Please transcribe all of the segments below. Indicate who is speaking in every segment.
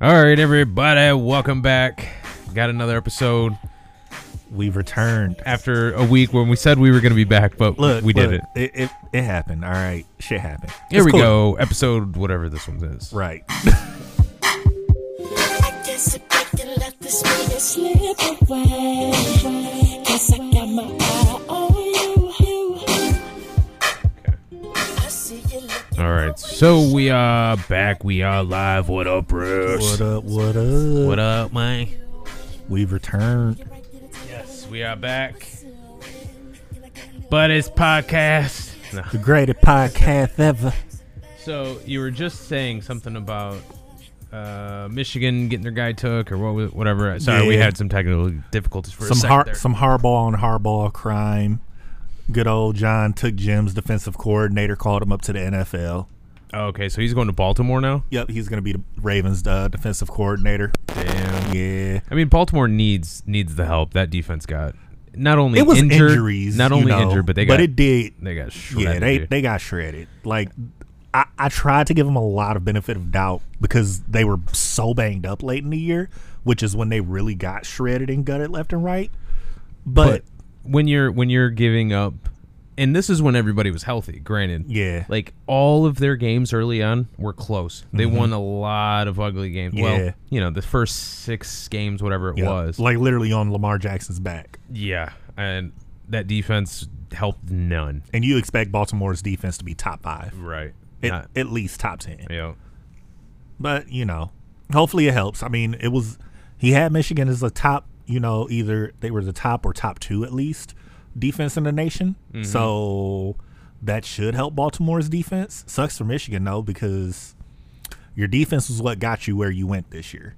Speaker 1: All right, everybody, welcome back. Got another episode
Speaker 2: We returned.
Speaker 1: after a week when we said we were going to be back, but
Speaker 2: Look,
Speaker 1: we did
Speaker 2: look,
Speaker 1: it.
Speaker 2: it. It it happened. All right, shit happened.
Speaker 1: Here
Speaker 2: It's
Speaker 1: we
Speaker 2: cool.
Speaker 1: go, episode whatever this one is.
Speaker 2: Right.
Speaker 3: I guess it break and let the spirit slip away. Guess I got my eye on you. I see you looking
Speaker 1: All right, so we are back. We are live. What up, Bruce?
Speaker 2: What up? What up?
Speaker 1: What up, man?
Speaker 2: We returned.
Speaker 3: right to the table.
Speaker 1: Yes, we are back. But it's podcast. No.
Speaker 2: The greatest podcast ever.
Speaker 1: So you were just saying something about uh, Michigan getting their guy took or what was whatever. Sorry, we
Speaker 2: Yeah.
Speaker 1: had some technical difficulties for a
Speaker 2: Some
Speaker 1: sec
Speaker 2: har-
Speaker 1: there.
Speaker 2: some hardball on hardball crime. Good old John took Jim's defensive coordinator, called him up to the NFL.
Speaker 1: Oh, okay, so he's going to Baltimore now.
Speaker 2: Yep, he's gonna be the Ravens' uh, defensive coordinator.
Speaker 1: Damn.
Speaker 2: Yeah.
Speaker 1: I mean, Baltimore needs needs the help that defense got. Not only
Speaker 2: It was
Speaker 1: injured,
Speaker 2: injuries.
Speaker 1: not
Speaker 2: you
Speaker 1: only
Speaker 2: know,
Speaker 1: injured, but they got
Speaker 2: but it did
Speaker 1: they got shredded.
Speaker 2: Yeah, they,
Speaker 1: dude.
Speaker 2: they got shredded. Like, I, I tried to give them a lot of benefit of doubt because they were so banged up late in the year, which is when they really got shredded and gutted left and right. But,
Speaker 1: but when you're when you're giving up, and this is when everybody was healthy. Granted,
Speaker 2: yeah,
Speaker 1: like all of their games early on were close. They won a lot of ugly games.
Speaker 2: Mm-hmm. Yeah.
Speaker 1: Well, you know, the first six games, whatever it
Speaker 2: yeah,
Speaker 1: was.
Speaker 2: like literally on Lamar Jackson's back.
Speaker 1: yeah, and that defense helped none.
Speaker 2: And you expect Baltimore's defense to be top five,
Speaker 1: Right.
Speaker 2: at,
Speaker 1: Not-
Speaker 2: at least top ten.
Speaker 1: you know,
Speaker 2: But you know, hopefully it helps. I mean, it was he had Michigan as a top. You know, either they were the top or top two at least defense in the nation.
Speaker 1: Mm-hmm.
Speaker 2: So that should help Baltimore's defense. Sucks for Michigan though because your defense was what got you where you went this year,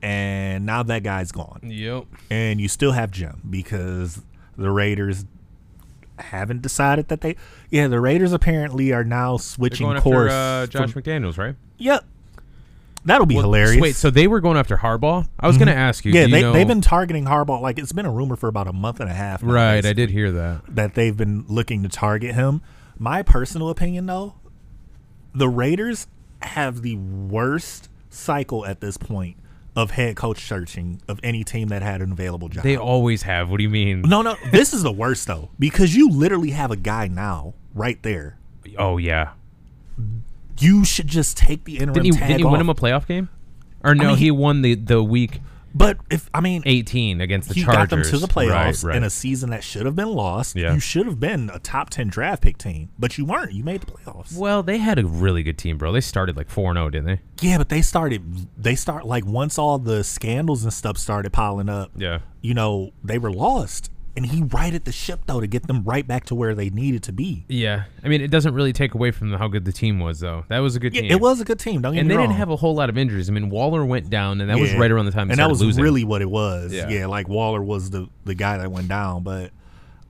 Speaker 2: and now that guy's gone,
Speaker 1: Yep.
Speaker 2: and you still have Jim because the Raiders haven't decided that they. Yeah, the Raiders apparently are now
Speaker 1: They're
Speaker 2: switching
Speaker 1: going after
Speaker 2: course.
Speaker 1: uh,
Speaker 2: from-
Speaker 1: Josh McDaniels, right?
Speaker 2: Yep. That'll be
Speaker 1: Well,
Speaker 2: hilarious. Mm-hmm.
Speaker 1: Wait, so they were going after Harbaugh? I was going to ask you.
Speaker 2: yeah,
Speaker 1: do you
Speaker 2: they,
Speaker 1: know-
Speaker 2: they've been targeting Harbaugh. Like it's been a rumor for about a month and a half. now,
Speaker 1: right. I
Speaker 2: basically,
Speaker 1: did hear that.
Speaker 2: that they've been looking to target him. My personal opinion, though, the Raiders have the worst cycle at this point of head coach searching of any team that had an available job.
Speaker 1: They always have. What do you mean?
Speaker 2: no, no, this is the worst though because you literally have a guy now right there.
Speaker 1: Oh yeah.
Speaker 2: You should just take the interim
Speaker 1: Didn't he,
Speaker 2: tag
Speaker 1: didn't he
Speaker 2: off.
Speaker 1: win him a playoff game? Or no,
Speaker 2: mean,
Speaker 1: he,
Speaker 2: he-
Speaker 1: won the the week
Speaker 2: but if I mean,
Speaker 1: 18 against the
Speaker 2: you
Speaker 1: Chargers.
Speaker 2: got them to the playoffs
Speaker 1: right, right.
Speaker 2: in a season that should have been lost.
Speaker 1: Yeah.
Speaker 2: You should have been a top 10 draft pick team, but you weren't. You made the playoffs.
Speaker 1: Well, they had a really good team, bro. They started like 4 0, didn't they?
Speaker 2: Yeah, but they started, they start like once all the scandals and stuff started piling up,
Speaker 1: Yeah.
Speaker 2: you know, they were lost. And he righted the ship, though, to get them right back to where they needed to be.
Speaker 1: Yeah. I mean, it doesn't really take away from how good the team was, though. That was a good
Speaker 2: Yeah,
Speaker 1: team.
Speaker 2: It was a good team. Don't get
Speaker 1: And
Speaker 2: me
Speaker 1: they didn't
Speaker 2: wrong.
Speaker 1: have a whole lot of injuries. I mean, Waller went down, and that was
Speaker 2: Yeah.
Speaker 1: right around the time they
Speaker 2: and that
Speaker 1: started
Speaker 2: was
Speaker 1: losing.
Speaker 2: really what it was.
Speaker 1: Yeah.
Speaker 2: Yeah. like Waller was the the guy that went down, but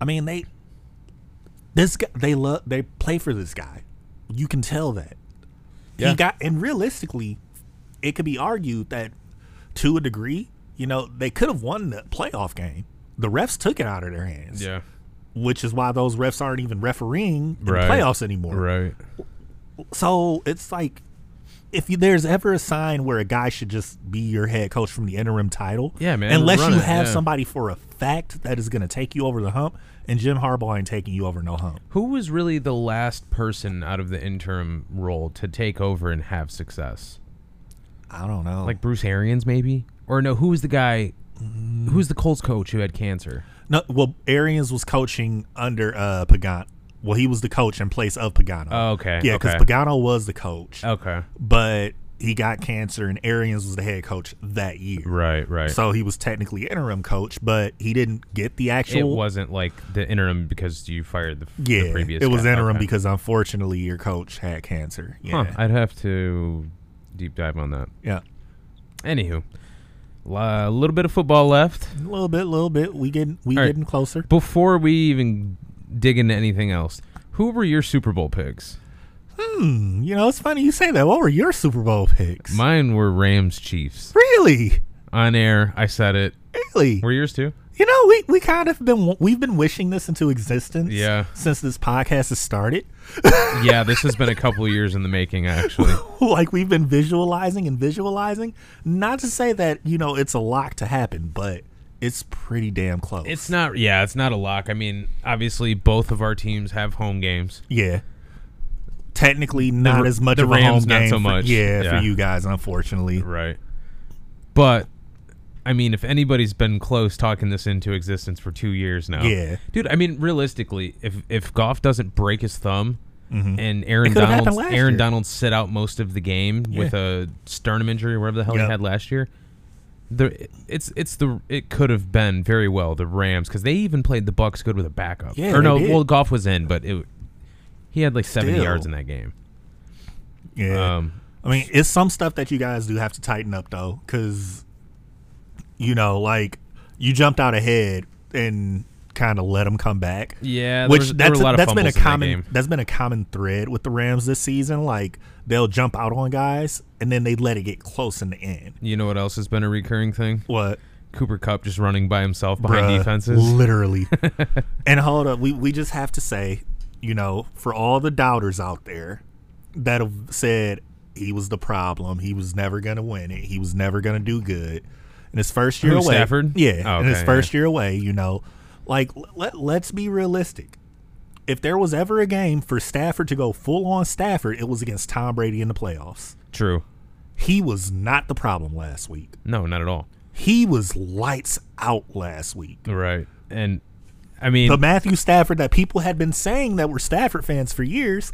Speaker 2: I mean they this guy they love they play for this guy. You can tell that.
Speaker 1: Yeah.
Speaker 2: He got and realistically, it could be argued that to a degree, you know, they could have won the playoff game. The refs took it out of their hands,
Speaker 1: Yeah.
Speaker 2: which is why those refs aren't even refereeing in
Speaker 1: Right.
Speaker 2: the playoffs anymore.
Speaker 1: Right.
Speaker 2: So it's like if you, there's ever a sign where a guy should just be your head coach from the interim title,
Speaker 1: Yeah, man,
Speaker 2: unless
Speaker 1: run
Speaker 2: you
Speaker 1: it,
Speaker 2: have
Speaker 1: yeah.
Speaker 2: somebody for a fact that is going to take you over the hump, and Jim Harbaugh ain't taking you over no hump.
Speaker 1: Who was really the last person out of the interim role to take over and have success?
Speaker 2: I don't know.
Speaker 1: Like Bruce Arians, maybe? Or no, who was the guy? Who's the Colts coach who had cancer?
Speaker 2: no, well, Arians was coaching under uh Pagano. Well, he was the coach in place of Pagano.
Speaker 1: Oh, okay,
Speaker 2: yeah, because
Speaker 1: okay. Oh.
Speaker 2: Pagano was the coach,
Speaker 1: Okay.
Speaker 2: but he got cancer, and Arians was the head coach that year.
Speaker 1: Right, right.
Speaker 2: So he was technically interim coach, but he didn't get the actual.
Speaker 1: it wasn't like the interim because you fired the, f- the
Speaker 2: Yeah,
Speaker 1: previous
Speaker 2: it was
Speaker 1: guy.
Speaker 2: interim
Speaker 1: Okay.
Speaker 2: because unfortunately your coach had cancer. Yeah,
Speaker 1: Huh, I'd have to deep dive on that.
Speaker 2: yeah.
Speaker 1: Anywho, a little bit of football left
Speaker 2: A little bit, little bit. We getting we
Speaker 1: All right.
Speaker 2: getting closer.
Speaker 1: before we even dig into anything else. Who were your Super Bowl picks?
Speaker 2: Hmm, you know, it's funny you say that. What were your Super Bowl picks?
Speaker 1: Mine were Rams Chiefs.
Speaker 2: really,
Speaker 1: On air, I said it.
Speaker 2: really.
Speaker 1: Were yours too?
Speaker 2: You know, we, we kind of been we've been wishing this into existence.
Speaker 1: Yeah.
Speaker 2: Since this podcast has started,
Speaker 1: Yeah, this has been a couple years in the making, actually.
Speaker 2: like we've been visualizing and visualizing. Not to say that you know it's a lock to happen, but it's pretty damn close.
Speaker 1: It's not. Yeah, it's not a lock. I mean, obviously, both of our teams have home games.
Speaker 2: yeah. Technically, not
Speaker 1: Ra-
Speaker 2: as much
Speaker 1: the
Speaker 2: of a
Speaker 1: Rams
Speaker 2: home
Speaker 1: not
Speaker 2: game
Speaker 1: so
Speaker 2: for-
Speaker 1: much.
Speaker 2: yeah,
Speaker 1: Yeah.
Speaker 2: for you guys, unfortunately.
Speaker 1: Right. But I mean, if anybody's been close talking this into existence for two years now,
Speaker 2: Yeah.
Speaker 1: dude. I mean, realistically, if if Goff doesn't break his thumb and Aaron
Speaker 2: Mm-hmm. could've happened
Speaker 1: Donald
Speaker 2: last
Speaker 1: Aaron
Speaker 2: year.
Speaker 1: Donald sit out most of the game with a sternum injury or whatever the hell he
Speaker 2: Yep.
Speaker 1: had last year. The, it's it's the it could have been very well the Rams because they even played the Bucks good with a backup
Speaker 2: Yeah,
Speaker 1: or
Speaker 2: they
Speaker 1: no
Speaker 2: did.
Speaker 1: well Goff was in but it he had like seventy
Speaker 2: Still.
Speaker 1: yards in that game
Speaker 2: Yeah.
Speaker 1: um
Speaker 2: I mean, it's some stuff that you guys do have to tighten up though, because you know, like you jumped out ahead and kind of let them come back.
Speaker 1: Yeah, there
Speaker 2: which
Speaker 1: was- there
Speaker 2: that's
Speaker 1: were a lot of
Speaker 2: that's been a
Speaker 1: fumbles in that
Speaker 2: common
Speaker 1: game.
Speaker 2: that's been a common thread with the Rams this season. Like they'll jump out on guys and then they let it get close in the end.
Speaker 1: you know what else has been a recurring thing
Speaker 2: What?
Speaker 1: Cooper Cup just running by himself behind
Speaker 2: Bruh,
Speaker 1: defenses.
Speaker 2: Literally. and hold up, we, we just have to say, you know, for all the doubters out there that have said he was the problem, he was never gonna win it, he was never gonna do good. In his first year
Speaker 1: Who,
Speaker 2: away.
Speaker 1: Stafford?
Speaker 2: Yeah.
Speaker 1: Oh,
Speaker 2: in his
Speaker 1: okay,
Speaker 2: first year away, you know, like l- let, let's be realistic. If there was ever a game for Stafford to go full on Stafford, it was against Tom Brady in the playoffs.
Speaker 1: True.
Speaker 2: He was not the problem last week.
Speaker 1: No, not at all.
Speaker 2: He was lights out last week.
Speaker 1: Right. And I mean,
Speaker 2: the Matthew Stafford that people had been saying that were Stafford fans for years.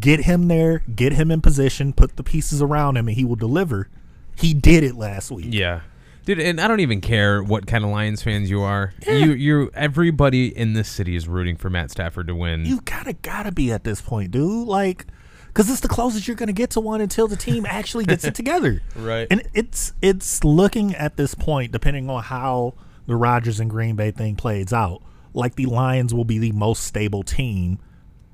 Speaker 2: Get him there, get him in position, put the pieces around him, and he will deliver. He did it last week.
Speaker 1: yeah. Dude, and I don't even care what kind of Lions fans you are. You you everybody in this city is rooting for Matt Stafford to win.
Speaker 2: You gotta gotta be at this point, dude. Like, because it's the closest you're gonna get to one until the team actually gets it together.
Speaker 1: Right.
Speaker 2: And it's it's looking at this point, depending on how the Rodgers and Green Bay thing plays out, like the Lions will be the most stable team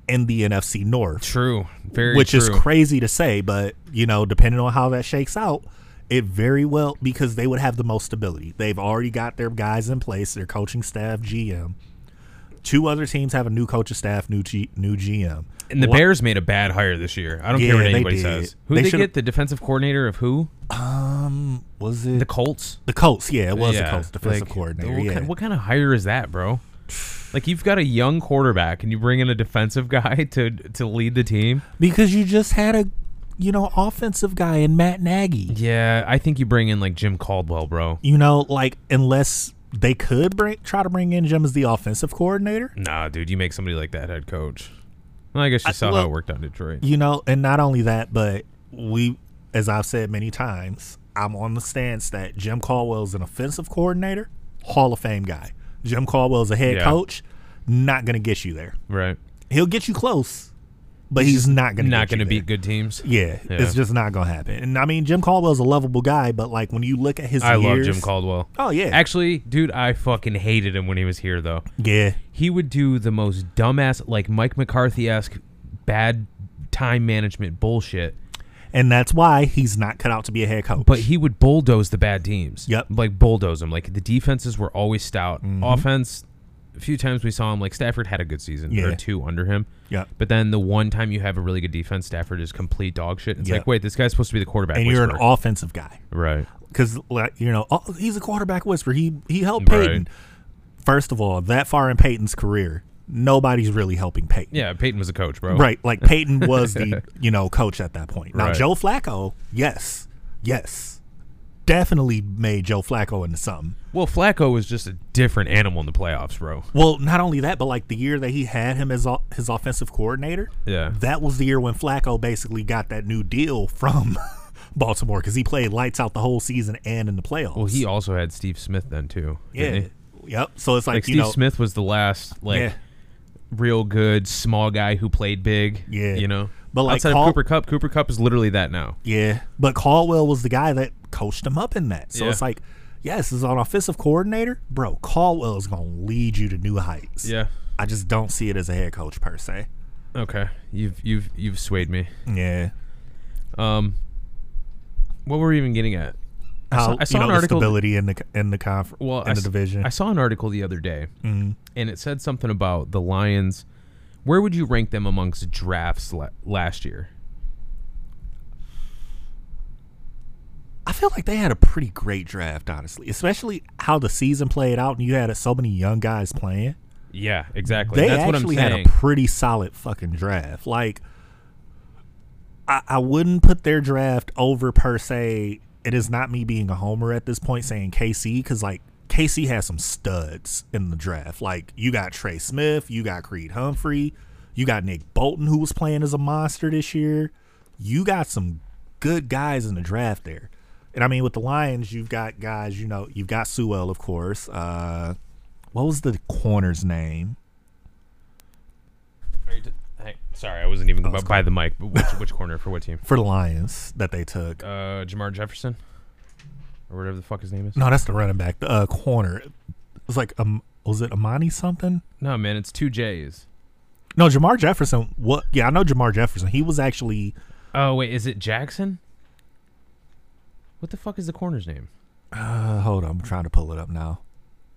Speaker 2: in the NFC North.
Speaker 1: true. Very
Speaker 2: which is
Speaker 1: true.
Speaker 2: crazy to say, but you know, depending on how that shakes out, it very well because they would have the most stability. They've already got their guys in place, their coaching staff, GM. Two other teams have a new coaching staff, new G, new GM.
Speaker 1: and the
Speaker 2: One-
Speaker 1: Bears made a bad hire this year. I don't care
Speaker 2: Yeah,
Speaker 1: what
Speaker 2: they
Speaker 1: anybody
Speaker 2: did.
Speaker 1: says. Who
Speaker 2: They
Speaker 1: they,
Speaker 2: should've-
Speaker 1: get the defensive coordinator of who?
Speaker 2: was it
Speaker 1: The
Speaker 2: the,
Speaker 1: Colts.
Speaker 2: Colts? Yeah, it was the Colts defensive
Speaker 1: like,
Speaker 2: coordinator.
Speaker 1: What,
Speaker 2: yeah,
Speaker 1: kind, what kind of hire is that, bro? Like you've got a young quarterback and you bring in a defensive guy to to lead the team.
Speaker 2: because you just had a you know offensive guy in Matt Nagy.
Speaker 1: Yeah, I think you bring in like Jim Caldwell, bro.
Speaker 2: You know, like unless they could bring try to bring in Jim as the offensive coordinator.
Speaker 1: Nah, dude, you make somebody like that head coach. Well, I guess you saw how
Speaker 2: well-
Speaker 1: it worked out in Detroit.
Speaker 2: you know and not only that but we as i've said many times i'm on the stance that jim caldwell's an offensive coordinator hall of fame guy jim caldwell's a head
Speaker 1: Yeah.
Speaker 2: coach not gonna get you there
Speaker 1: Right.
Speaker 2: he'll get you close but he's not gonna
Speaker 1: Not
Speaker 2: get
Speaker 1: going
Speaker 2: you
Speaker 1: to beat
Speaker 2: there.
Speaker 1: good teams.
Speaker 2: yeah,
Speaker 1: Yeah.
Speaker 2: it's just not gonna happen and i mean jim caldwell's a lovable guy but like when you look at his
Speaker 1: I love
Speaker 2: years-
Speaker 1: Jim Caldwell.
Speaker 2: oh yeah
Speaker 1: Actually, dude, I fucking hated him when he was here, though.
Speaker 2: yeah
Speaker 1: He would do the most dumbass, like Mike McCarthy esque bad time management bullshit,
Speaker 2: and that's why he's not cut out to be a head coach
Speaker 1: but he would bulldoze the bad teams.
Speaker 2: Yep. Mm-hmm.
Speaker 1: Like, bulldoze them. Like, the defenses were always stout. Offense, a few times we saw him, like, Stafford had a good season
Speaker 2: Yeah.
Speaker 1: or two under him.
Speaker 2: Yep.
Speaker 1: But then the one time you have a really good defense, Stafford is complete dog shit. It's
Speaker 2: Yeah.
Speaker 1: like, wait, this guy's supposed to be the quarterback.
Speaker 2: and you're an
Speaker 1: whisperer.
Speaker 2: offensive guy
Speaker 1: right.
Speaker 2: because like you know oh, he's a quarterback whisperer. He he helped
Speaker 1: Right.
Speaker 2: Peyton. First of all, that far in Peyton's career, nobody's really helping Peyton.
Speaker 1: Yeah, Peyton was a coach, bro.
Speaker 2: Right, like Peyton was the you know coach at that point. Now
Speaker 1: Right.
Speaker 2: Joe Flacco, yes, yes, definitely made Joe Flacco into something.
Speaker 1: Well, Flacco was just a different animal in the playoffs, bro.
Speaker 2: Well, not only that, but like the year that he had him as o- his offensive coordinator,
Speaker 1: Yeah.
Speaker 2: that was the year when Flacco basically got that new deal from Baltimore because he played lights out the whole season and in the playoffs.
Speaker 1: Well, he also had Steve Smith then too. didn't
Speaker 2: yeah,
Speaker 1: he?
Speaker 2: yep. So it's like,
Speaker 1: Like
Speaker 2: you
Speaker 1: Steve
Speaker 2: know,
Speaker 1: Smith was the last like
Speaker 2: Yeah.
Speaker 1: real good small guy who played big.
Speaker 2: Yeah.
Speaker 1: You know.
Speaker 2: But, like,
Speaker 1: outside
Speaker 2: Paul-
Speaker 1: of Cooper Cup, Cooper Cup is literally that now.
Speaker 2: Yeah. But Caldwell was the guy that coached him up in that. So
Speaker 1: Yeah.
Speaker 2: it's like, yes, as an offensive coordinator, bro, Caldwell is going to lead you to new heights.
Speaker 1: Yeah.
Speaker 2: I just don't see it as a head coach per se.
Speaker 1: Okay. You've you've you've swayed me.
Speaker 2: Yeah.
Speaker 1: Um what were we even getting at?
Speaker 2: how
Speaker 1: I saw
Speaker 2: you
Speaker 1: an
Speaker 2: know the
Speaker 1: article-
Speaker 2: stability in the c- in the conf
Speaker 1: Well,
Speaker 2: in
Speaker 1: I
Speaker 2: the
Speaker 1: s-
Speaker 2: division. Mm-hmm.
Speaker 1: I saw an article the other day, and it said something about the Lions. Where would you rank them amongst drafts la- last year?
Speaker 2: I feel like they had a pretty great draft, honestly, especially how the season played out, and you had so many young guys playing.
Speaker 1: Yeah, exactly.
Speaker 2: They
Speaker 1: That's what I'm
Speaker 2: actually had
Speaker 1: saying.
Speaker 2: a pretty solid fucking draft. Like, I, I wouldn't put their draft over per se. It is not me being a homer at this point saying KC because like KC has some studs in the draft. Like you got Trey Smith, you got Creed Humphrey, you got Nick Bolton who was playing as a monster this year. You got some good guys in the draft there. And I mean with the Lions, you've got guys, you know, you've got Sewell, of course. Uh what was the corner's name?
Speaker 1: Are you d- hey, sorry, I wasn't even
Speaker 2: it's
Speaker 1: bu- by the mic. But which, which corner for what team?
Speaker 2: for the Lions that they took.
Speaker 1: Uh, Jamar Jefferson, or whatever the fuck his name is.
Speaker 2: No, that's the running back, the uh, corner. It was like um, was it Amani something?
Speaker 1: No, man, it's two J's.
Speaker 2: No, Jamar Jefferson. What? Yeah, I know Jamar Jefferson. He was actually
Speaker 1: Oh wait, is it Jackson? What the fuck is the corner's name?
Speaker 2: Uh, hold on, I'm trying to pull it up now.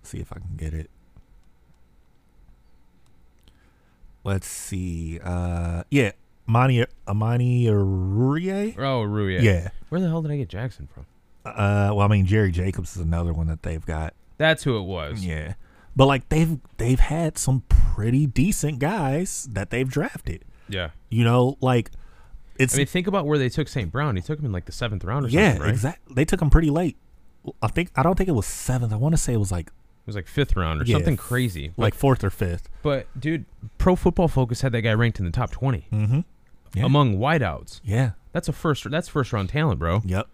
Speaker 2: See if I can get it. Let's see. Uh, yeah, Amani Amani Aurier.
Speaker 1: Oh, Rui.
Speaker 2: Yeah.
Speaker 1: Where the hell did I get Jackson from?
Speaker 2: Uh, well, I mean Jerry Jacobs is another one that they've got.
Speaker 1: That's who it was.
Speaker 2: Yeah. But like they've they've had some pretty decent guys that they've drafted.
Speaker 1: Yeah.
Speaker 2: You know, like it's
Speaker 1: I mean, think about where they took St. Brown. He took him in like the seventh round or
Speaker 2: yeah,
Speaker 1: something, right?
Speaker 2: exactly. They took him pretty late. I think I don't think it was seventh. I want to say it was like
Speaker 1: It was like fifth round or
Speaker 2: yeah,
Speaker 1: something
Speaker 2: f-
Speaker 1: crazy. But,
Speaker 2: like fourth or fifth.
Speaker 1: but dude, Pro Football Focus had that guy ranked in the top 20
Speaker 2: Mm-hmm. Yeah.
Speaker 1: among wideouts.
Speaker 2: Yeah.
Speaker 1: That's a first. That's first round talent, bro.
Speaker 2: Yep.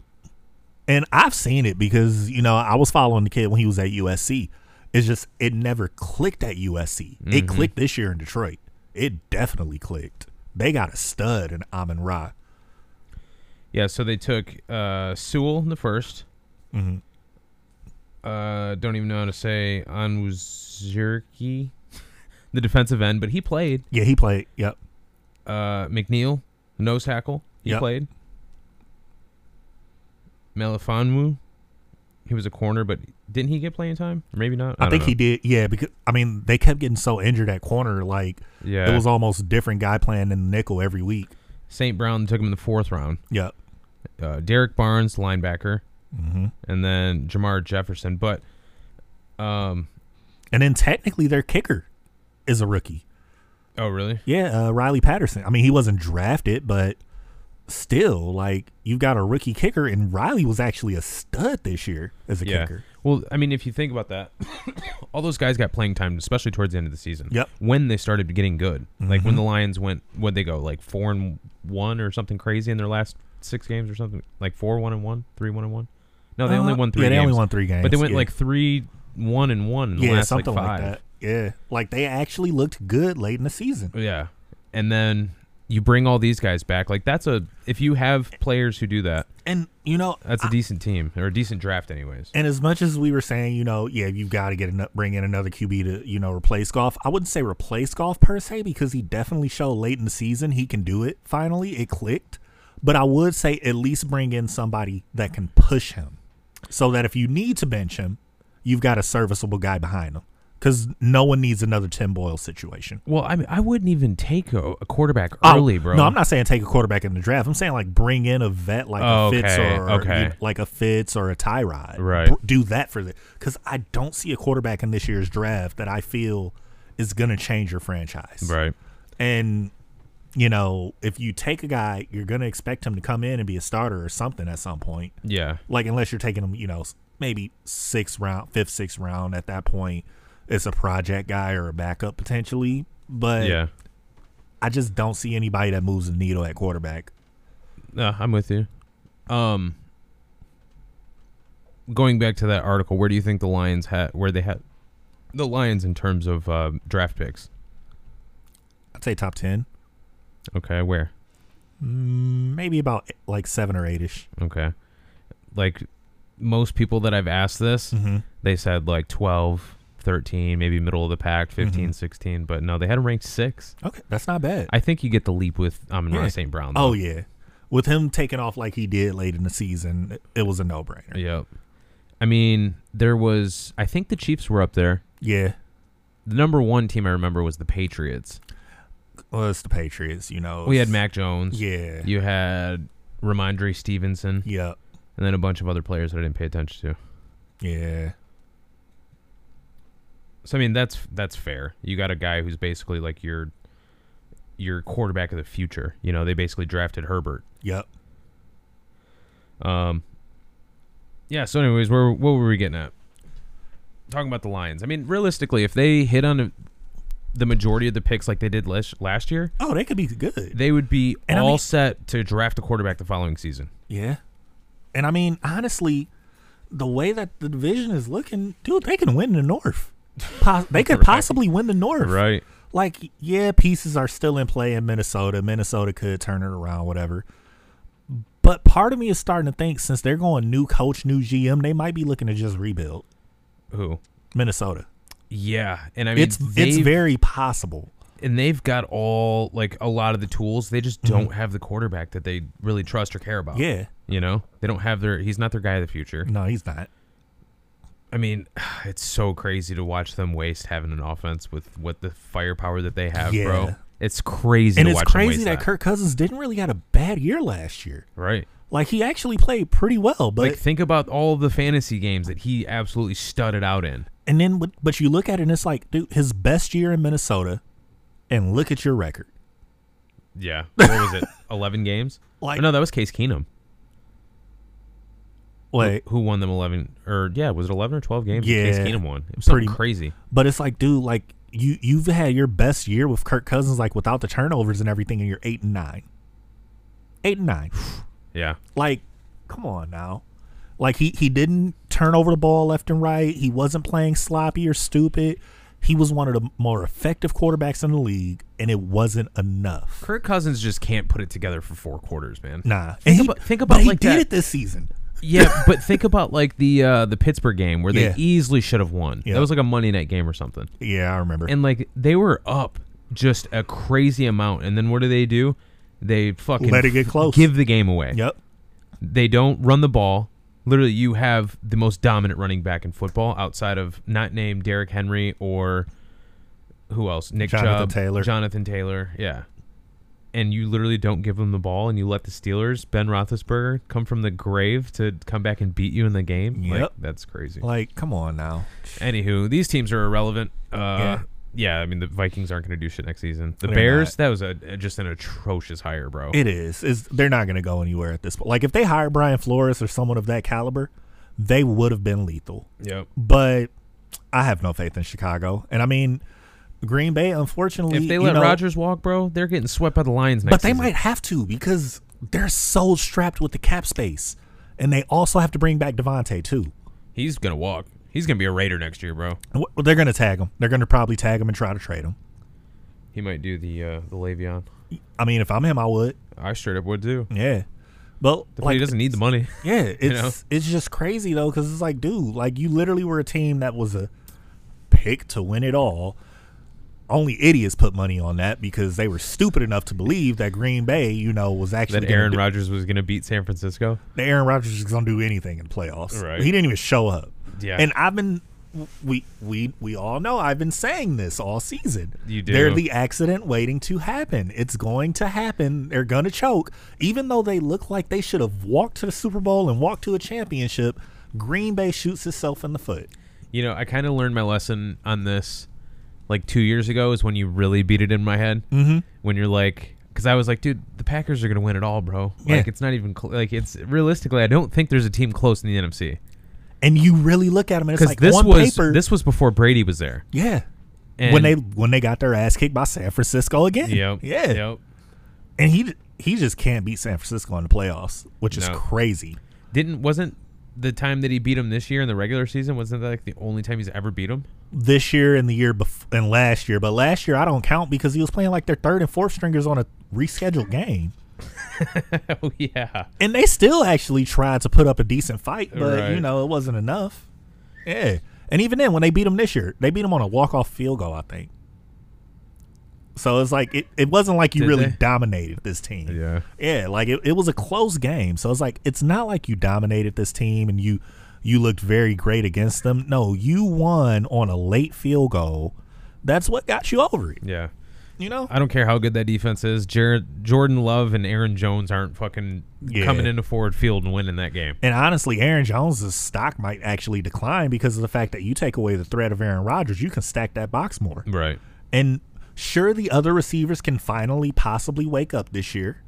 Speaker 2: And I've seen it because you know I was following the kid when he was at USC. It's just it never clicked at USC.
Speaker 1: Mm-hmm.
Speaker 2: It clicked this year in Detroit. It definitely clicked. They got a stud in Amon Ra.
Speaker 1: Yeah. So they took uh, Sewell in the 1st
Speaker 2: Mm-hmm.
Speaker 1: Uh, don't even know how to say Anwuzurki, the defensive end, but he played.
Speaker 2: Yeah, he played. Yep.
Speaker 1: Uh, McNeil, nose tackle, he
Speaker 2: Yep.
Speaker 1: played. Melifonwu, he was a corner, but didn't he get playing time? Or Maybe not.
Speaker 2: I, think
Speaker 1: don't
Speaker 2: he
Speaker 1: know.
Speaker 2: did. Yeah, because I mean they kept getting so injured at corner. Like
Speaker 1: Yeah.
Speaker 2: it was almost different guy playing in nickel every week.
Speaker 1: St. Brown took him in the fourth round.
Speaker 2: Yep.
Speaker 1: Uh, Derek Barnes, linebacker,
Speaker 2: Mm-hmm.
Speaker 1: and then Jamar Jefferson. But um,
Speaker 2: And then technically their kicker is a rookie.
Speaker 1: oh really?
Speaker 2: Yeah, uh, Riley Patterson. I mean he wasn't drafted, but still, like you've got a rookie kicker, and Riley was actually a stud this year as a
Speaker 1: Yeah.
Speaker 2: kicker.
Speaker 1: Well, I mean, if you think about that, all those guys got playing time, especially towards the end of the season.
Speaker 2: Yep. Mm-hmm.
Speaker 1: When they started getting good, like when the Lions went, what they go like four and one or something crazy in their last six games or something, like four one and one, three one and one. No, they only
Speaker 2: Uh,
Speaker 1: won three.
Speaker 2: Yeah, they
Speaker 1: games,
Speaker 2: only won three games.
Speaker 1: But they went
Speaker 2: yeah.
Speaker 1: like three one and one. In the
Speaker 2: yeah,
Speaker 1: last,
Speaker 2: something
Speaker 1: like,
Speaker 2: like,
Speaker 1: five.
Speaker 2: that. Yeah, like they actually looked good late in the season.
Speaker 1: Yeah. And then you bring all these guys back. Like that's a if you have players who do that,
Speaker 2: And you know,
Speaker 1: that's a decent team or a decent draft anyways.
Speaker 2: And as much as we were saying, you know, yeah, you've got to get an, bring in another QB to, you know, replace golf. I wouldn't say replace golf per se because he definitely showed late in the season he can do it. Finally, it clicked. But I would say at least bring in somebody that can push him, so that if you need to bench him, you've got a serviceable guy behind him. Because no one needs another Tim Boyle situation.
Speaker 1: Well, I mean, I wouldn't even take a, a quarterback
Speaker 2: Oh,
Speaker 1: early, bro.
Speaker 2: No, I'm not saying take a quarterback in the draft. I'm saying like bring in a vet like
Speaker 1: Oh,
Speaker 2: a Fitz
Speaker 1: okay,
Speaker 2: or
Speaker 1: okay.
Speaker 2: you know, like a Fitz or a Tyrod.
Speaker 1: Right.
Speaker 2: Br- Do that for the because I don't see a quarterback in this year's draft that I feel is gonna change your franchise.
Speaker 1: Right.
Speaker 2: And you know, if you take a guy, you're gonna expect him to come in and be a starter or something at some point.
Speaker 1: Yeah.
Speaker 2: Like unless you're taking him, you know, s- maybe sixth round, fifth, sixth round. At that point, it's a project guy or a backup potentially. But
Speaker 1: Yeah.
Speaker 2: I just don't see anybody that moves the needle at quarterback.
Speaker 1: No, I'm with you. Um going back to that article, where do you think the Lions had where they had the Lions in terms of uh, draft picks?
Speaker 2: I'd say top 10,
Speaker 1: Okay, where?
Speaker 2: maybe about like seven or eight ish.
Speaker 1: Okay. Like most people that I've asked this,
Speaker 2: Mm-hmm.
Speaker 1: they said like 12, 13, maybe middle of the pack, 15,
Speaker 2: Mm-hmm.
Speaker 1: 16, but no, they had him ranked 6.
Speaker 2: Okay, that's not bad.
Speaker 1: I think you get the leap with Amon
Speaker 2: Yeah.
Speaker 1: Ross St. Brown.
Speaker 2: oh,
Speaker 1: though.
Speaker 2: yeah. with him taking off like he did late in the season, it, it was a no brainer.
Speaker 1: Yep. I mean, there was. I think the Chiefs were up there.
Speaker 2: Yeah.
Speaker 1: The number one team I remember was the Patriots.
Speaker 2: Well, it's the Patriots, you know.
Speaker 1: We had
Speaker 2: it's-
Speaker 1: Mac Jones.
Speaker 2: Yeah.
Speaker 1: You had Ramondre Stevenson,
Speaker 2: Yep.
Speaker 1: and then a bunch of other players that I didn't pay attention to.
Speaker 2: Yeah.
Speaker 1: So I mean, that's that's fair. You got a guy who's basically like your your quarterback of the future. You know, they basically drafted Herbert.
Speaker 2: Yep.
Speaker 1: Um, yeah. So, anyways, where what were we getting at? Talking about the Lions. I mean, realistically, if they hit on a- the majority of the picks like they did last last year,
Speaker 2: Oh, they could be good.
Speaker 1: they would be
Speaker 2: And I
Speaker 1: all
Speaker 2: mean-
Speaker 1: set to draft a quarterback the following season.
Speaker 2: Yeah. And I mean, honestly, the way that the division is looking, dude, they can win the North. Po- they could
Speaker 1: Right.
Speaker 2: possibly win the North.
Speaker 1: Right.
Speaker 2: Like, yeah, pieces are still in play in Minnesota. Minnesota could turn it around, whatever. But part of me is starting to think since they're going new coach, new GM, they might be looking to just rebuild
Speaker 1: Who?
Speaker 2: Minnesota.
Speaker 1: Yeah, and I mean,
Speaker 2: it's it's
Speaker 1: they've-
Speaker 2: very possible.
Speaker 1: and they've got all like a lot of the tools. They just don't have the quarterback that they really trust or care about.
Speaker 2: Mm-hmm. Yeah.
Speaker 1: You know, they don't have their. He's not their guy of the future.
Speaker 2: No, he's not.
Speaker 1: I mean, it's so crazy to watch them waste having an offense with what the firepower that they have,
Speaker 2: Yeah.
Speaker 1: bro. It's crazy.
Speaker 2: And
Speaker 1: to
Speaker 2: it's
Speaker 1: watch them
Speaker 2: crazy
Speaker 1: waste
Speaker 2: that,
Speaker 1: that
Speaker 2: Kirk Cousins didn't really have a bad year last year.
Speaker 1: right.
Speaker 2: Like he actually played pretty well, but
Speaker 1: Like, think about all the fantasy games that he absolutely studded out in.
Speaker 2: and then but- but you look at it and it's like, dude, his best year in Minnesota, and look at your record.
Speaker 1: Yeah, what was it? Eleven games? Oh,
Speaker 2: Like-
Speaker 1: no, that was Case Keenum
Speaker 2: Like,
Speaker 1: who won them eleven. Or yeah, was it eleven or twelve games? that Case
Speaker 2: Yeah,
Speaker 1: Keenum won. It was something
Speaker 2: pretty-
Speaker 1: crazy.
Speaker 2: but it's like, dude, like you you've had your best year with Kirk Cousins, like without the turnovers and everything, and you're eight and nine. Eight and nine.
Speaker 1: Yeah,
Speaker 2: like come on now like he he didn't turn over the ball left and right he wasn't playing sloppy or stupid he was one of the more effective quarterbacks in the league and it wasn't enough
Speaker 1: Kirk Cousins just can't put it together for four quarters, man.
Speaker 2: nah
Speaker 1: Think
Speaker 2: and he,
Speaker 1: about- think
Speaker 2: but
Speaker 1: about
Speaker 2: he
Speaker 1: like
Speaker 2: did
Speaker 1: that-
Speaker 2: it this season
Speaker 1: Yeah, but think about like the uh, the Pittsburgh game where they
Speaker 2: Yeah.
Speaker 1: easily should have won.
Speaker 2: Yeah.
Speaker 1: That was like a Monday night game or something.
Speaker 2: yeah i remember
Speaker 1: and like they were up just a crazy amount and then what do they do they fucking
Speaker 2: Let it get
Speaker 1: f-
Speaker 2: close.
Speaker 1: give the game away
Speaker 2: yep
Speaker 1: they don't run the ball literally you have the most dominant running back in football outside of not named Derrick Henry or who else Nick
Speaker 2: Jonathan
Speaker 1: Chubb,
Speaker 2: Taylor.
Speaker 1: Jonathan Taylor yeah and you literally don't give them the ball and you let the Steelers Ben Roethlisberger come from the grave to come back and beat you in the game like
Speaker 2: Yep.
Speaker 1: that's crazy
Speaker 2: like come on now
Speaker 1: Anywho, these teams are irrelevant. Uh,
Speaker 2: Yeah.
Speaker 1: yeah. I mean the Vikings aren't going to do shit next season. The
Speaker 2: They're
Speaker 1: Bears, that was a, a- just an atrocious hire, bro.
Speaker 2: it is is they're not going to go anywhere at this point like if they hired brian flores or someone of that caliber they would have been lethal
Speaker 1: yep.
Speaker 2: but i have no faith in chicago and i mean green bay unfortunately
Speaker 1: If they
Speaker 2: you
Speaker 1: let
Speaker 2: know,
Speaker 1: Rodgers walk, bro, they're getting swept by the Lions next.
Speaker 2: But they
Speaker 1: season.
Speaker 2: might have to because they're so strapped with the cap space. And they also have to bring back Devontae, too.
Speaker 1: He's going to walk. He's going to be a Raider next year, bro.
Speaker 2: And wh- They're going to tag him. They're going to probably tag him and try to trade him.
Speaker 1: He might do the uh, the Le'Veon.
Speaker 2: I mean, if I'm him, I would.
Speaker 1: I straight up would too.
Speaker 2: Yeah. But,
Speaker 1: Like,
Speaker 2: like,
Speaker 1: he doesn't need the money.
Speaker 2: yeah, it's,
Speaker 1: know?
Speaker 2: it's just crazy, though, because it's like, dude, like, you literally were a team that was a pick to win it all. Only idiots put money on that because they were stupid enough to believe that Green Bay, you know, was actually
Speaker 1: that
Speaker 2: gonna
Speaker 1: Aaron
Speaker 2: do-
Speaker 1: Rodgers was going to beat San Francisco.
Speaker 2: that Aaron Rodgers is going to do anything in the playoffs.
Speaker 1: Right.
Speaker 2: He didn't even show up.
Speaker 1: Yeah.
Speaker 2: And I've been we we we all know I've been saying this all season.
Speaker 1: You do.
Speaker 2: They're the accident waiting to happen. It's going to happen. They're going to choke. Even though they look like they should have walked to the Super Bowl and walked to a championship, Green Bay shoots itself in the foot.
Speaker 1: You know, I kind of learned my lesson on this like two years ago is when you really beat it in my head. Mm-hmm. When you're like, because I was like, dude, the Packers are going to win it all, bro. Like,
Speaker 2: Yeah.
Speaker 1: it's not even, cl- like, it's realistically, I don't think there's a team close in the NFC.
Speaker 2: And you really look at them and it's
Speaker 1: Because
Speaker 2: like
Speaker 1: this
Speaker 2: on
Speaker 1: was
Speaker 2: paper.
Speaker 1: this was before Brady was there.
Speaker 2: yeah.
Speaker 1: And
Speaker 2: when they when they got their ass kicked by San Francisco again.
Speaker 1: yep,
Speaker 2: Yeah.
Speaker 1: yep.
Speaker 2: And he he just can't beat San Francisco in the playoffs, which is
Speaker 1: No.
Speaker 2: crazy.
Speaker 1: Didn't wasn't the time that he beat him this year in the regular season wasn't that like the only time he's ever beat him?
Speaker 2: this year and the year bef- and last year, but last year I don't count because he was playing like their third and fourth stringers on a rescheduled game,
Speaker 1: oh yeah.
Speaker 2: and they still actually tried to put up a decent fight, but you
Speaker 1: Right.
Speaker 2: know it wasn't enough. Yeah, and even then, when they beat him this year, they beat him on a walk off field goal, I think. So it's like it, it wasn't like you
Speaker 1: Did
Speaker 2: really
Speaker 1: they?
Speaker 2: dominated this team.
Speaker 1: Yeah.
Speaker 2: Yeah, like it, it was a close game. So it's like it's not like you dominated this team and you you looked very great against them. No, you won on a late field goal. That's what got you over it.
Speaker 1: Yeah.
Speaker 2: You know?
Speaker 1: I don't care how good that defense is. Jer- Jordan Love and Aaron Jones aren't fucking
Speaker 2: Yeah.
Speaker 1: coming into forward field and winning that game.
Speaker 2: And honestly, Aaron Jones' stock might actually decline because of the fact that you take away the threat of Aaron Rodgers, you can stack that box more.
Speaker 1: Right.
Speaker 2: And sure, the other receivers can finally possibly wake up this year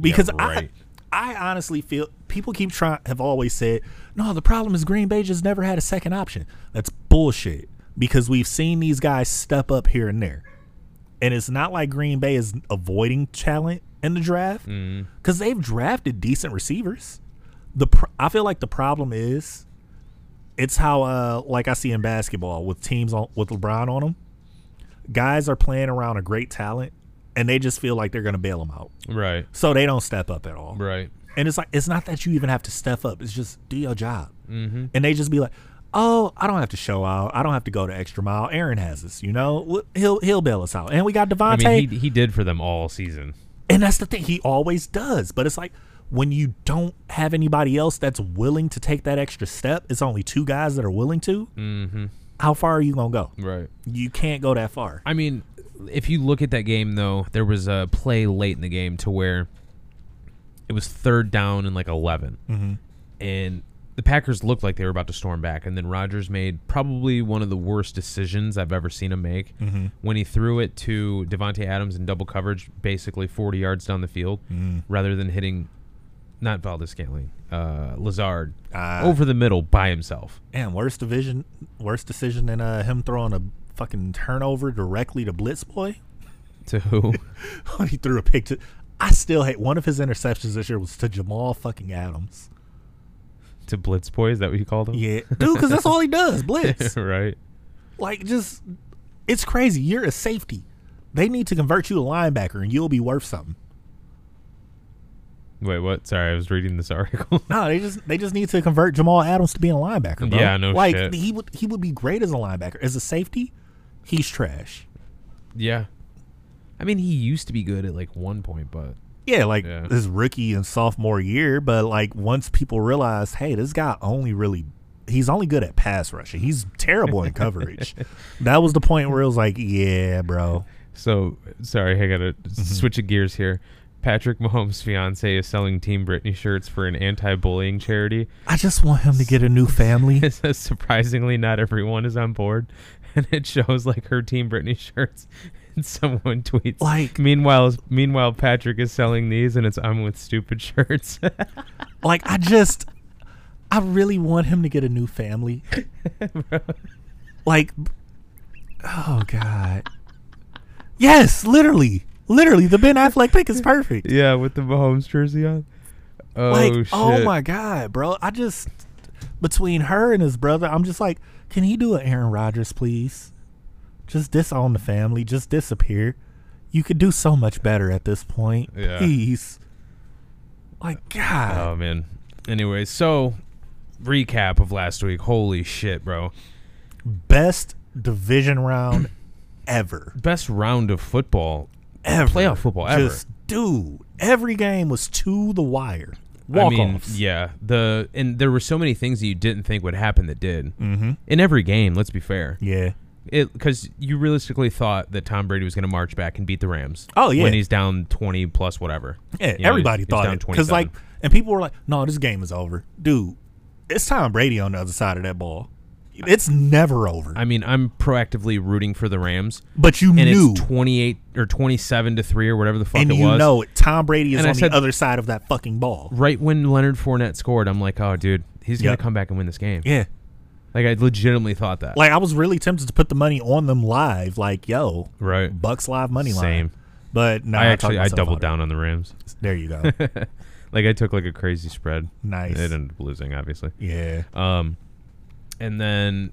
Speaker 2: because
Speaker 1: right.
Speaker 2: I, I honestly feel people keep trying have always said, no, the problem is Green Bay just never had a second option. That's bullshit because we've seen these guys step up here and there, and it's not like Green Bay is avoiding talent in the draft because they've drafted decent receivers. The pr- I feel like the problem is. It's how, uh, like I see in basketball, with teams on with LeBron on them, guys are playing around a great talent and they just feel like they're going to bail them out.
Speaker 1: Right.
Speaker 2: So they don't step up at all.
Speaker 1: Right.
Speaker 2: And it's like, it's not that you even have to step up. It's just do your job. Mm-hmm. And they just be like, oh, I don't have to show out. I don't have to go the extra mile. Aaron has us, you know? Wh- He'll, he'll bail us out. And we got
Speaker 1: I
Speaker 2: Devontae.
Speaker 1: mean, he, he did for them all season.
Speaker 2: and that's the thing. He always does. But it's like, when you don't have anybody else that's willing to take that extra step, it's only two guys that are willing to. Mm-hmm. How far are you going to go?
Speaker 1: Right.
Speaker 2: You can't go that far.
Speaker 1: I mean, if you look at that game though, there was a play late in the game to where it was third down and like 11 and the Packers looked like they were about to storm back, and then Rodgers made probably one of the worst decisions I've ever seen him make when he threw it to Devonte Adams in double coverage, basically 40 yards down the field, rather than hitting not Valdez Scantling, uh, Lazard
Speaker 2: Ah.
Speaker 1: over the middle by himself.
Speaker 2: Damn, worst division, worst decision than uh, him throwing a fucking turnover directly to Blitz Boy.
Speaker 1: To who?
Speaker 2: he threw a pick to. I still hate one of his interceptions this year was to Jamal fucking Adams.
Speaker 1: to Blitz Boy? Is that what you called him?
Speaker 2: Yeah, dude, because that's all he does, blitz.
Speaker 1: right.
Speaker 2: Like, just it's crazy. You're a safety. They need to convert you to linebacker, and you'll be worth something.
Speaker 1: Wait, what? Sorry, I was reading this article.
Speaker 2: No, they just they just need to convert Jamal Adams to being a linebacker, bro.
Speaker 1: Yeah, no
Speaker 2: like,
Speaker 1: shit.
Speaker 2: he would he would be great as a linebacker. As a safety, he's trash.
Speaker 1: yeah. I mean, he used to be good at like one point, but
Speaker 2: Yeah, like
Speaker 1: Yeah.
Speaker 2: his rookie and sophomore year, but like once people realized, hey, this guy only really he's only good at pass rushing. He's terrible in coverage. That was the point where it was like, yeah, bro.
Speaker 1: so sorry, I gotta
Speaker 2: Mm-hmm.
Speaker 1: switch of gears here. Patrick Mahomes' fiance is selling Team Britney shirts for an anti-bullying charity.
Speaker 2: I just want him to get a new family.
Speaker 1: It says surprisingly, not everyone is on board, and it shows like her Team Britney shirts. And someone tweets
Speaker 2: Like-
Speaker 1: meanwhile, meanwhile Patrick is selling these, and it's I'm with stupid shirts.
Speaker 2: like I just I really want him to get a new family. like oh god. Yes, literally. Literally the Ben Affleck pick is perfect.
Speaker 1: yeah, with the Mahomes jersey on. Oh
Speaker 2: like
Speaker 1: shit!
Speaker 2: oh my god bro i just between her and his brother i'm just like can he do an aaron rodgers please just disown the family just disappear you could do so much better at this point
Speaker 1: Yeah.
Speaker 2: please like god
Speaker 1: Oh man. Anyway, so recap of last week. Holy shit, bro.
Speaker 2: best division round ever
Speaker 1: Best round of football.
Speaker 2: ever
Speaker 1: Playoff football ever.
Speaker 2: just dude every game was to the wire
Speaker 1: I
Speaker 2: walk
Speaker 1: mean,
Speaker 2: offs
Speaker 1: yeah. The and there were so many things that you didn't think would happen that did. Mm-hmm. In every game, let's be fair.
Speaker 2: yeah
Speaker 1: It because you realistically thought that Tom Brady was going to march back and beat the Rams.
Speaker 2: Oh, yeah.
Speaker 1: when he's down twenty plus whatever.
Speaker 2: Yeah,
Speaker 1: You know,
Speaker 2: everybody
Speaker 1: he's- he's
Speaker 2: thought
Speaker 1: down
Speaker 2: it because like,
Speaker 1: 27.
Speaker 2: and people were like, "No, this game is over, dude. It's Tom Brady on the other side of that ball. It's never over."
Speaker 1: I mean, I'm proactively rooting for the Rams,
Speaker 2: but you
Speaker 1: and
Speaker 2: knew,
Speaker 1: it's twenty eight or twenty seven to three or whatever the fuck
Speaker 2: and
Speaker 1: it
Speaker 2: you
Speaker 1: was.
Speaker 2: know, it. Tom Brady is
Speaker 1: And I
Speaker 2: on
Speaker 1: said-
Speaker 2: the other side of that fucking ball.
Speaker 1: right when Leonard Fournette scored, I'm like, oh, dude, he's
Speaker 2: Yep.
Speaker 1: gonna come back and win this game.
Speaker 2: Yeah,
Speaker 1: Like I legitimately thought that.
Speaker 2: like I was really tempted to put the money on them live, like, "Yo,
Speaker 1: right.
Speaker 2: Bucks live money line."
Speaker 1: Same.
Speaker 2: But no,
Speaker 1: I
Speaker 2: I
Speaker 1: actually I
Speaker 2: talked myself
Speaker 1: doubled
Speaker 2: out
Speaker 1: down on the Rams.
Speaker 2: of it. There you go.
Speaker 1: Like I took like a crazy spread.
Speaker 2: Nice.
Speaker 1: It ended up losing, obviously.
Speaker 2: yeah.
Speaker 1: Um, and then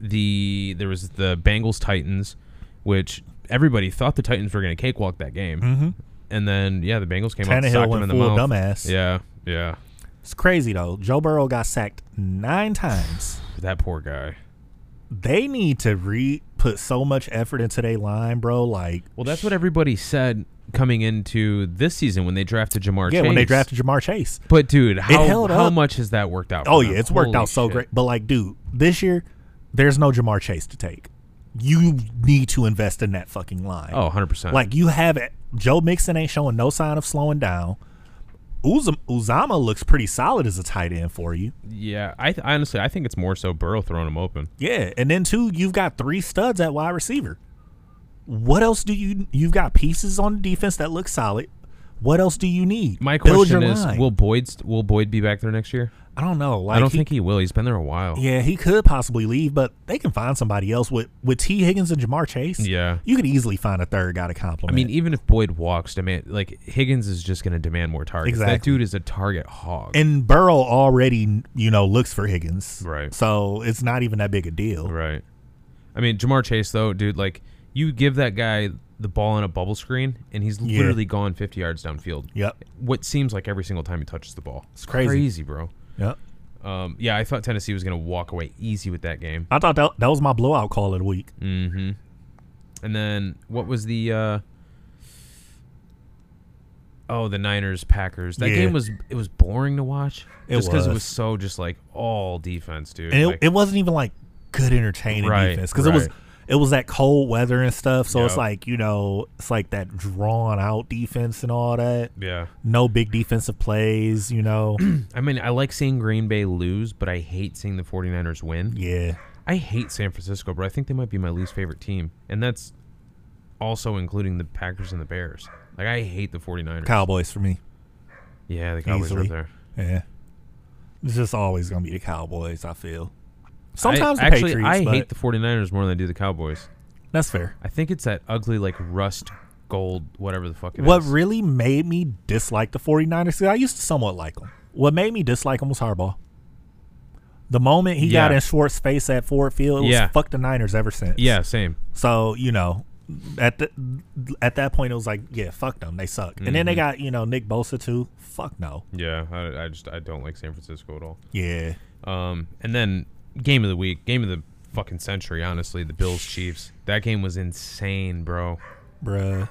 Speaker 1: the there was the Bengals Titans, which everybody thought the Titans were gonna cakewalk that game. Mm-hmm. And then yeah, the Bengals came out and
Speaker 2: Tannehill
Speaker 1: socked them
Speaker 2: went
Speaker 1: in the
Speaker 2: full
Speaker 1: mouth.
Speaker 2: dumbass.
Speaker 1: Yeah, yeah.
Speaker 2: It's crazy though. Joe Burrow got sacked nine times.
Speaker 1: That poor guy.
Speaker 2: they need to re put so much effort into their line, bro. Like,
Speaker 1: Well, that's what everybody said coming into this season when they drafted Jamar.
Speaker 2: yeah, when they
Speaker 1: Chase.
Speaker 2: drafted Jamar Chase.
Speaker 1: But dude, how,
Speaker 2: held
Speaker 1: how
Speaker 2: up.
Speaker 1: much has that worked out? for
Speaker 2: Oh
Speaker 1: them?
Speaker 2: yeah, it's worked
Speaker 1: Holy
Speaker 2: out so
Speaker 1: shit.
Speaker 2: great. But like, dude, this year there's no Jamar Chase to take. You need to invest in that fucking line.
Speaker 1: Oh, 100 percent.
Speaker 2: Like you have it. Joe Mixon ain't showing no sign of slowing down. Uzama, Uzama looks pretty solid as a tight end for you.
Speaker 1: yeah, I th- honestly I think it's more so Burrow throwing him open.
Speaker 2: Yeah, and then two, you've got three studs at wide receiver. What else do you? You've got pieces on defense that look solid. What else do you need?
Speaker 1: My
Speaker 2: Build your
Speaker 1: question is,
Speaker 2: line.
Speaker 1: will Boyd st- will Boyd be back there next year?
Speaker 2: I don't know. Like
Speaker 1: I don't
Speaker 2: he-
Speaker 1: think he will. He's been there a while.
Speaker 2: Yeah, he could possibly leave, but they can find somebody else with with T. Higgins and Jamar Chase.
Speaker 1: Yeah.
Speaker 2: you could easily find a third guy to
Speaker 1: I
Speaker 2: compliment.
Speaker 1: mean, even if Boyd walks, demand like Higgins is just going to demand more targets. That
Speaker 2: Exactly.
Speaker 1: dude is a target hog.
Speaker 2: and Burrow already you know looks for Higgins,
Speaker 1: Right.
Speaker 2: So it's not even that big a deal.
Speaker 1: Right. I mean, Jamar Chase though, dude, like you give that guy the ball on a bubble screen, and he's
Speaker 2: Yeah.
Speaker 1: literally gone 50 yards downfield.
Speaker 2: Yep.
Speaker 1: What seems like every single time he touches the ball. It's
Speaker 2: crazy.
Speaker 1: crazy bro.
Speaker 2: Yep.
Speaker 1: Um, yeah, I thought Tennessee was going to walk away easy with that game.
Speaker 2: I thought that that was my blowout call of the week.
Speaker 1: Mm-hmm. And then what was the? Uh, oh, the Niners Packers. That
Speaker 2: Yeah.
Speaker 1: game was it was boring to watch.
Speaker 2: It
Speaker 1: just because it
Speaker 2: was.
Speaker 1: was so just like all defense, dude.
Speaker 2: And it,
Speaker 1: Like,
Speaker 2: it wasn't even like good entertaining
Speaker 1: Right,
Speaker 2: defense because it was
Speaker 1: right.
Speaker 2: it was that cold weather and stuff. So it's
Speaker 1: Yep.
Speaker 2: like you know it's like that drawn out defense and all that.
Speaker 1: yeah.
Speaker 2: No big defensive plays. You know.
Speaker 1: I mean, I like seeing Green Bay lose, but I hate seeing the 49ers win.
Speaker 2: yeah.
Speaker 1: I hate San Francisco, but I think they might be my least favorite team. And that's also including the Packers and the Bears. Like, I hate the 49ers.
Speaker 2: Cowboys for me.
Speaker 1: yeah, the Cowboys are
Speaker 2: Easily.
Speaker 1: up there.
Speaker 2: Yeah. It's just always going to be the Cowboys, I feel. Sometimes
Speaker 1: I,
Speaker 2: the
Speaker 1: actually,
Speaker 2: Patriots,
Speaker 1: I
Speaker 2: but
Speaker 1: hate the 49ers more than I do the Cowboys.
Speaker 2: that's fair.
Speaker 1: I think it's that ugly, like, rust gold, whatever the fuck it is.
Speaker 2: What really made me dislike the 49ers, 'cause I used to somewhat like them. What made me dislike them was Harbaugh. The moment he got
Speaker 1: Yeah.
Speaker 2: in Schwartz's face at Ford Field, it
Speaker 1: Yeah.
Speaker 2: was fuck the Niners ever since.
Speaker 1: yeah, same.
Speaker 2: So, you know, at the, at that point, it was like, yeah, fuck them. They suck. And
Speaker 1: Mm-hmm.
Speaker 2: then they got, you know, Nick Bosa, too. Fuck no.
Speaker 1: Yeah, I, I just I don't like San Francisco at all.
Speaker 2: Yeah.
Speaker 1: Um, and then game of the week, game of the fucking century, honestly, the Bills Chiefs. That game was insane, bro.
Speaker 2: Bruh.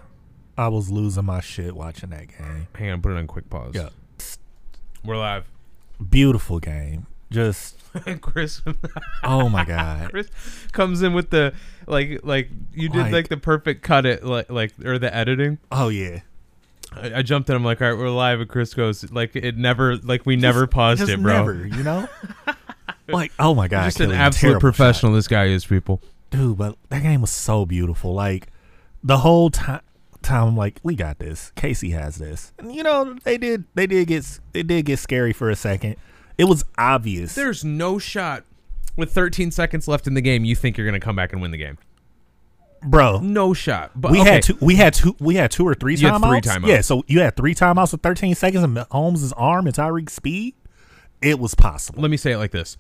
Speaker 2: I was losing my shit watching that game.
Speaker 1: Hang on, put it on quick pause.
Speaker 2: Yeah.
Speaker 1: We're live.
Speaker 2: Beautiful game. Just
Speaker 1: Chris
Speaker 2: Oh my god.
Speaker 1: Chris comes in with the like like you did
Speaker 2: Like-
Speaker 1: like, the perfect cut it like like or the editing.
Speaker 2: Oh yeah.
Speaker 1: I, I jumped in. I'm like, all right, we're live. And Chris goes like it never like we never paused
Speaker 2: Just
Speaker 1: it, bro.
Speaker 2: never, you know? like, oh my god.
Speaker 1: Just an
Speaker 2: Kelly,
Speaker 1: absolute
Speaker 2: terrible
Speaker 1: professional. This guy is people.
Speaker 2: shot. Dude, but that game was so beautiful. Like the whole time time I'm like, we got this. Casey has this. And you know, they did they did get s- it did get scary for a second. It was obvious.
Speaker 1: There's no shot with 13 seconds left in the game. You think you're gonna come back and win the game?
Speaker 2: Bro.
Speaker 1: No shot. But
Speaker 2: We
Speaker 1: okay.
Speaker 2: had two we had two we had two or three
Speaker 1: You had
Speaker 2: timeouts.
Speaker 1: three timeouts.
Speaker 2: Yeah, so you had three timeouts with thirteen seconds and Holmes' arm and Tyreek's speed. It was possible.
Speaker 1: Let me say it like this: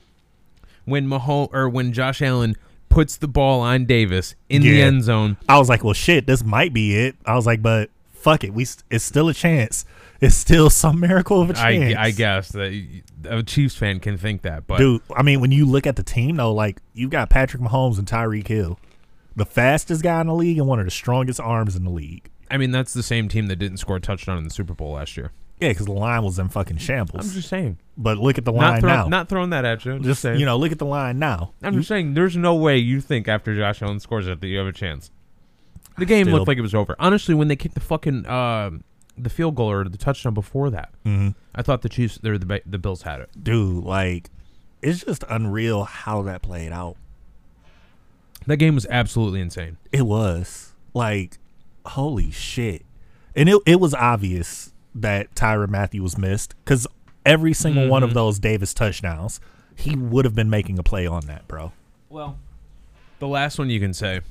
Speaker 1: when Mahomes or when Josh Allen puts the ball on Davis in the
Speaker 2: Yeah.
Speaker 1: end zone,
Speaker 2: I was like, well, shit, this might be it. I was like, but fuck it, we s- it's still a chance. It's still some miracle of a
Speaker 1: I,
Speaker 2: chance.
Speaker 1: I guess that y- a Chiefs fan can think that, but
Speaker 2: dude. I mean, when you look at the team though, like you've got Patrick Mahomes and Tyreek Hill, the fastest guy in the league and one of the strongest arms in the league.
Speaker 1: I mean that's the same team that didn't score a touchdown in the Super Bowl last year.
Speaker 2: Yeah, because the line was in fucking shambles.
Speaker 1: I'm just saying,
Speaker 2: but look at the
Speaker 1: not
Speaker 2: line now.
Speaker 1: throwing, not throwing that at you. I'm just
Speaker 2: just
Speaker 1: saying,
Speaker 2: you know, look at the line now.
Speaker 1: I'm just saying, there's no way you think after Josh Allen scores it that you have a chance. The game
Speaker 2: Still-
Speaker 1: looked like it was over. Honestly, when they kicked the fucking uh, the field goal or the touchdown before that,
Speaker 2: Mm-hmm.
Speaker 1: I thought the Chiefs or the Ba- the Bills had it.
Speaker 2: Dude, like it's just unreal how that played out.
Speaker 1: That game was absolutely insane.
Speaker 2: It was like, holy shit, and it it was obvious that Tyron Matthew was missed because every single one
Speaker 1: Mm-hmm.
Speaker 2: of those Davis touchdowns, he would have been making a play on that, bro.
Speaker 1: Well, the last one you can say.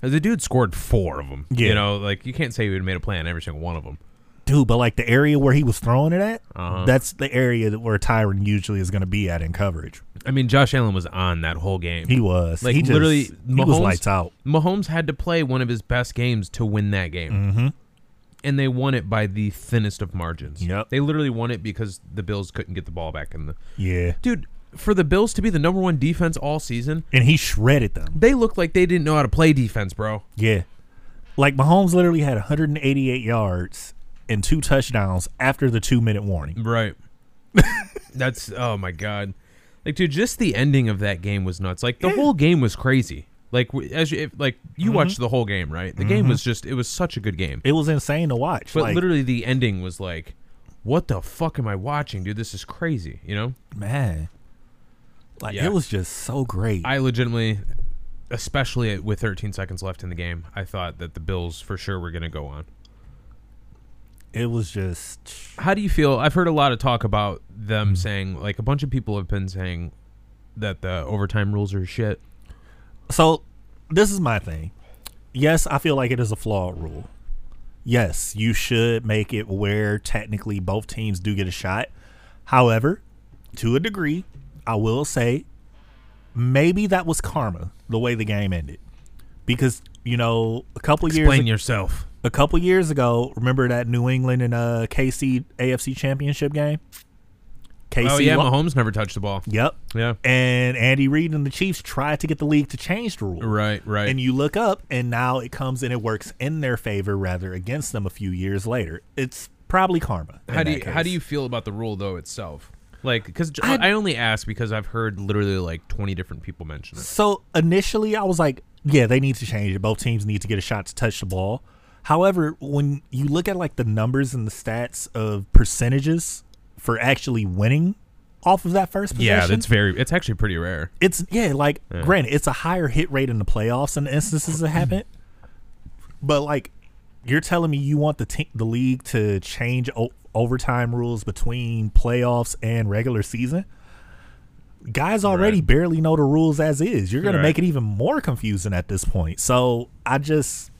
Speaker 1: The dude scored four of them.
Speaker 2: Yeah.
Speaker 1: You know, like you can't say he would have made a play on every single one of them.
Speaker 2: Dude, but like the area where he was throwing it at,
Speaker 1: Uh-huh.
Speaker 2: that's the area that where Tyron usually is going to be at in coverage.
Speaker 1: I mean, Josh Allen was on that whole game.
Speaker 2: He was
Speaker 1: like
Speaker 2: he just-
Speaker 1: literally
Speaker 2: he
Speaker 1: Mahomes,
Speaker 2: was lights out.
Speaker 1: Mahomes had to play one of his best games to win that game. Mm-hmm. And they won it by the thinnest of margins.
Speaker 2: Yep.
Speaker 1: They literally won it because the Bills couldn't get the ball back in the
Speaker 2: Yeah,
Speaker 1: Dude, for the Bills to be the number one defense all season,
Speaker 2: and he shredded them.
Speaker 1: they looked like they didn't know how to play defense, bro.
Speaker 2: Yeah, like Mahomes literally had 188 yards and two touchdowns after the two minute warning.
Speaker 1: Right. That's oh my god. Like dude, just the ending of that game was nuts. Like the whole game was crazy. Like w- as you, if, like
Speaker 2: Mm-hmm.
Speaker 1: you watched the whole game, right? The game was just it was such a good game.
Speaker 2: It was insane to watch.
Speaker 1: But
Speaker 2: like,
Speaker 1: literally the ending was like what the fuck am I watching, dude? This is crazy, you know?
Speaker 2: man, like
Speaker 1: Yeah.
Speaker 2: it was just so great.
Speaker 1: I legitimately especially at- with 13 seconds left in the game, I thought that the Bills for sure were going to go on.
Speaker 2: it was just
Speaker 1: How do you feel? I've heard a lot of talk about
Speaker 2: Mm-hmm.
Speaker 1: them saying like a bunch of people have been saying that the overtime rules are shit.
Speaker 2: So, this is my thing. Yes, I feel like it is a flawed rule. Yes, you should make it where technically both teams do get a shot. However, to a degree, I will say maybe that was karma the way the game ended. Because, you know, a couple years
Speaker 1: Explain yourself.
Speaker 2: a couple years ago, remember that New England and uh KC AFC championship game? KC
Speaker 1: Oh yeah,
Speaker 2: lo-
Speaker 1: Mahomes never touched the ball.
Speaker 2: Yep.
Speaker 1: Yeah.
Speaker 2: And Andy Reid and the Chiefs tried to get the league to change the rule
Speaker 1: Right, right.
Speaker 2: and you look up and now it comes and it works in their favor rather against them a few years later it's probably karma in
Speaker 1: how do
Speaker 2: that
Speaker 1: you how
Speaker 2: case.
Speaker 1: do you feel about the rule though itself? Like, because
Speaker 2: I-
Speaker 1: I, only ask because I've heard literally like twenty different people mention it.
Speaker 2: so initially i was like yeah they need to change it both teams need to get a shot to touch the ball however when you look at like the numbers and the stats of percentages for actually winning off of that first possession,
Speaker 1: Yeah, that's very. It's actually pretty rare.
Speaker 2: it's yeah, like granted, it's a higher hit rate in the playoffs in instances that happen. But like, you're telling me you want the te- the league to change o- overtime rules between playoffs and regular season? Guys already
Speaker 1: Right.
Speaker 2: barely know the rules as is. You're gonna
Speaker 1: Right.
Speaker 2: make it even more confusing at this point. So I just,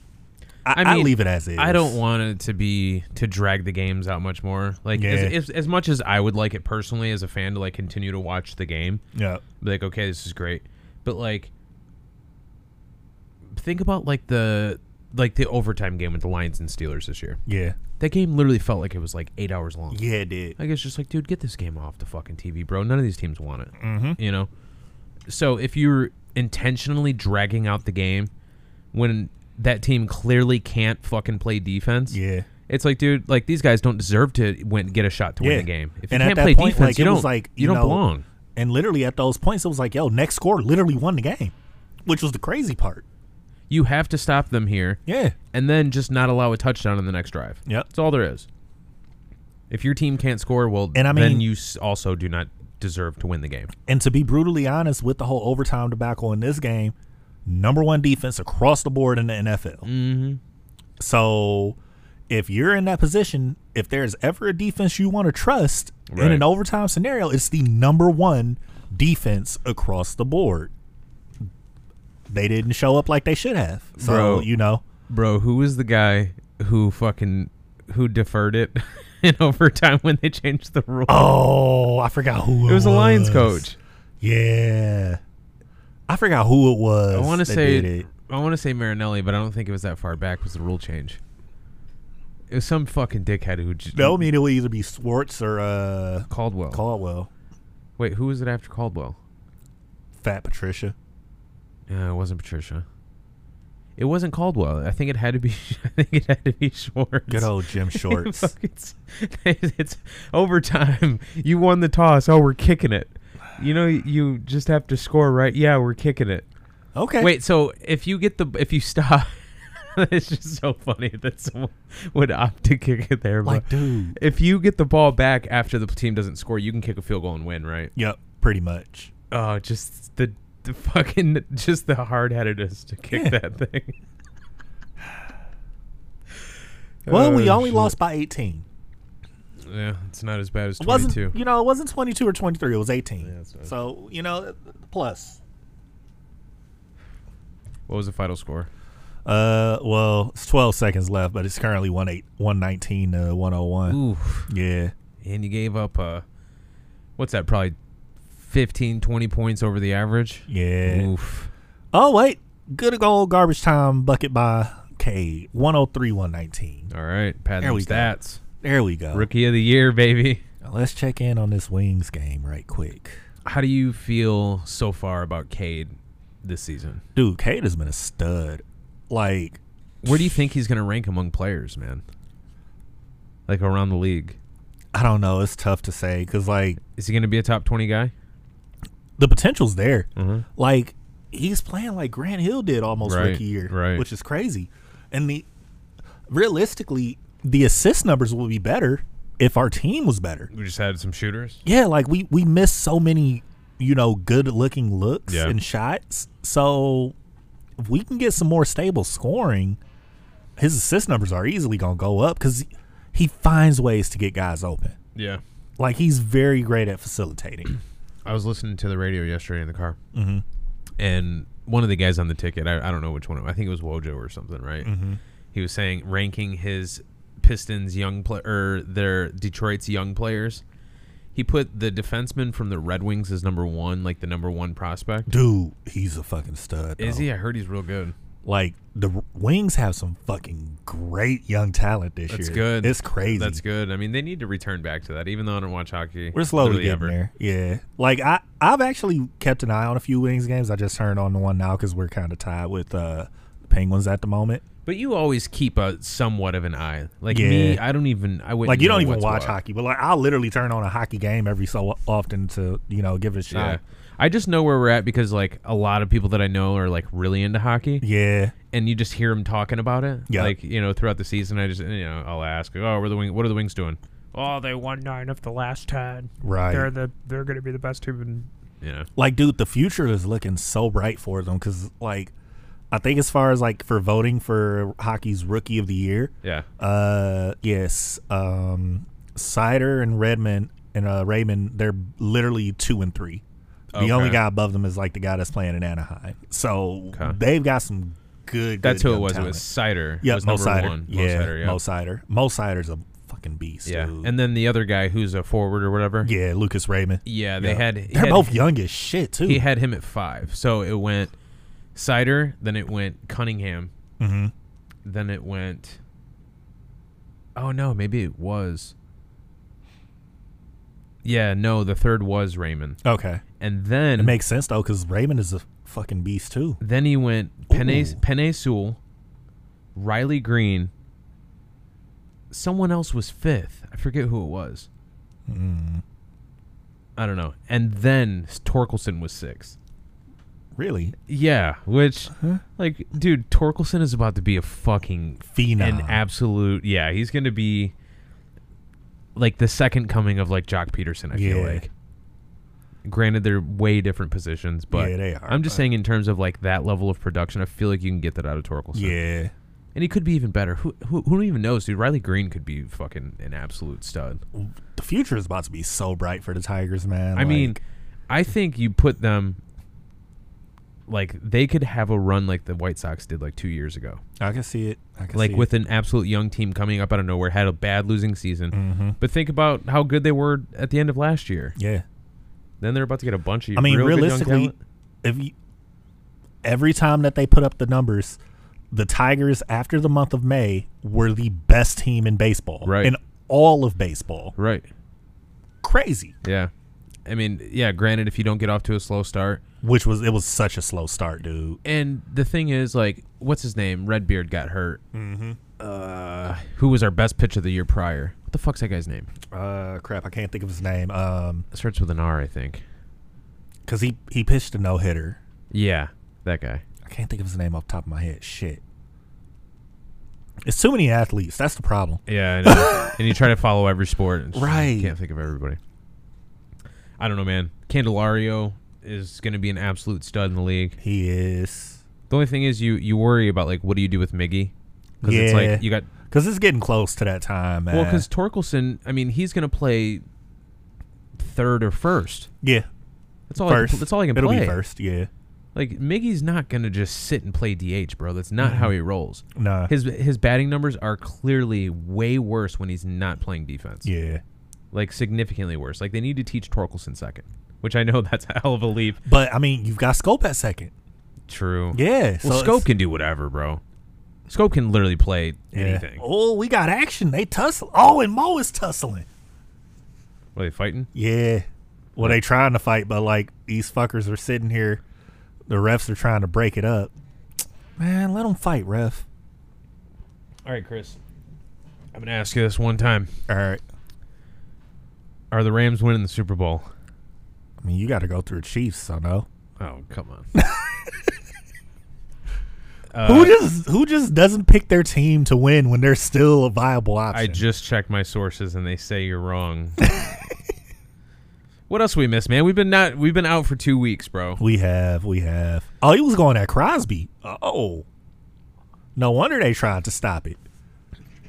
Speaker 2: I, I,
Speaker 1: mean,
Speaker 2: leave it as is.
Speaker 1: I don't want it to be to drag the games out much more. Like,
Speaker 2: Yeah.
Speaker 1: as, as, as much as I would like it personally as a fan to like continue to watch the game,
Speaker 2: Yeah.
Speaker 1: be like, okay, this is great. But like, think about like the like the overtime game with the Lions and Steelers this year.
Speaker 2: Yeah.
Speaker 1: That game literally felt like it was like eight hours long.
Speaker 2: Yeah. It did.
Speaker 1: Like it's just like, dude, get this game off the fucking TV, bro. None of these teams want it. Mm-hmm. You know. So if you're intentionally dragging out the game when that team clearly can't fucking play defense,
Speaker 2: Yeah.
Speaker 1: it's like, dude, like these guys don't deserve to win, get a shot to
Speaker 2: Yeah.
Speaker 1: win the game. If
Speaker 2: And
Speaker 1: you
Speaker 2: at
Speaker 1: can't
Speaker 2: that
Speaker 1: play
Speaker 2: point,
Speaker 1: defense,
Speaker 2: like,
Speaker 1: you
Speaker 2: it
Speaker 1: don't,
Speaker 2: was like,
Speaker 1: you,
Speaker 2: you
Speaker 1: don't
Speaker 2: know,
Speaker 1: belong.
Speaker 2: And literally at those points, it was like, yo, next score literally won the game, which was the crazy part.
Speaker 1: You have to stop them here,
Speaker 2: Yeah.
Speaker 1: and then just not allow a touchdown in the next drive.
Speaker 2: Yep.
Speaker 1: that's all there is. If your team can't score, well,
Speaker 2: And I mean-
Speaker 1: then you s- also do not deserve to win the game.
Speaker 2: And to be brutally honest, with the whole overtime debacle in this game, number one defense across the board in the NFL. Mm-hmm. So if you're in that position, if there's ever a defense you want to trust in an
Speaker 1: Right.
Speaker 2: overtime scenario, it's the number one defense across the board. They didn't show up like they should have. So,
Speaker 1: Bro.
Speaker 2: you know,
Speaker 1: Bro, who was the guy who fucking who deferred it in overtime when they changed the rule?
Speaker 2: oh, I forgot who it,
Speaker 1: it was the Lions
Speaker 2: was.
Speaker 1: coach.
Speaker 2: Yeah. I forgot who it was.
Speaker 1: I want to
Speaker 2: that
Speaker 1: say
Speaker 2: did it.
Speaker 1: I want to say Marinelli, but I don't think it was that far back. Was the rule change? It was some fucking dickhead who just
Speaker 2: No, I mean, it will either be Swartz or uh,
Speaker 1: Caldwell.
Speaker 2: Caldwell.
Speaker 1: Wait, who was it after Caldwell?
Speaker 2: Fat Patricia.
Speaker 1: Uh, it wasn't Patricia. It wasn't Caldwell. I think it had to be. I think it had to be Schwartz.
Speaker 2: Good old Jim Shorts.
Speaker 1: Fuck, it's, it's overtime. You won the toss. Oh, we're kicking it. You know, you just have to score, right? Yeah, we're kicking it.
Speaker 2: okay.
Speaker 1: Wait, so if you get the if you stop, it's just so funny that someone would opt to kick it there.
Speaker 2: Like,
Speaker 1: but
Speaker 2: dude.
Speaker 1: if you get the ball back after the team doesn't score, you can kick a field goal and win, right?
Speaker 2: Yep, pretty much.
Speaker 1: Oh, just the the fucking just the hard headedness to kick
Speaker 2: Yeah.
Speaker 1: that thing.
Speaker 2: Well, we
Speaker 1: Oh,
Speaker 2: only
Speaker 1: shit.
Speaker 2: lost by 18.
Speaker 1: Yeah, it's not as bad as
Speaker 2: It
Speaker 1: twenty
Speaker 2: wasn't,
Speaker 1: two.
Speaker 2: you know, it wasn't 22 or 23. It was 18.
Speaker 1: Yeah, that's right.
Speaker 2: so, you know, plus.
Speaker 1: What was the final score?
Speaker 2: Uh, well, it's 12 seconds left, but it's currently 18, 119 to 101.
Speaker 1: Oof.
Speaker 2: Yeah.
Speaker 1: And you gave up uh what's that, probably 15, 20 points over the average?
Speaker 2: Yeah.
Speaker 1: Oof.
Speaker 2: Oh, wait. Good old garbage time bucket by K. 103, 119.
Speaker 1: All right. Pat
Speaker 2: There
Speaker 1: them
Speaker 2: we go.
Speaker 1: stats.
Speaker 2: There we go.
Speaker 1: Rookie of the year, baby.
Speaker 2: Now, Let's check in on this Wings game right quick.
Speaker 1: how do you feel so far about Cade this season?
Speaker 2: Dude, Cade has been a stud. Like,
Speaker 1: Where do you think he's going to rank among players, man? Like around the league,
Speaker 2: I don't know. It's tough to say because, like,
Speaker 1: is he going to be a top twenty guy?
Speaker 2: the potential's there.
Speaker 1: Mhm.
Speaker 2: Like, he's playing like Grant Hill did almost
Speaker 1: Right,
Speaker 2: rookie year,
Speaker 1: right.
Speaker 2: which is crazy. And the realistically, the assist numbers will be better if our team was better.
Speaker 1: We just had some shooters.
Speaker 2: Yeah, like we we miss so many, you know, good looking looks
Speaker 1: Yeah.
Speaker 2: and shots. So if we can get some more stable scoring, his assist numbers are easily gonna go up because he finds ways to get guys open.
Speaker 1: Yeah,
Speaker 2: Like he's very great at facilitating.
Speaker 1: I was listening to the radio yesterday in the car, mm-hmm. and one of the guys on the ticket, I, I don't know which one, I think it was Wojo or something, right? Mm-hmm. He was saying ranking his Pistons young pla or their Detroit's young players. He put the defenseman from the Red Wings as number one, like the number one prospect.
Speaker 2: Dude, he's a fucking stud.
Speaker 1: Is
Speaker 2: though.
Speaker 1: he? I heard he's real good.
Speaker 2: Like the R- Wings have some fucking great young talent this year.
Speaker 1: That's good.
Speaker 2: It's crazy.
Speaker 1: That's good. I mean, they need to return back to that, even though I don't watch hockey.
Speaker 2: We're slowly
Speaker 1: literally
Speaker 2: getting
Speaker 1: ever.
Speaker 2: there. Yeah. Like I I've actually kept an eye on a few Wings games. I just turned on the one now cuz we're kind of tied with uh the Penguins at the moment.
Speaker 1: But you always keep a somewhat of an eye. Like me,
Speaker 2: Yeah.
Speaker 1: I don't even. I wouldn't
Speaker 2: Like you
Speaker 1: know
Speaker 2: don't even
Speaker 1: what's
Speaker 2: watch
Speaker 1: what.
Speaker 2: hockey, but like I'll literally turn on a hockey game every so often to, you know, give it a
Speaker 1: Yeah.
Speaker 2: shot.
Speaker 1: Um, I just know where we're at because like a lot of people that I know are like really into hockey,
Speaker 2: Yeah.
Speaker 1: and you just hear them talking about it.
Speaker 2: Yeah.
Speaker 1: Like you know throughout the season, I just you know I'll ask, oh, where the wing? What are the wings doing?
Speaker 4: Oh, they won nine of the last ten.
Speaker 2: Right.
Speaker 4: They're the they're going to be the best team in
Speaker 1: You know,
Speaker 2: like dude the future is looking so bright for them because like i think as far as like for voting for hockey's rookie of the year
Speaker 1: yeah.
Speaker 2: uh yes um cider and redmond and uh raymond they're literally two and three the only
Speaker 1: Okay.
Speaker 2: guy above them is like the guy that's playing in anaheim so
Speaker 1: Okay.
Speaker 2: they've got some good
Speaker 1: That's
Speaker 2: good
Speaker 1: who it
Speaker 2: young
Speaker 1: was. It
Speaker 2: talent.
Speaker 1: was Cider.
Speaker 2: yeah
Speaker 1: was
Speaker 2: mo
Speaker 1: number
Speaker 2: cider.
Speaker 1: one. Mo
Speaker 2: yeah,
Speaker 1: Cider, yeah.
Speaker 2: mo cider mo cider's a fucking beast
Speaker 1: Yeah.
Speaker 2: dude.
Speaker 1: And then the other guy who's a forward or whatever.
Speaker 2: yeah lucas raymond
Speaker 1: Yeah, they had. he
Speaker 2: they're
Speaker 1: had-
Speaker 2: both young as shit too
Speaker 1: He had him at five. So it went Cider, then it went Cunningham,
Speaker 2: hmm
Speaker 1: then it went. Oh no, maybe it was. Yeah, no, the third was Raymond,
Speaker 2: okay
Speaker 1: and
Speaker 2: It
Speaker 1: then
Speaker 2: makes sense though, because Raymond is a fucking beast too.
Speaker 1: then he went Pene
Speaker 2: Ooh.
Speaker 1: Pene Sewell, Riley Green. Someone else was fifth. I forget who it was.
Speaker 2: Mm,
Speaker 1: I don't know. And then Torkelson was sixth.
Speaker 2: Really,
Speaker 1: Yeah, which like dude, Torkelson is about to be a fucking
Speaker 2: phenom.
Speaker 1: an absolute yeah, he's gonna be like the second coming of like Jock Peterson, I feel
Speaker 2: Yeah.
Speaker 1: like. Granted they're way different positions, but
Speaker 2: Yeah, they are,
Speaker 1: I'm just
Speaker 2: but-
Speaker 1: saying in terms of like that level of production, I feel like you can get that out of Torkelson.
Speaker 2: yeah.
Speaker 1: And he could be even better. Who who, who even knows, dude? Riley Green could be fucking an absolute stud.
Speaker 2: The future is about to be so bright for the Tigers, man.
Speaker 1: I mean,
Speaker 2: Like,
Speaker 1: I think you put them like they could have a run like the White Sox did like 2 years ago.
Speaker 2: I can see it. I can
Speaker 1: like
Speaker 2: see
Speaker 1: with
Speaker 2: it.
Speaker 1: an absolute young team coming up out of nowhere, had a bad losing season.
Speaker 2: Mm-hmm.
Speaker 1: But think about how good they were at the end of last year.
Speaker 2: yeah.
Speaker 1: Then they're about to get a bunch of.
Speaker 2: I mean,
Speaker 1: real good young
Speaker 2: realistically,
Speaker 1: talent.
Speaker 2: if you, every time that they put up the numbers, the Tigers after the month of May were the best team in baseball,
Speaker 1: Right.
Speaker 2: In all of baseball,
Speaker 1: right?
Speaker 2: crazy.
Speaker 1: Yeah, I mean, yeah. Granted, if you don't get off to a slow start,
Speaker 2: Which was it was such a slow start, dude.
Speaker 1: and the thing is, like, what's his name? Redbeard got hurt. Mm-hmm. Uh, who was our best pitcher the year prior? What the fuck's that guy's name?
Speaker 2: Uh, crap, I can't think of his name. Um,
Speaker 1: It starts with an R, I think.
Speaker 2: because he he pitched a no hitter.
Speaker 1: Yeah, that guy.
Speaker 2: I can't think of his name off the top of my head. Shit. It's too many athletes. That's the problem.
Speaker 1: Yeah, I know. and you try to follow every sport, and just,
Speaker 2: Right.
Speaker 1: You can't think of everybody. I don't know, man. Candelario is going to be an absolute stud in the league.
Speaker 2: He is.
Speaker 1: The only thing is, you you worry about like what do you do with Miggy? Because it's
Speaker 2: Yeah. Uh.
Speaker 1: like you got
Speaker 2: Because it's getting close to that time, man.
Speaker 1: well, because Torkelson, I mean, he's going to play third or first.
Speaker 2: yeah,
Speaker 1: That's all. I
Speaker 2: first.
Speaker 1: can, that's all he can
Speaker 2: It'll
Speaker 1: play.
Speaker 2: be first. Yeah.
Speaker 1: Like Miggy's not going to just sit and play DH, bro. That's not
Speaker 2: Mm.
Speaker 1: how he rolls.
Speaker 2: Nah.
Speaker 1: His his batting numbers are clearly way worse when he's not playing defense.
Speaker 2: yeah.
Speaker 1: like significantly worse. Like they need to teach Torkelson second, which I know that's a hell of a leap.
Speaker 2: But I mean, you've got Scope at second.
Speaker 1: True.
Speaker 2: Yeah.
Speaker 1: Well,
Speaker 2: so
Speaker 1: Scope
Speaker 2: it's-
Speaker 1: can do whatever, bro. Scope can literally play
Speaker 2: yeah.
Speaker 1: anything.
Speaker 2: Oh, we got action. They tussle. Oh, and Mo is tussling.
Speaker 1: Were they fighting?
Speaker 2: Yeah. Well, they trying to fight, but like these fuckers are sitting here. The refs are trying to break it up. Man, let them fight, ref.
Speaker 1: All right, Chris. I'm gonna ask you this one time:
Speaker 2: All right.
Speaker 1: Are the Rams winning the Super Bowl?
Speaker 2: I mean, you got to go through Chiefs, so no.
Speaker 1: Oh, come on. Uh,
Speaker 2: who just who just doesn't pick their team to win when they're still a viable option?
Speaker 1: I just checked my sources and they say you're wrong. what else we missed, man? We've been not we've been out for two weeks, bro.
Speaker 2: we have, we have. Oh, he was going at Crosby. Oh, no wonder they tried to stop it.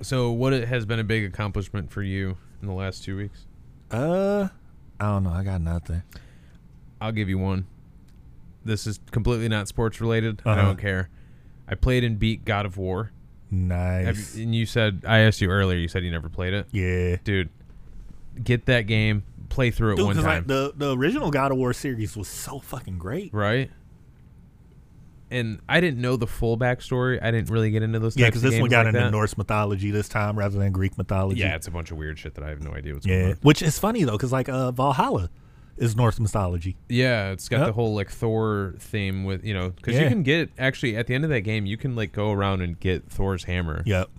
Speaker 1: So what it- has been a big accomplishment for you in the last two weeks?
Speaker 2: Uh, I don't know. I got nothing.
Speaker 1: I'll give you one. This is completely not sports related. I
Speaker 2: Uh-huh.
Speaker 1: don't care. I played and beat God of War. Have
Speaker 2: Nice.
Speaker 1: you, and you said I asked you earlier. You said you never played it,
Speaker 2: yeah.
Speaker 1: dude. Get that game, play through it
Speaker 2: Dude,
Speaker 1: one
Speaker 2: 'cause,
Speaker 1: time,
Speaker 2: like the the original God of War series was so fucking great.
Speaker 1: right? And I didn't know the full backstory. I didn't really get into those.
Speaker 2: Yeah,
Speaker 1: because
Speaker 2: because this one got
Speaker 1: like
Speaker 2: into
Speaker 1: that.
Speaker 2: Norse mythology this time rather than Greek mythology.
Speaker 1: Yeah, it's a bunch of weird shit that I have no idea what's going
Speaker 2: yeah.
Speaker 1: on.
Speaker 2: Which is funny though, because like uh, Valhalla is Norse mythology.
Speaker 1: Yeah, it's got
Speaker 2: Yep.
Speaker 1: the whole like Thor theme with you know because you
Speaker 2: Yeah.
Speaker 1: can get actually at the end of that game you can like go around and get Thor's hammer.
Speaker 2: Yep.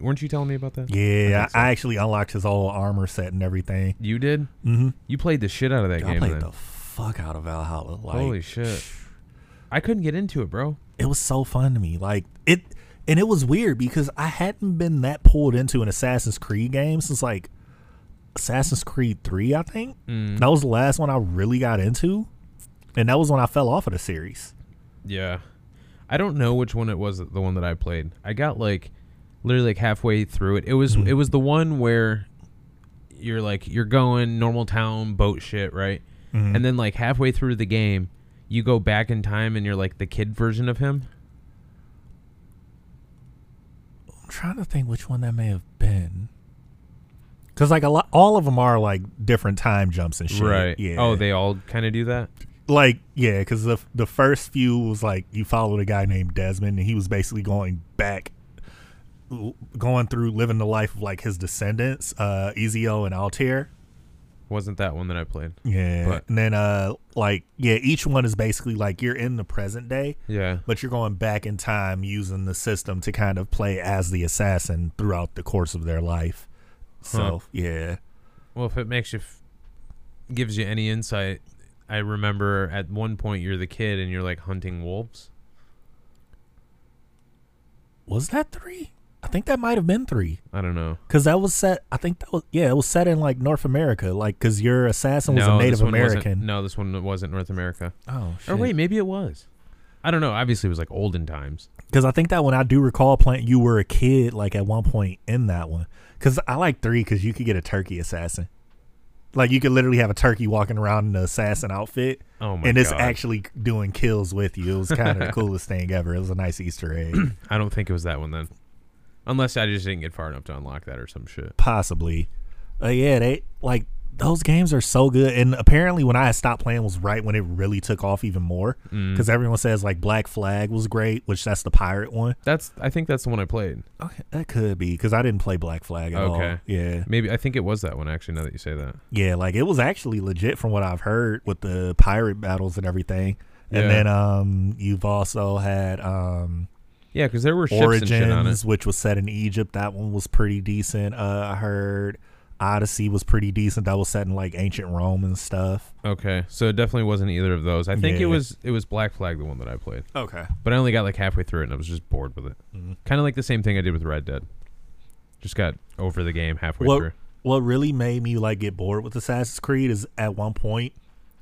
Speaker 1: weren't you telling me about that?
Speaker 2: Yeah, I,
Speaker 1: think so.
Speaker 2: I actually unlocked his whole armor set and everything.
Speaker 1: you did.
Speaker 2: Mm-hmm.
Speaker 1: You played the shit out of that
Speaker 2: I
Speaker 1: game.
Speaker 2: played
Speaker 1: then.
Speaker 2: the fuck out of Valhalla. Like,
Speaker 1: Holy shit! I couldn't get into it, bro.
Speaker 2: It was so fun to me. Like it, and it was weird because I hadn't been that pulled into an Assassin's Creed game since like Assassin's Creed Three, I think.
Speaker 1: Mm.
Speaker 2: That was the last one I really got into, and that was when I fell off of the series.
Speaker 1: Yeah, I don't know which one it was. The one that I played, I got like literally like halfway through it. It was
Speaker 2: Mm-hmm.
Speaker 1: it was the one where you're like you're going normal town boat shit, right?
Speaker 2: Mm-hmm.
Speaker 1: Mm. And then like halfway through the game, you go back in time and you're like the kid version of him.
Speaker 2: I'm trying to think which one that may have been. Cause like a lot, all of them are like different time jumps and shit. Yeah.
Speaker 1: Oh, they all kind of do that.
Speaker 2: like yeah because the, the first few was like you followed a guy named desmond and he was basically going back l- going through living the life of like his descendants uh ezio and altair
Speaker 1: Wasn't that one that I played?
Speaker 2: yeah
Speaker 1: But-
Speaker 2: and then uh like yeah each one is basically like you're in the present day
Speaker 1: Yeah.
Speaker 2: but you're going back in time using the system to kind of play as the assassin throughout the course of their life so yeah
Speaker 1: Well, if it makes you f- gives you any insight, I remember at one point you're the kid and you're like hunting wolves.
Speaker 2: was that three i think that might have been three
Speaker 1: I don't know.
Speaker 2: Cause that was set. I think that was yeah. It was set in like North America. Like, cause your assassin was a
Speaker 1: no,
Speaker 2: Native
Speaker 1: this one wasn't-
Speaker 2: American.
Speaker 1: No, this one wasn't North America.
Speaker 2: Oh
Speaker 1: Or wait, maybe it was. I don't know. Obviously, it was like olden times.
Speaker 2: Cause I think that one I do recall playing. You were a kid, like at one point in that one. Cause I like three. Cause you could get a turkey assassin. Like you could literally have a turkey walking around in the assassin outfit,
Speaker 1: Oh my
Speaker 2: and it's
Speaker 1: god!
Speaker 2: actually doing kills with you. It was kind of the coolest thing ever. It was a nice Easter egg,
Speaker 1: I don't think it was that one then, unless I just didn't get far enough to unlock that or some shit.
Speaker 2: possibly. Uh, yeah, they like those games are so good. And apparently, when I had stopped playing was right when it really took off even more.
Speaker 1: Mm.
Speaker 2: because everyone says like Black Flag was great, which that's the pirate one.
Speaker 1: That's. I think that's the one I played.
Speaker 2: Okay, that could be because I didn't play Black Flag at all.
Speaker 1: Okay.
Speaker 2: Yeah,
Speaker 1: Maybe I think it was that one actually. Now that you say that,
Speaker 2: yeah, like it was actually legit from what I've heard with the pirate battles and everything. And
Speaker 1: Yeah.
Speaker 2: then um, you've also had um,
Speaker 1: yeah, because there were ships and shit on it.
Speaker 2: Origins, which was set in Egypt. That one was pretty decent. Uh, I heard Odyssey was pretty decent. That was set in like ancient Rome and stuff.
Speaker 1: Okay, so it definitely wasn't either of those. I think it
Speaker 2: Yeah.
Speaker 1: was it was Black Flag, the one that I played,
Speaker 2: Okay.
Speaker 1: but I only got like halfway through it and I was just bored with it.
Speaker 2: Mm-hmm.
Speaker 1: Kind of like the same thing I did with Red Dead. Just got over the game halfway
Speaker 2: what
Speaker 1: through.
Speaker 2: what really made me like get bored with Assassin's Creed is at one point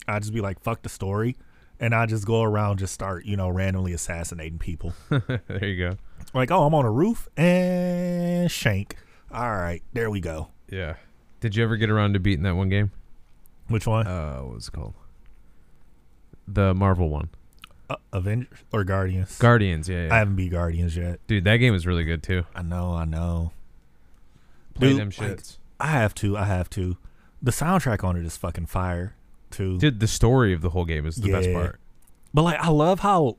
Speaker 2: I just be like fuck the story and I just go around just start you know randomly assassinating people
Speaker 1: there you go.
Speaker 2: like oh I'm on a roof and shank all right there we go
Speaker 1: Yeah. Did you ever get around to beating that one game?
Speaker 2: which one
Speaker 1: Uh, what was it called? The Marvel one,
Speaker 2: uh, Avengers or Guardians
Speaker 1: Guardians. Yeah,
Speaker 2: I
Speaker 1: yeah.
Speaker 2: haven't beat Guardians yet
Speaker 1: dude, that game was really good too.
Speaker 2: I know I know
Speaker 1: Play
Speaker 2: Dude,
Speaker 1: them
Speaker 2: like,
Speaker 1: shits,
Speaker 2: I have to I have to the soundtrack on it is fucking fire too
Speaker 1: dude. The story of the whole game is the best
Speaker 2: Yeah.
Speaker 1: part.
Speaker 2: But like I love how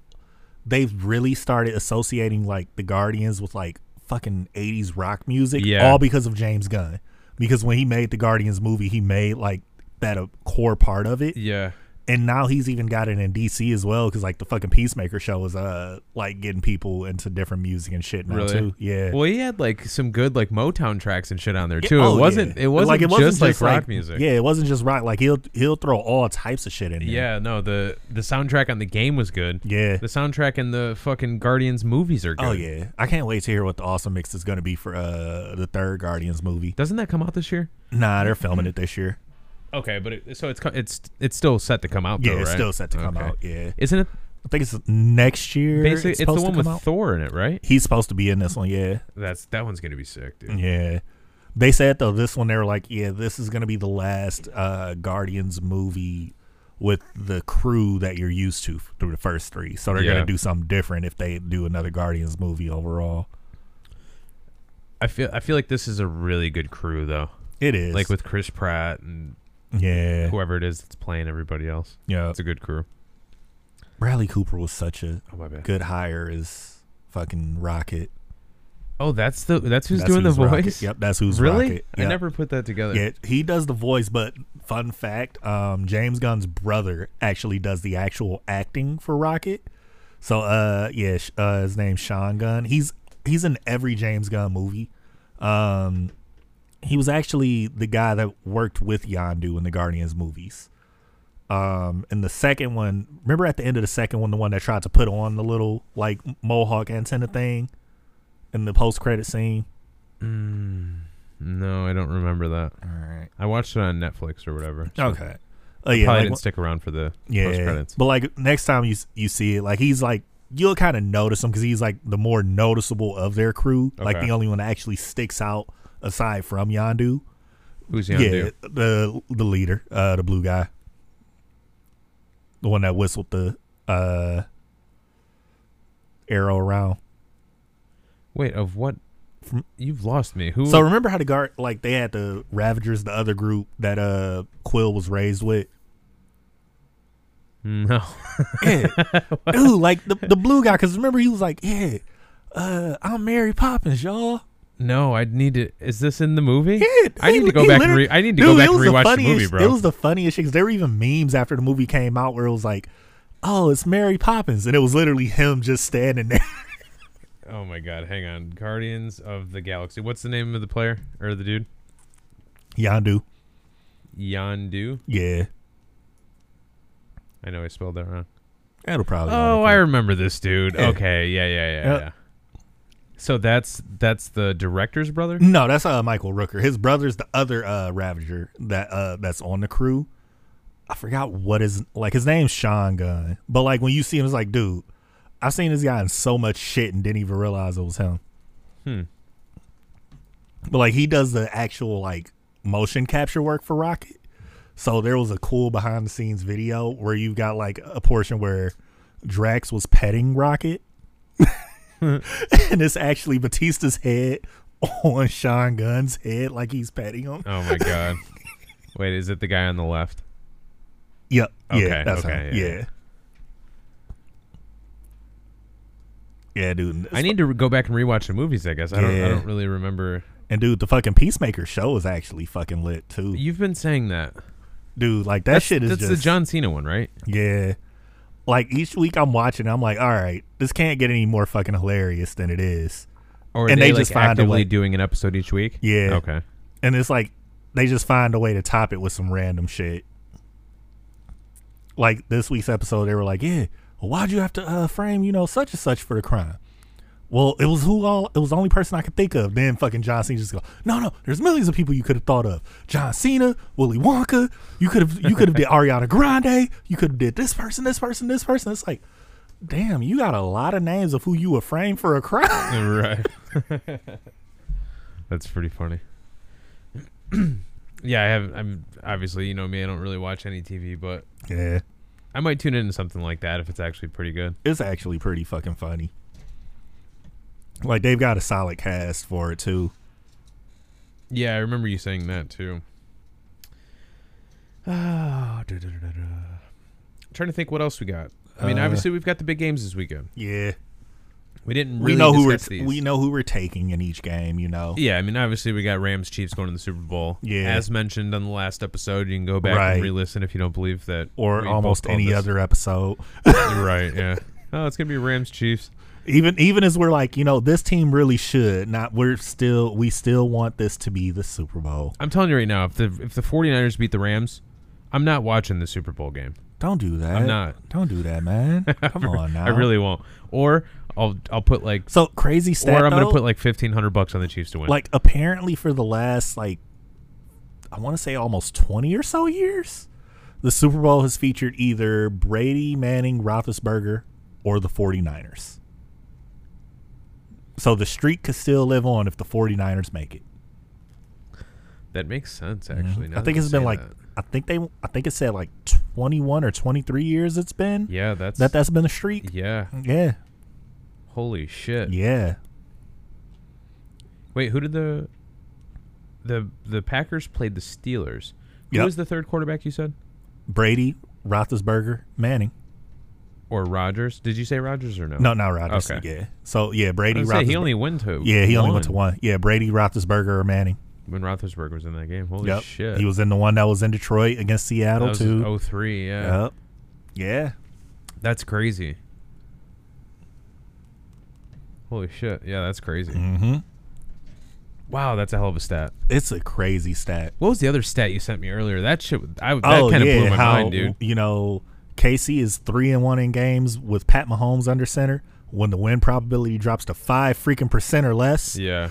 Speaker 2: they've really started associating like the Guardians with like fucking 80s rock music
Speaker 1: Yeah.
Speaker 2: all because of James Gunn. Because when he made the Guardians movie, he made like that a core part of it.
Speaker 1: Yeah.
Speaker 2: And now he's even got it in DC as well because like the fucking Peacemaker show is uh like getting people into different music and shit now
Speaker 1: Really?
Speaker 2: too. Yeah.
Speaker 1: Well, he had like some good like Motown tracks and shit on there
Speaker 2: Yeah,
Speaker 1: too.
Speaker 2: oh,
Speaker 1: it wasn't.
Speaker 2: yeah.
Speaker 1: It wasn't
Speaker 2: like it wasn't
Speaker 1: just, like rock music.
Speaker 2: Yeah, it wasn't just rock. Like he'll he'll throw all types of shit in there.
Speaker 1: Yeah, no, the the soundtrack on the game was good.
Speaker 2: Yeah.
Speaker 1: The soundtrack in the fucking Guardians movies are good.
Speaker 2: Oh yeah. I can't wait to hear what the awesome mix is gonna be for uh the third Guardians movie.
Speaker 1: Doesn't that come out this year?
Speaker 2: Nah, they're
Speaker 1: Mm-hmm.
Speaker 2: filming it this year.
Speaker 1: Okay, but it, so it's co- it's it's still set to come out.
Speaker 2: Yeah,
Speaker 1: though,
Speaker 2: it's
Speaker 1: right?
Speaker 2: still set to come
Speaker 1: Okay.
Speaker 2: out. Yeah.
Speaker 1: Isn't it
Speaker 2: I think it's next year.
Speaker 1: basically? It's, the
Speaker 2: supposed to
Speaker 1: one
Speaker 2: come
Speaker 1: with
Speaker 2: out.
Speaker 1: Thor in it, right?
Speaker 2: He's supposed to be in this one, yeah.
Speaker 1: That's that one's gonna be sick, dude.
Speaker 2: Yeah. They said though this one they were like, yeah, this is gonna be the last uh, Guardians movie with the crew that you're used to f- through the first three. So they're
Speaker 1: Yeah.
Speaker 2: gonna do something different if they do another Guardians movie overall.
Speaker 1: I feel I feel like this is a really good crew though.
Speaker 2: It is
Speaker 1: Like with Chris Pratt and
Speaker 2: yeah,
Speaker 1: whoever it is that's playing everybody else.
Speaker 2: yeah.
Speaker 1: It's a good crew.
Speaker 2: Bradley Cooper was such a
Speaker 1: Oh my bad.
Speaker 2: good hire as fucking Rocket.
Speaker 1: Oh, that's the that's who's
Speaker 2: That's
Speaker 1: doing the
Speaker 2: Rocket.
Speaker 1: voice.
Speaker 2: Yep, that's who's
Speaker 1: Really?
Speaker 2: Rocket.
Speaker 1: I
Speaker 2: Yep.
Speaker 1: never put that together.
Speaker 2: Yeah, he does the voice, but fun fact, um, James Gunn's brother actually does the actual acting for Rocket. So, uh, yeah, sh- uh, his name's Sean Gunn. He's he's in every James Gunn movie. Um, he was actually the guy that worked with Yondu in the Guardians movies. Um, in the second one, remember at the end of the second one, the one that tried to put on the little like mohawk antenna thing in the post credit scene.
Speaker 1: No, I don't remember that.
Speaker 2: All right.
Speaker 1: I watched it on Netflix or whatever. so
Speaker 2: Okay. Oh yeah,
Speaker 1: Probably
Speaker 2: like,
Speaker 1: didn't stick around for the
Speaker 2: yeah.
Speaker 1: post credits.
Speaker 2: But like next time you s- you see it, like he's like you'll kind of notice him because he's like the more noticeable of their crew, like
Speaker 1: Okay.
Speaker 2: the only one that actually sticks out aside from Yandu.
Speaker 1: Who's
Speaker 2: Yeah,
Speaker 1: Yondu? do?
Speaker 2: the the leader, uh, the blue guy, the one that whistled the uh arrow around.
Speaker 1: Wait, of what?
Speaker 2: From-
Speaker 1: You've lost me. Who?
Speaker 2: So remember how the guard like they had the Ravagers, the other group that uh Quill was raised with.
Speaker 1: no.
Speaker 2: Yeah. Dude, like the, the blue guy, because remember he was like, yeah, uh, I'm Mary Poppins, y'all.
Speaker 1: No, I need to. Is this in the movie?
Speaker 2: Yeah,
Speaker 1: I
Speaker 2: he-
Speaker 1: need to go
Speaker 2: he
Speaker 1: back and
Speaker 2: literally-
Speaker 1: re. I need to go
Speaker 2: Dude,
Speaker 1: back
Speaker 2: it
Speaker 1: and
Speaker 2: was the
Speaker 1: rewatch the
Speaker 2: funniest-
Speaker 1: movie, bro.
Speaker 2: It was the funniest shit. 'cause There were even memes after the movie came out where it was like, oh, it's Mary Poppins. And it was literally him just standing there.
Speaker 1: oh my god, hang on. Guardians of the Galaxy. What's the name of the player or the dude?
Speaker 2: Yondu.
Speaker 1: Yondu.
Speaker 2: Yeah.
Speaker 1: I know I spelled that wrong.
Speaker 2: That'll probably.
Speaker 1: Oh, I remember this dude.
Speaker 2: Yeah.
Speaker 1: Okay, yeah, yeah, yeah,
Speaker 2: Yep.
Speaker 1: yeah. So that's that's the director's brother.
Speaker 2: No, that's uh, Michael Rooker. His brother's the other uh, Ravager that uh, that's on the crew. I forgot what his like. His name's Sean Gunn, but like when you see him, it's like, dude, I've seen this guy in so much shit and didn't even realize it was him.
Speaker 1: Hmm.
Speaker 2: But like he does the actual like motion capture work for Rocket. So there was a cool behind the scenes video where you got like a portion where Drax was petting Rocket. and it's actually Batista's head on Sean Gunn's head like he's petting him.
Speaker 1: Oh my god. Wait, is it the guy on the left?
Speaker 2: Yep.
Speaker 1: Okay,
Speaker 2: yeah, that's
Speaker 1: okay, yeah,
Speaker 2: him. Yeah. yeah. dude.
Speaker 1: I need to go back and rewatch the movies. I guess I don't. I
Speaker 2: Yeah.
Speaker 1: don't really remember.
Speaker 2: and dude, the fucking Peacemaker show is actually fucking lit too.
Speaker 1: You've been saying that.
Speaker 2: Dude, like that
Speaker 1: That's-
Speaker 2: shit is
Speaker 1: that's
Speaker 2: just
Speaker 1: the John Cena one, right?
Speaker 2: Yeah. Like each week I'm watching, I'm like, all right, this can't get any more fucking hilarious than it is.
Speaker 1: Or are
Speaker 2: And
Speaker 1: they,
Speaker 2: they
Speaker 1: like,
Speaker 2: just find a
Speaker 1: actively
Speaker 2: way-
Speaker 1: doing an episode each week.
Speaker 2: Yeah.
Speaker 1: Okay.
Speaker 2: And it's like they just find a way to top it with some random shit. Like this week's episode, they were like, yeah, well, why'd you have to uh, frame, you know, such and such for the crime? Well, it was who all it was the only person I could think of. Then fucking John Cena just go, no, no, there's millions of people you could have thought of. John Cena, Willy Wonka, you could have you could have did Ariana Grande, you could have did this person, this person, this person. It's like, damn, you got a lot of names of who you were framed for a crime.
Speaker 1: right. That's pretty funny. yeah, I have. I'm obviously, you know me. I don't really watch any TV, but
Speaker 2: Yeah,
Speaker 1: I might tune into something like that if it's actually pretty good.
Speaker 2: it's actually pretty fucking funny. Like they've got a solid cast for it too.
Speaker 1: Yeah, I remember you saying that too. Ah, trying to think what else we got. I mean,
Speaker 2: Uh,
Speaker 1: obviously we've got the big games this weekend.
Speaker 2: Yeah,
Speaker 1: We didn't
Speaker 2: we
Speaker 1: really
Speaker 2: know who we're
Speaker 1: discuss these.
Speaker 2: we know who we're taking in each game. You know,
Speaker 1: Yeah, I mean, obviously we got Rams Chiefs going to the Super Bowl.
Speaker 2: Yeah.
Speaker 1: as mentioned on the last episode, you can go back
Speaker 2: Right.
Speaker 1: and re-listen if you don't believe that,
Speaker 2: or
Speaker 1: we both
Speaker 2: almost
Speaker 1: called
Speaker 2: any
Speaker 1: this.
Speaker 2: other episode.
Speaker 1: right? Yeah. Oh, it's gonna be Rams Chiefs.
Speaker 2: even even as we're like, you know, this team really should not. We're still we still want this to be the Super Bowl.
Speaker 1: I'm telling you right now, if the if the 49ers beat the Rams, I'm not watching the Super Bowl game.
Speaker 2: Don't do that.
Speaker 1: I'm not.
Speaker 2: Don't do that, man. Come on now.
Speaker 1: I really won't. Or I'll I'll put like,
Speaker 2: So crazy stat.
Speaker 1: or I'm gonna
Speaker 2: though,
Speaker 1: put like 1500 bucks on the Chiefs to win.
Speaker 2: like apparently for the last like I want to say almost 20 or so years, the Super Bowl has featured either Brady, Manning, Roethlisberger, or the 49ers. So the streak could still live on if the 49ers make it.
Speaker 1: that makes sense actually. now
Speaker 2: I
Speaker 1: that
Speaker 2: think
Speaker 1: you
Speaker 2: it's been
Speaker 1: say
Speaker 2: like
Speaker 1: that.
Speaker 2: I think they I think it said like 21 or 23 years it's been
Speaker 1: yeah, that's
Speaker 2: that that's been the streak.
Speaker 1: yeah.
Speaker 2: Yeah.
Speaker 1: Holy shit.
Speaker 2: Yeah.
Speaker 1: Wait, who did the the the Packers played the Steelers? Who
Speaker 2: Yep.
Speaker 1: was the third quarterback you said?
Speaker 2: Brady, Roethlisberger, Manning.
Speaker 1: Or Rodgers? Did you say Rodgers or no?
Speaker 2: No, not Rodgers.
Speaker 1: Oh. Okay.
Speaker 2: Yeah. So yeah,
Speaker 1: I
Speaker 2: Brady,
Speaker 1: was gonna say,
Speaker 2: Roethlisberger.
Speaker 1: he only went to
Speaker 2: Yeah, he only went to one. Yeah, Brady, Roethlisberger, or Manning.
Speaker 1: when Roethlisberger was in that game. Holy
Speaker 2: yep.
Speaker 1: shit!
Speaker 2: He was in the one that was in Detroit against Seattle
Speaker 1: that
Speaker 2: too.
Speaker 1: was 03, Yeah,
Speaker 2: Yep. Yeah.
Speaker 1: that's crazy. Holy shit! Yeah, that's crazy.
Speaker 2: Mm-hmm.
Speaker 1: Wow, that's a hell of a stat.
Speaker 2: It's a crazy stat.
Speaker 1: What was the other stat you sent me earlier? That shit, I that kind of blew my
Speaker 2: Oh, how,
Speaker 1: mind, dude.
Speaker 2: You know, Casey is three and one in games with Pat Mahomes under center. When the win probability drops to five freaking percent or less,
Speaker 1: Yeah,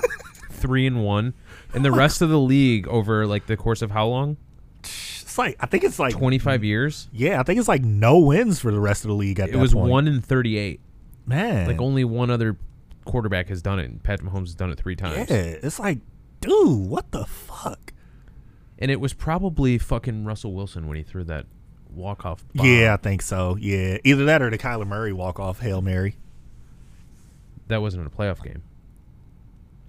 Speaker 1: three and one, and the rest of the league over like the course of how long?
Speaker 2: it's like I think it's like
Speaker 1: Twenty five years.
Speaker 2: Yeah, I think it's like no wins for the rest of the league at
Speaker 1: It
Speaker 2: Mm-hmm. that
Speaker 1: was
Speaker 2: point.
Speaker 1: one in thirty eight.
Speaker 2: man.
Speaker 1: Like only one other quarterback has done it, and Patrick Mahomes has done it three
Speaker 2: yeah,
Speaker 1: times.
Speaker 2: it's like, dude, what the fuck?
Speaker 1: And it was probably fucking Russell Wilson when he threw that walk off.
Speaker 2: Yeah, I think so. Yeah, either that or the Kyler Murray walk off hail mary.
Speaker 1: that wasn't in a playoff game.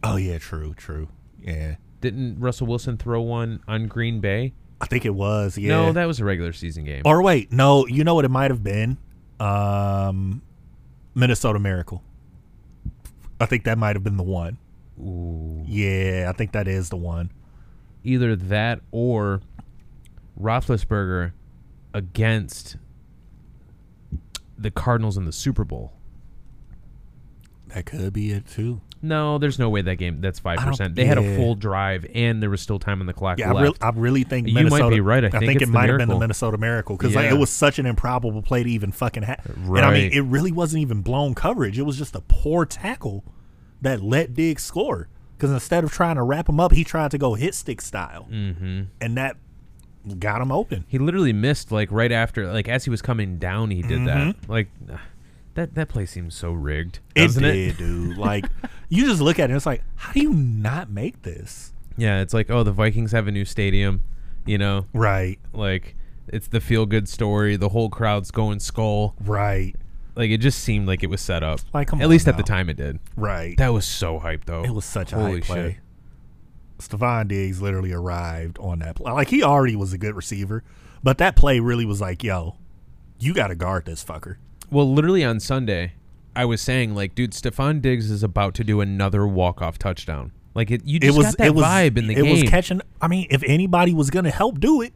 Speaker 2: Oh yeah, true, true. Yeah,
Speaker 1: Didn't Russell Wilson throw one on Green Bay?
Speaker 2: I think it was. Yeah.
Speaker 1: No, that was a regular season game.
Speaker 2: or wait, no. You know what it might have been? Um, Minnesota Miracle. I think that might have been the one.
Speaker 1: Ooh.
Speaker 2: Yeah, I think that is the one.
Speaker 1: Either that or Roethlisberger against the Cardinals in the Super Bowl.
Speaker 2: That could be it too.
Speaker 1: No, there's no way that game. That's five percent. They had a
Speaker 2: yeah.
Speaker 1: full drive, and there was still time on the clock
Speaker 2: Yeah, I,
Speaker 1: left.
Speaker 2: re- I really think
Speaker 1: You might
Speaker 2: Minnesota.
Speaker 1: be right. I think
Speaker 2: it
Speaker 1: it's the
Speaker 2: might have been the
Speaker 1: Miracle.
Speaker 2: Minnesota Miracle because like
Speaker 1: Yeah.
Speaker 2: it was such an improbable play to even fucking happen. And I mean,
Speaker 1: Right.
Speaker 2: it really wasn't even blown coverage. It was just a poor tackle that let Diggs score because instead of trying to wrap him up, he tried to go hit stick style, mm-hmm. and that got him open.
Speaker 1: He literally missed like right after, like as he was coming down, he did that. Like that that play seems so rigged, doesn't
Speaker 2: Mm-hmm. it
Speaker 1: it?
Speaker 2: did, dude. Like you just look at it, and it's like, how do you not make this
Speaker 1: Yeah, it's like oh, the Vikings have a new stadium, you know,
Speaker 2: right?
Speaker 1: like it's the feel good story. The whole crowd's going skull.
Speaker 2: Right,
Speaker 1: Like it just seemed like it was set up.
Speaker 2: Like, come
Speaker 1: at
Speaker 2: on
Speaker 1: least at the
Speaker 2: now.
Speaker 1: time it did.
Speaker 2: right.
Speaker 1: That was so hype though.
Speaker 2: It was such a
Speaker 1: Holy
Speaker 2: high play.
Speaker 1: shit.
Speaker 2: Stephon Diggs literally arrived on that play. Like he already was a good receiver, but that play really was like, yo, you got to guard this fucker.
Speaker 1: Well, literally on Sunday, I was saying like, dude, Stefan Diggs is about to do another walk off touchdown. Like it, you
Speaker 2: It
Speaker 1: just
Speaker 2: was
Speaker 1: got that
Speaker 2: it was
Speaker 1: vibe in the
Speaker 2: it
Speaker 1: game.
Speaker 2: was catching. I mean, if anybody was gonna help do it,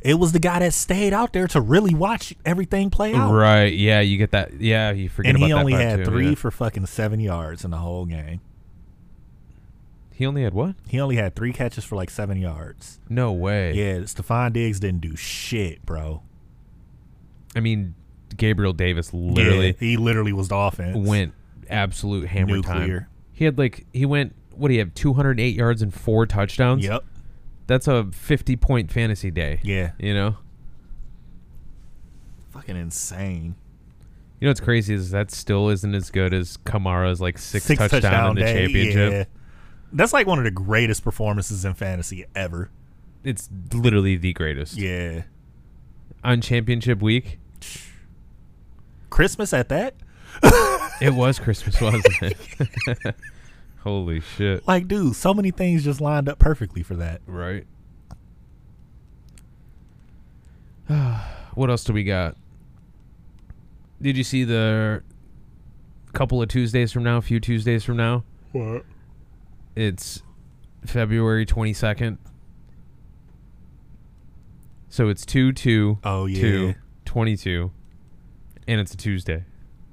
Speaker 2: it was the guy that stayed out there to really watch everything play out.
Speaker 1: Right? Yeah, you get that. Yeah, you forget
Speaker 2: And
Speaker 1: about
Speaker 2: he
Speaker 1: that
Speaker 2: only
Speaker 1: vibe,
Speaker 2: had
Speaker 1: too,
Speaker 2: three
Speaker 1: yeah.
Speaker 2: for fucking seven yards in the whole game.
Speaker 1: He only had what?
Speaker 2: He only had three catches for like seven yards.
Speaker 1: No way.
Speaker 2: Yeah, Stephon Diggs didn't do shit, bro.
Speaker 1: I mean, Gabriel Davis literally
Speaker 2: Yeah, he literally was the offense.
Speaker 1: went absolute hammer time.
Speaker 2: Nuclear.
Speaker 1: He had like he went what do you have 208 yards and four touchdowns.
Speaker 2: Yep.
Speaker 1: That's a 50 point fantasy day.
Speaker 2: Yeah.
Speaker 1: You know.
Speaker 2: Fucking insane.
Speaker 1: You know what's crazy is that still isn't as good as Kamara's like six,
Speaker 2: Six
Speaker 1: touchdown,
Speaker 2: touchdown
Speaker 1: in the
Speaker 2: day,
Speaker 1: championship.
Speaker 2: yeah. That's like one of the greatest performances in fantasy ever.
Speaker 1: It's literally the greatest.
Speaker 2: Yeah.
Speaker 1: On championship week,
Speaker 2: Christmas at that?
Speaker 1: it was Christmas, wasn't it? Holy shit.
Speaker 2: Like, dude, so many things just lined up perfectly for that.
Speaker 1: Right. what else do we got? Did you see the couple of Tuesdays from now, a few Tuesdays from now.
Speaker 2: What?
Speaker 1: It's February 22nd. So it's 2 2
Speaker 2: Oh yeah.
Speaker 1: 2 22. And it's a Tuesday.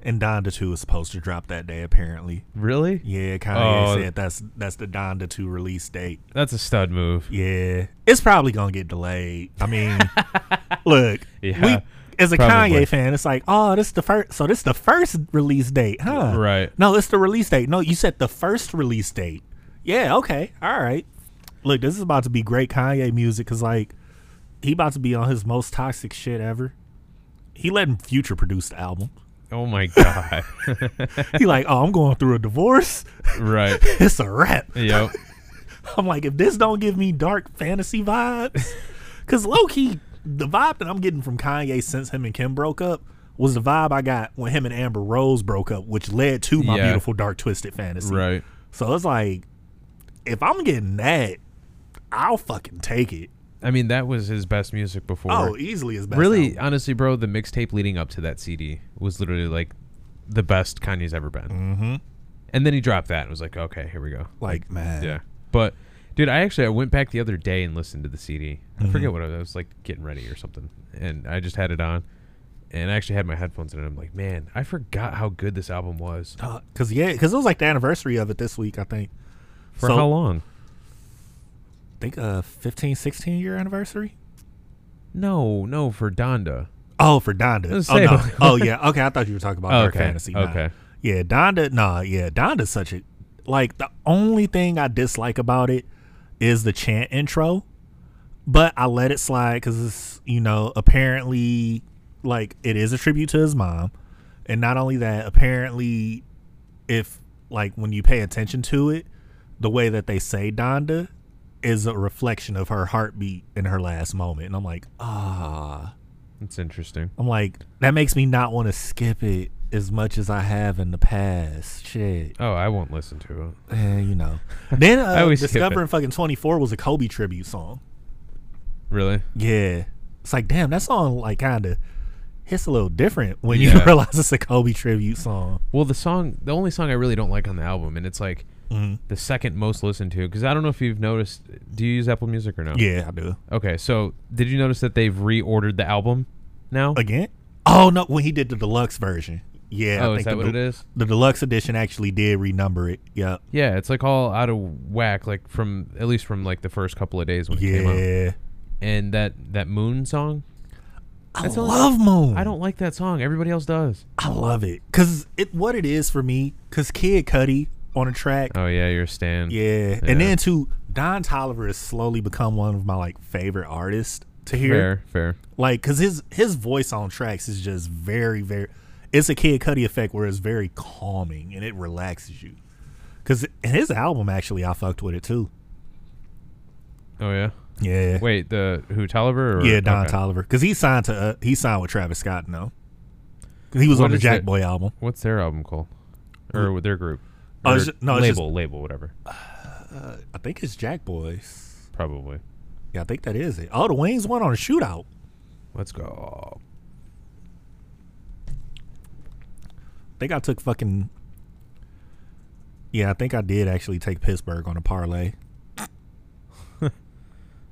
Speaker 2: And Donda Two is supposed to drop that day apparently.
Speaker 1: Really?
Speaker 2: Yeah,
Speaker 1: Oh.
Speaker 2: Kanye said that's that's the Donda Two release date.
Speaker 1: That's a stud move.
Speaker 2: Yeah, it's probably gonna get delayed. I mean, look,
Speaker 1: Yeah,
Speaker 2: we, as a
Speaker 1: probably.
Speaker 2: Kanye fan, it's like, oh, this is the first. So this is the first release date, huh?
Speaker 1: Right.
Speaker 2: No, it's the release date. No, you said the first release date. Yeah. Okay. All right. Look, this is about to be great Kanye music because like he about to be on his most toxic shit ever. He letting Future produce the album.
Speaker 1: Oh my god.
Speaker 2: He like, oh, I'm going through a divorce.
Speaker 1: right.
Speaker 2: it's a wrap.
Speaker 1: Yep.
Speaker 2: I'm like, if this don't give me dark fantasy vibes, because low key, the vibe that I'm getting from Kanye since him and Kim broke up was the vibe I got when him and Amber Rose broke up, which led to my
Speaker 1: Yeah.
Speaker 2: beautiful dark twisted fantasy.
Speaker 1: Right.
Speaker 2: So it's like, if I'm getting that, I'll fucking take it.
Speaker 1: I mean, that was his best music before.
Speaker 2: Oh, easily as best.
Speaker 1: really,
Speaker 2: album.
Speaker 1: honestly, bro, the mixtape leading up to that CD was literally like the best Kanye's ever been. Mm-hmm. And then he dropped that and was like, okay, here we go.
Speaker 2: like man,
Speaker 1: Yeah. But, dude, I actually I went back the other day and listened to the CD.
Speaker 2: Mm-hmm.
Speaker 1: I forget what I was, I was like getting ready or something, and I just had it on, and I actually had my headphones in, and I'm like, man, I forgot how good this album was.
Speaker 2: because yeah, because it was like the anniversary of it this week. I think.
Speaker 1: For
Speaker 2: So-
Speaker 1: how long?
Speaker 2: I think a 15, 16 year anniversary.
Speaker 1: No, no, for Donda.
Speaker 2: Oh, for Donda.
Speaker 1: Let's
Speaker 2: Oh,
Speaker 1: say-
Speaker 2: no. oh yeah. Okay, I thought you were talking about Dark
Speaker 1: Okay,
Speaker 2: Fantasy. Nah.
Speaker 1: okay.
Speaker 2: Yeah, Donda. Nah, yeah, Donda's such a like the only thing I dislike about it is the chant intro, but I let it slide because it's you know apparently like it is a tribute to his mom, and not only that, apparently if like when you pay attention to it, the way that they say Donda is a reflection of her heartbeat in her last moment, and I'm like ah.
Speaker 1: It's interesting.
Speaker 2: I'm like, that makes me not want to skip it as much as I have in the past. Shit,
Speaker 1: Oh, I won't listen to it.
Speaker 2: Eh, you know. Then uh,
Speaker 1: always skip it.
Speaker 2: discovering fucking 24 was a Kobe tribute song.
Speaker 1: Really?
Speaker 2: Yeah, it's like, damn, that song like kind of hits a little different when you
Speaker 1: Yeah.
Speaker 2: realize it's a Kobe tribute song.
Speaker 1: Well, the song, the only song I really don't like on the album, and it's like
Speaker 2: Mm-hmm.
Speaker 1: the second most listened to, because I don't know if you've noticed. Do you use Apple Music or no?
Speaker 2: Yeah, I do.
Speaker 1: Okay, so did you notice that they've reordered the album now?
Speaker 2: Again? Oh no, when he did the deluxe version. Yeah,
Speaker 1: oh, is that
Speaker 2: the
Speaker 1: what it
Speaker 2: del-
Speaker 1: is?
Speaker 2: The deluxe edition actually did renumber it. Yep.
Speaker 1: Yeah, it's like all out of whack, like from at least from like the first couple of days when it came out.
Speaker 2: Yeah.
Speaker 1: And that that Moon song,
Speaker 2: I
Speaker 1: That's all-
Speaker 2: love Moon.
Speaker 1: I don't like that song. Everybody else does.
Speaker 2: I love it because it what it is for me. Because Kid Cudi on a track,
Speaker 1: Oh yeah, you're a stan.
Speaker 2: yeah.
Speaker 1: yeah.
Speaker 2: and then too, Don Tolliver has slowly become one of my like favorite artists to hear.
Speaker 1: fair, fair.
Speaker 2: Like, cause his his voice on tracks is just very very. It's a Kid Cudi effect where it's very calming and it relaxes you. Cause and his album actually, I fucked with it too.
Speaker 1: Oh yeah.
Speaker 2: Yeah,
Speaker 1: Wait, the who Tolliver? Or,
Speaker 2: yeah, Don
Speaker 1: okay.
Speaker 2: Tolliver. Cause he signed to uh, he signed with Travis Scott now. 'Cause He was
Speaker 1: What
Speaker 2: on the
Speaker 1: is
Speaker 2: Jack
Speaker 1: it?
Speaker 2: Boy album.
Speaker 1: What's their album called? Or with their group?
Speaker 2: Oh,
Speaker 1: Or
Speaker 2: it's ju- no, it's
Speaker 1: label,
Speaker 2: just-
Speaker 1: label, whatever.
Speaker 2: I think it's Jack Boys.
Speaker 1: Probably.
Speaker 2: Yeah, I think that is it. Oh, the Wings won on a shootout.
Speaker 1: Let's go.
Speaker 2: I think I took fucking. Yeah, I think I did actually take Pittsburgh on a parlay.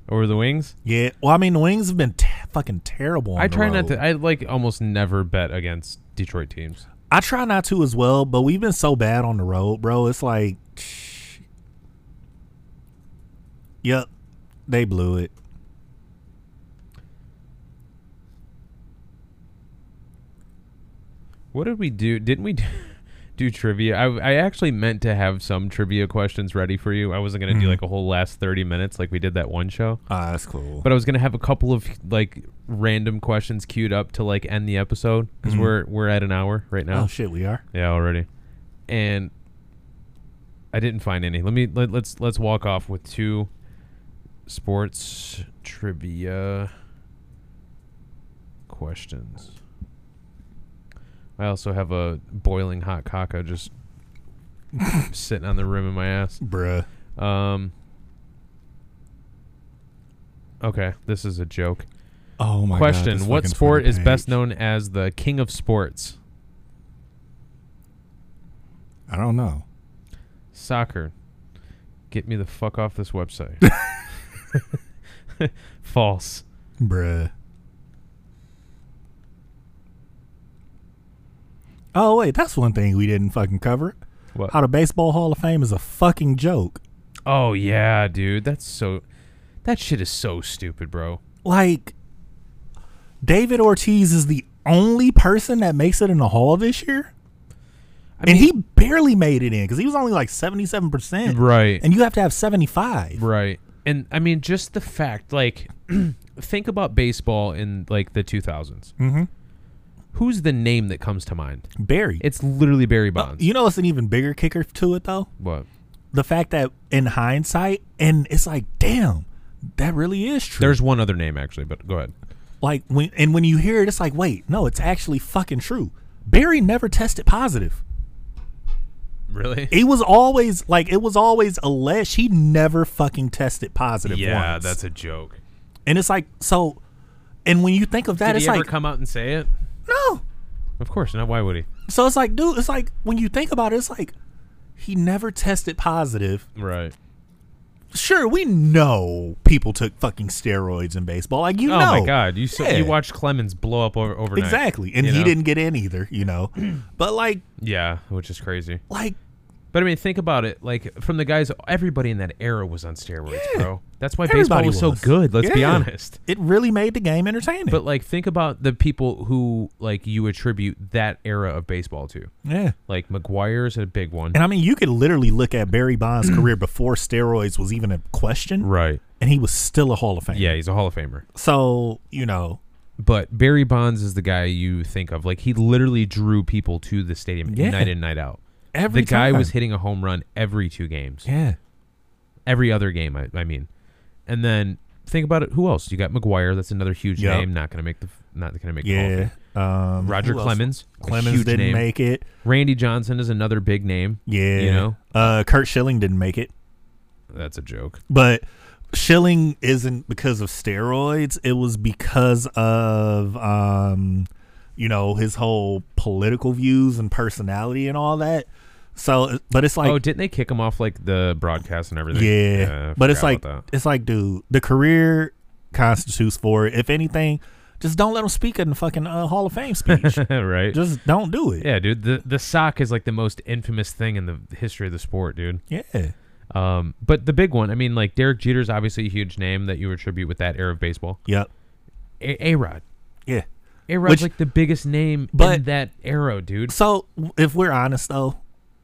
Speaker 1: Over the wings.
Speaker 2: Yeah, well, I mean, the Wings have been t- fucking terrible. On
Speaker 1: I
Speaker 2: the
Speaker 1: try not
Speaker 2: road.
Speaker 1: to. I like almost never bet against Detroit teams.
Speaker 2: I try not to as well, but we've been so bad on the road, bro. It's like, yep, they blew it.
Speaker 1: What did we do? Didn't we do, do trivia? I, I actually meant to have some trivia questions ready for you. I wasn't gonna do like a whole last thirty minutes like we did that one show,
Speaker 2: Ah, that's cool.
Speaker 1: but I was gonna have a couple of like random questions queued up to like end the episode because we're we're at an hour right now.
Speaker 2: oh shit, we are.
Speaker 1: Yeah, already. And I didn't find any. Let me let, let's let's walk off with two sports trivia questions. I also have a boiling hot caca just sitting on the rim of my ass.
Speaker 2: Bruh.
Speaker 1: Um Okay, this is a joke.
Speaker 2: Oh my
Speaker 1: Question, what sport is best known as the king of sports?
Speaker 2: I don't know.
Speaker 1: Soccer. Get me the fuck off this website. False.
Speaker 2: Bruh. Oh wait, that's one thing we didn't fucking cover.
Speaker 1: What?
Speaker 2: How the baseball Hall of Fame is a fucking joke.
Speaker 1: oh yeah, dude. That's so. That shit is so stupid, bro.
Speaker 2: Like David Ortiz is the only person that makes it in the Hall this year,
Speaker 1: I
Speaker 2: and
Speaker 1: mean-
Speaker 2: he barely made it in because he was only like seventy-seven percent.
Speaker 1: right,
Speaker 2: And you have to have seventy-five.
Speaker 1: right, and I mean just the fact, like, think about baseball in like the 2000s.
Speaker 2: Mm-hmm.
Speaker 1: Who's the name that comes to mind?
Speaker 2: Barry.
Speaker 1: It's literally Barry Bonds.
Speaker 2: you know, it's an even bigger kicker to it though.
Speaker 1: what?
Speaker 2: the fact that in hindsight, and it's like, damn, that really is true.
Speaker 1: There's one other name actually, but go ahead.
Speaker 2: like when and when you hear it, it's like, wait, no, it's actually fucking true. Barry never tested positive.
Speaker 1: Really?
Speaker 2: It was always like it was always alleged he never fucking tested positive.
Speaker 1: Yeah,
Speaker 2: once.
Speaker 1: that's a joke.
Speaker 2: and it's like so. And when you think of that,
Speaker 1: Did
Speaker 2: it's
Speaker 1: he ever
Speaker 2: like
Speaker 1: come out and say it?
Speaker 2: no.
Speaker 1: Of course not. Why would he?
Speaker 2: So it's like, dude, it's like when you think about it, it's like he never tested positive.
Speaker 1: Right.
Speaker 2: Sure, we know people took fucking steroids in baseball. Like you
Speaker 1: Oh
Speaker 2: know,
Speaker 1: my God! You saw,
Speaker 2: Yeah.
Speaker 1: you watched Clemens blow up over overnight.
Speaker 2: Exactly. And
Speaker 1: you
Speaker 2: he
Speaker 1: know?
Speaker 2: didn't get in either, you know. but like
Speaker 1: Yeah, which is crazy.
Speaker 2: like
Speaker 1: But I mean, think about it. Like from the guys, everybody in that era was on steroids,
Speaker 2: Yeah.
Speaker 1: bro. That's why
Speaker 2: everybody
Speaker 1: baseball was, so good. Let's be
Speaker 2: Yeah.
Speaker 1: honest.
Speaker 2: It really made the game entertaining.
Speaker 1: But like, think about the people who like you attribute that era of baseball to.
Speaker 2: yeah.
Speaker 1: Like McGuire's a big one,
Speaker 2: And I mean you could literally look at Barry Bonds' career before steroids was even a question
Speaker 1: right?
Speaker 2: and he was still a Hall of Fame.
Speaker 1: Yeah, he's a Hall of Famer.
Speaker 2: So, you know,
Speaker 1: But Barry Bonds is the guy you think of. Like he literally drew people to the stadium
Speaker 2: Yeah.
Speaker 1: night in, night out.
Speaker 2: every
Speaker 1: the guy was
Speaker 2: time.
Speaker 1: hitting a home run every two games.
Speaker 2: Yeah.
Speaker 1: every other game. I, I mean, and then think about it. Who else? You got McGuire. That's another huge
Speaker 2: Yep.
Speaker 1: name. Not gonna make the. Not gonna make. the Hall of
Speaker 2: Yeah.
Speaker 1: Fame.
Speaker 2: Um
Speaker 1: Roger
Speaker 2: who else?
Speaker 1: Clemens. a
Speaker 2: Clemens
Speaker 1: huge
Speaker 2: didn't
Speaker 1: name.
Speaker 2: make it.
Speaker 1: Randy Johnson is another big name.
Speaker 2: Yeah.
Speaker 1: You know,
Speaker 2: Uh Kurt Schilling didn't make it.
Speaker 1: that's a joke.
Speaker 2: But Schilling isn't because of steroids. It was because of um, you know, his whole political views and personality and all that. So, but it's like,
Speaker 1: oh, didn't they kick him off like the broadcast and everything?
Speaker 2: yeah,
Speaker 1: I
Speaker 2: but it's
Speaker 1: forgot
Speaker 2: like,
Speaker 1: about that.
Speaker 2: it's like, dude, the career constitutes for it. If anything, just don't let him speak in the fucking uh, Hall of Fame speech.
Speaker 1: right.
Speaker 2: just don't do it.
Speaker 1: yeah, dude. The the sock is like the most infamous thing in the history of the sport, dude.
Speaker 2: Yeah.
Speaker 1: Um, but the big one, I mean, like Derek Jeter's obviously a huge name that you attribute with that era of baseball.
Speaker 2: Yep.
Speaker 1: A Rod,
Speaker 2: Yeah.
Speaker 1: A Rod's
Speaker 2: Which-
Speaker 1: like the biggest name in
Speaker 2: but-
Speaker 1: that era, dude.
Speaker 2: So w- if we're honest though,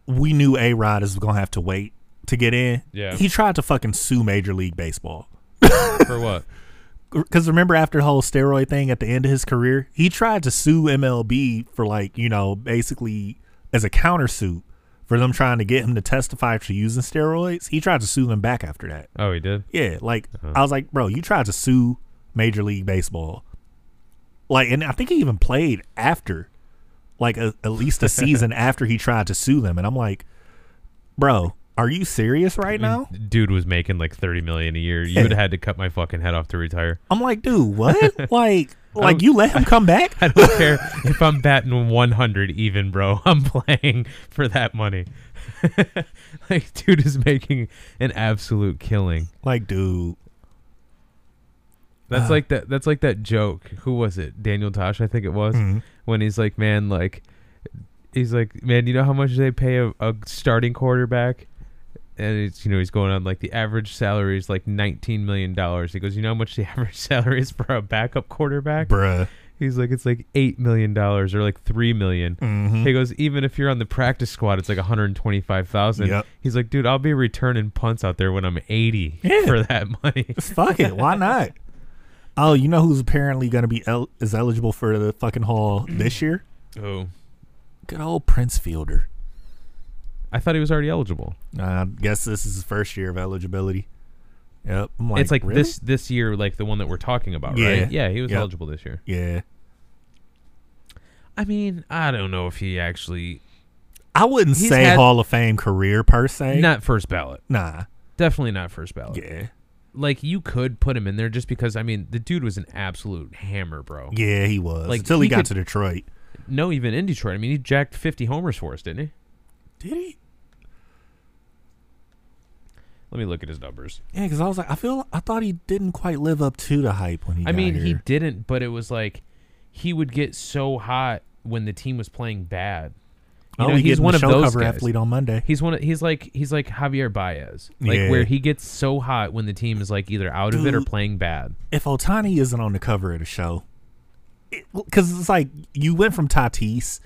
Speaker 2: we knew A Rod is gonna have to wait to get in.
Speaker 1: Yeah.
Speaker 2: He tried to fucking sue Major League Baseball.
Speaker 1: For what?
Speaker 2: Because remember, after the whole steroid thing at the end of his career, he tried to sue MLB for, like, you know, basically as a countersuit for them trying to get him to testify for using steroids. He tried to sue them back after that.
Speaker 1: Oh, he did.
Speaker 2: Yeah. Like, I was like, bro, you tried to sue Major League Baseball. Like, and I think he even played after, like, a, at least a season after he tried to sue them. And I'm like, bro, are you serious right now?
Speaker 1: Dude was making like thirty million a year. You
Speaker 2: Yeah.
Speaker 1: would have had to cut my fucking head off to retire.
Speaker 2: I'm like, dude, what? like,
Speaker 1: don't-
Speaker 2: like you let him come back?
Speaker 1: I don't care if I'm batting one hundred even, bro. I'm playing for that money. like, dude is making an absolute killing.
Speaker 2: Like, dude.
Speaker 1: That's like that. That's like that joke. Who was it? Daniel Tosh, I think it was.
Speaker 2: mm,
Speaker 1: When he's like, man, like, he's like, man, you know how much they pay a, a starting quarterback? And it's you know he's going on like the average salary is like nineteen million dollars. He goes, you know how much the average salary is for a backup quarterback?
Speaker 2: Bruh.
Speaker 1: He's like, it's like eight million dollars or like three million.
Speaker 2: Mm-hmm.
Speaker 1: He goes, even if you're on the practice squad, it's like one hundred twenty-five thousand.
Speaker 2: Yep.
Speaker 1: He's like, dude, I'll be returning punts out there when I'm eighty
Speaker 2: Yeah.
Speaker 1: for that money.
Speaker 2: Fuck it. Why not? Oh, you know who's apparently going to be el- is eligible for the fucking hall this year?
Speaker 1: oh,
Speaker 2: Good old Prince Fielder.
Speaker 1: I thought he was already eligible.
Speaker 2: I guess this is his first year of eligibility. Yep. I'm
Speaker 1: it's like
Speaker 2: "Really?"
Speaker 1: this this year, like the one that we're talking about,
Speaker 2: Yeah.
Speaker 1: right? Yeah, he was
Speaker 2: Yep.
Speaker 1: eligible this year.
Speaker 2: Yeah.
Speaker 1: I mean, I don't know if he actually
Speaker 2: I wouldn't
Speaker 1: He's
Speaker 2: say
Speaker 1: had-
Speaker 2: Hall of Fame career per se.
Speaker 1: not first ballot.
Speaker 2: Nah.
Speaker 1: Definitely not first ballot.
Speaker 2: Yeah.
Speaker 1: Like you could put him in there just because I mean the dude was an absolute hammer, bro.
Speaker 2: Yeah, he was.
Speaker 1: Like,
Speaker 2: Until he,
Speaker 1: he
Speaker 2: got
Speaker 1: could-
Speaker 2: to Detroit.
Speaker 1: No, even in Detroit. I mean, he jacked fifty homers for us, didn't he?
Speaker 2: Did he?
Speaker 1: Let me look at his numbers.
Speaker 2: Yeah, because I was like, I feel I thought he didn't quite live up to the hype when he.
Speaker 1: I
Speaker 2: got
Speaker 1: mean, he
Speaker 2: here.
Speaker 1: didn't, but it was like he would get so hot when the team was playing bad. You
Speaker 2: oh,
Speaker 1: know,
Speaker 2: we
Speaker 1: he's
Speaker 2: get
Speaker 1: one of
Speaker 2: show
Speaker 1: those
Speaker 2: cover
Speaker 1: guys.
Speaker 2: athlete on Monday.
Speaker 1: He's one. Of, he's like he's like Javier Baez, like
Speaker 2: Yeah.
Speaker 1: where he gets so hot when the team is like either out of it or
Speaker 2: Dude.
Speaker 1: playing bad.
Speaker 2: if Otani isn't on the cover of the show, because it's like you went from Tatis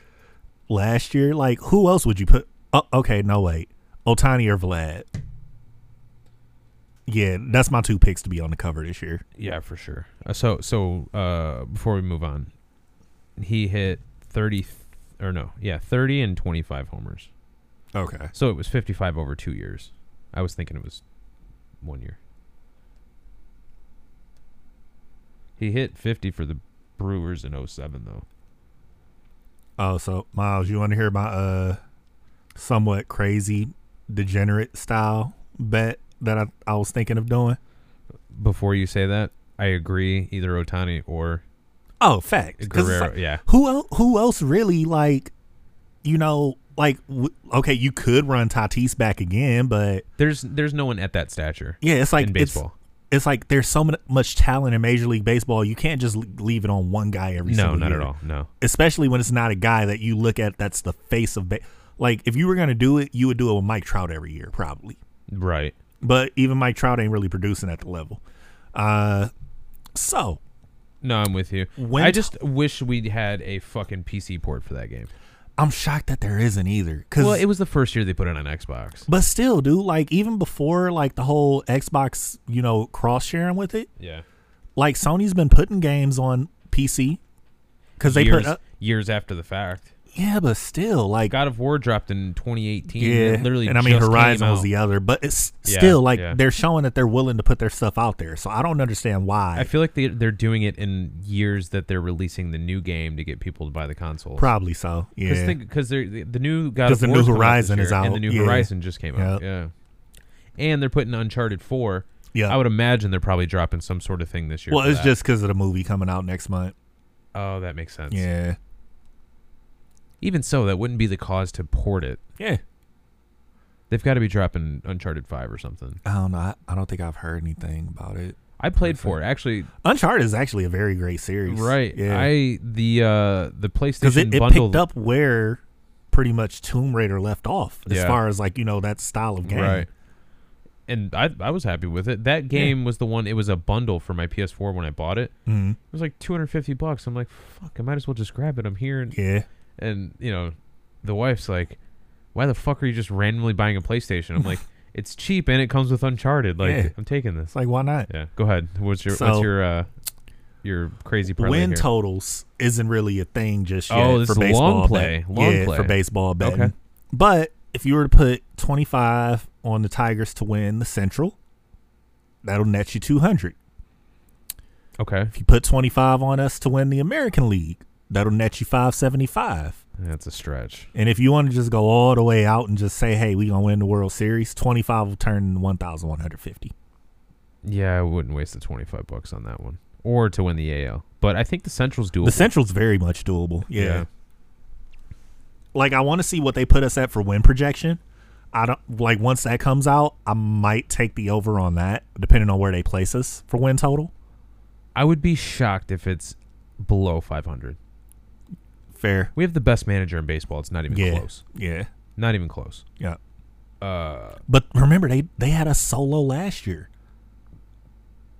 Speaker 2: last year. Like, who else would you put? Oh, okay, no wait, Otani or Vlad. Yeah, that's my two picks to be on the cover this year.
Speaker 1: Yeah, for sure. Uh, so so uh, before we move on, he hit thirty or no, yeah, thirty and twenty five homers.
Speaker 2: Okay,
Speaker 1: So it was fifty five over two years. I was thinking it was one year. He hit fifty for the Brewers in 07, though.
Speaker 2: Oh, so Miles, you want to hear my uh somewhat crazy degenerate style bet that I, I was thinking of doing?
Speaker 1: Before you say that, I agree. Either Otani or
Speaker 2: Oh, fact. 'Cause it's
Speaker 1: Guerrero.
Speaker 2: like,
Speaker 1: yeah,
Speaker 2: Who el- who else really like you know like w- okay, you could run Tatis back again, but
Speaker 1: there's there's no one at that stature
Speaker 2: yeah, it's like
Speaker 1: in
Speaker 2: it's,
Speaker 1: baseball.
Speaker 2: it's like there's so mon- much talent in Major League Baseball. You can't just l- leave it on one guy every
Speaker 1: No,
Speaker 2: single
Speaker 1: not at
Speaker 2: year.
Speaker 1: all. No.
Speaker 2: especially when it's not a guy that you look at that's the face of ba- like if you were going to do it you would do it with mike trout every year probably
Speaker 1: Right.
Speaker 2: but even mike trout ain't really producing at the level uh so
Speaker 1: No, I'm with you.
Speaker 2: When
Speaker 1: I
Speaker 2: t-
Speaker 1: just wish we had a fucking PC port for that game.
Speaker 2: i'm shocked that there isn't either because
Speaker 1: Well, it was the first year they put it on Xbox.
Speaker 2: but still dude like even before like the whole xbox you know cross sharing with it
Speaker 1: Yeah.
Speaker 2: like sony's been putting games on pc because they
Speaker 1: years,
Speaker 2: put up
Speaker 1: years after the fact.
Speaker 2: yeah but still like
Speaker 1: God of War dropped in 2018.
Speaker 2: yeah,
Speaker 1: It literally
Speaker 2: and I mean
Speaker 1: just came
Speaker 2: Horizon was
Speaker 1: out.
Speaker 2: the other, but it's
Speaker 1: Yeah,
Speaker 2: still like
Speaker 1: yeah.
Speaker 2: they're showing that they're willing to put their stuff out there. So I don't understand why.
Speaker 1: I feel like they, they're doing it in years that they're releasing the new game to get people to buy the console.
Speaker 2: Probably so. Yeah,
Speaker 1: Because the, the new God
Speaker 2: 'Cause
Speaker 1: of
Speaker 2: the
Speaker 1: War's coming
Speaker 2: new
Speaker 1: out this
Speaker 2: Horizon
Speaker 1: year,
Speaker 2: is
Speaker 1: And the
Speaker 2: out,
Speaker 1: new
Speaker 2: yeah.
Speaker 1: Horizon just came out. Yeah. And they're putting Uncharted 4.
Speaker 2: yeah.
Speaker 1: I would imagine they're probably dropping some sort of thing this year.
Speaker 2: well,
Speaker 1: for
Speaker 2: it's
Speaker 1: that.
Speaker 2: just because of the movie coming out next month.
Speaker 1: Oh, that makes sense.
Speaker 2: Yeah,
Speaker 1: Even so, that wouldn't be the cause to port it.
Speaker 2: yeah.
Speaker 1: They've got to be dropping Uncharted 5 or something.
Speaker 2: I don't know. I, I don't think I've heard anything about it.
Speaker 1: I played for it. Actually,
Speaker 2: Uncharted is actually a very great series.
Speaker 1: right.
Speaker 2: Yeah.
Speaker 1: I the uh the
Speaker 2: Because
Speaker 1: PlayStation
Speaker 2: it, it
Speaker 1: bundle
Speaker 2: picked up where pretty much Tomb Raider left off as
Speaker 1: Yeah.
Speaker 2: far as like you know that style of game.
Speaker 1: right. And I I was happy with it. That game was the one it was a bundle for my PS4 when I bought it.
Speaker 2: hmm
Speaker 1: It was like 250 bucks. I'm like, "Fuck, I might as well just grab it. I'm here and
Speaker 2: Yeah.
Speaker 1: and you know, the wife's like, "Why the fuck are you just randomly buying a PlayStation?" I'm like, "It's cheap and it comes with Uncharted. Like,
Speaker 2: Yeah.
Speaker 1: I'm taking this."
Speaker 2: It's like why not?
Speaker 1: Yeah, go ahead. What's your what's
Speaker 2: So-
Speaker 1: your uh your crazy parlay
Speaker 2: win
Speaker 1: here?
Speaker 2: totals isn't really a thing just yet
Speaker 1: Oh, this
Speaker 2: for
Speaker 1: is a
Speaker 2: baseball
Speaker 1: long play,
Speaker 2: bet-
Speaker 1: long
Speaker 2: yeah,
Speaker 1: play.
Speaker 2: for baseball betting.
Speaker 1: Okay.
Speaker 2: But if you were to put 25 on the Tigers to win the Central, that'll net you 200.
Speaker 1: Okay,
Speaker 2: If you put 25 on us to win the American League, that'll net you 575.
Speaker 1: that's a stretch.
Speaker 2: And if you want to just go all the way out and just say, "Hey, we going to win the World Series," 25 will turn 1150.
Speaker 1: Yeah, I wouldn't waste the 25 bucks on that one or to win the AL. But I think the Central's doable.
Speaker 2: The Central's very much doable.
Speaker 1: Yeah.
Speaker 2: yeah. like I want to see what they put us at for win projection. I don't like once that comes out, I might take the over on that, depending on where they place us for win total.
Speaker 1: I would be shocked if it's below 500.
Speaker 2: Fair.
Speaker 1: We have the best manager in baseball. It's not even
Speaker 2: Yeah.
Speaker 1: close.
Speaker 2: Yeah.
Speaker 1: Not even close.
Speaker 2: Yeah.
Speaker 1: Uh
Speaker 2: But remember they they had us solo last year.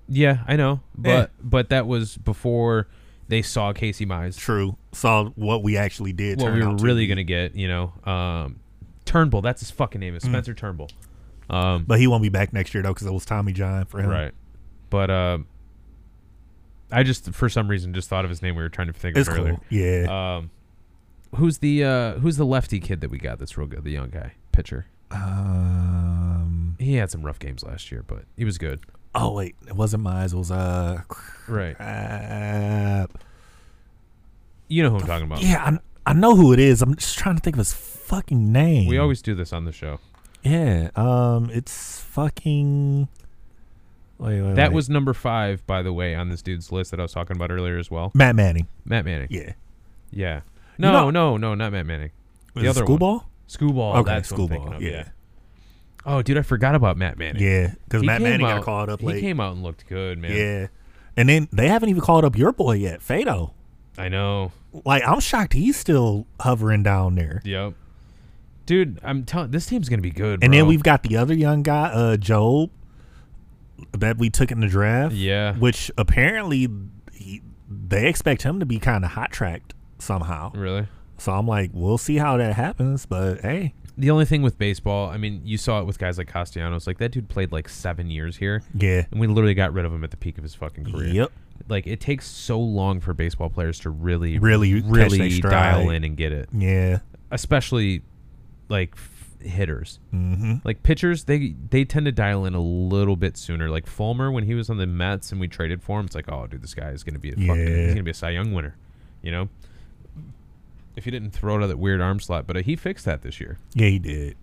Speaker 1: yeah, I know. But
Speaker 2: Yeah.
Speaker 1: but that was before they saw Casey Mize.
Speaker 2: True. Saw what we actually did.
Speaker 1: what
Speaker 2: turn
Speaker 1: we were
Speaker 2: out to
Speaker 1: really
Speaker 2: be.
Speaker 1: going to get, you know. Um, Turnbull, that's his fucking
Speaker 2: Hmm.
Speaker 1: name, is Spencer Turnbull. Um,
Speaker 2: But he won't be back next year though, because it was Tommy John for him.
Speaker 1: right. But um, I just, for some reason, just thought of his name. We were trying to think
Speaker 2: It's
Speaker 1: of
Speaker 2: cool.
Speaker 1: earlier.
Speaker 2: Yeah.
Speaker 1: Um, who's the uh, who's the lefty kid that we got that's real good? The young guy pitcher.
Speaker 2: um.
Speaker 1: He had some rough games last year, but he was good.
Speaker 2: Oh wait, it wasn't Mize. It was uh.
Speaker 1: Right.
Speaker 2: crap.
Speaker 1: You know who I'm talking about.
Speaker 2: Yeah, I, I know who it is. I'm just trying to think of his fucking name.
Speaker 1: We always do this on the show.
Speaker 2: Yeah. Um. It's fucking. Wait, wait,
Speaker 1: That
Speaker 2: wait.
Speaker 1: was number five, by the way, on this dude's list that I was talking about earlier as well.
Speaker 2: Matt Manning.
Speaker 1: Matt Manning.
Speaker 2: Yeah.
Speaker 1: Yeah.
Speaker 2: You
Speaker 1: No,
Speaker 2: know-
Speaker 1: no, no, not Matt Manning. The
Speaker 2: Is it
Speaker 1: other one.
Speaker 2: school ball.
Speaker 1: School ball.
Speaker 2: Okay,
Speaker 1: that's what I'm
Speaker 2: school
Speaker 1: thinking
Speaker 2: ball.
Speaker 1: of,
Speaker 2: Yeah,
Speaker 1: Oh, dude, I forgot about Matt Manning.
Speaker 2: yeah. Because
Speaker 1: He
Speaker 2: Matt
Speaker 1: came
Speaker 2: Manning got
Speaker 1: out-
Speaker 2: called up
Speaker 1: He
Speaker 2: late.
Speaker 1: came out and looked good, man.
Speaker 2: yeah, and then they haven't even called up your boy yet, Fado.
Speaker 1: I know.
Speaker 2: Like I'm shocked he's still hovering down there.
Speaker 1: Yep. Dude, I'm telling this team's gonna be good.
Speaker 2: And
Speaker 1: bro.
Speaker 2: then we've got the other young guy, uh, Job, that we took in the draft.
Speaker 1: Yeah.
Speaker 2: Which apparently he, they expect him to be kind of hot tracked somehow.
Speaker 1: really.
Speaker 2: So I'm like, we'll see how that happens. But hey,
Speaker 1: The only thing with baseball, I mean, you saw it with guys like Castellanos. Like that dude played like seven years here,
Speaker 2: yeah,
Speaker 1: and we literally got rid of him at the peak of his fucking career.
Speaker 2: yep,
Speaker 1: Like it takes so long for baseball players to really,
Speaker 2: Really catch their
Speaker 1: really dial
Speaker 2: stride.
Speaker 1: in and get it,
Speaker 2: yeah,
Speaker 1: especially like f- hitters.
Speaker 2: mm-hmm.
Speaker 1: Like pitchers, they they tend to dial in a little bit sooner. Like Fulmer, when he was on the Mets and we traded for him, it's like, oh, dude, this guy is gonna be a fucking,
Speaker 2: Yeah.
Speaker 1: he's gonna be a Cy Young winner, you know. If he didn't throw it out of that weird arm slot, but uh, he fixed that this year.
Speaker 2: yeah, he did.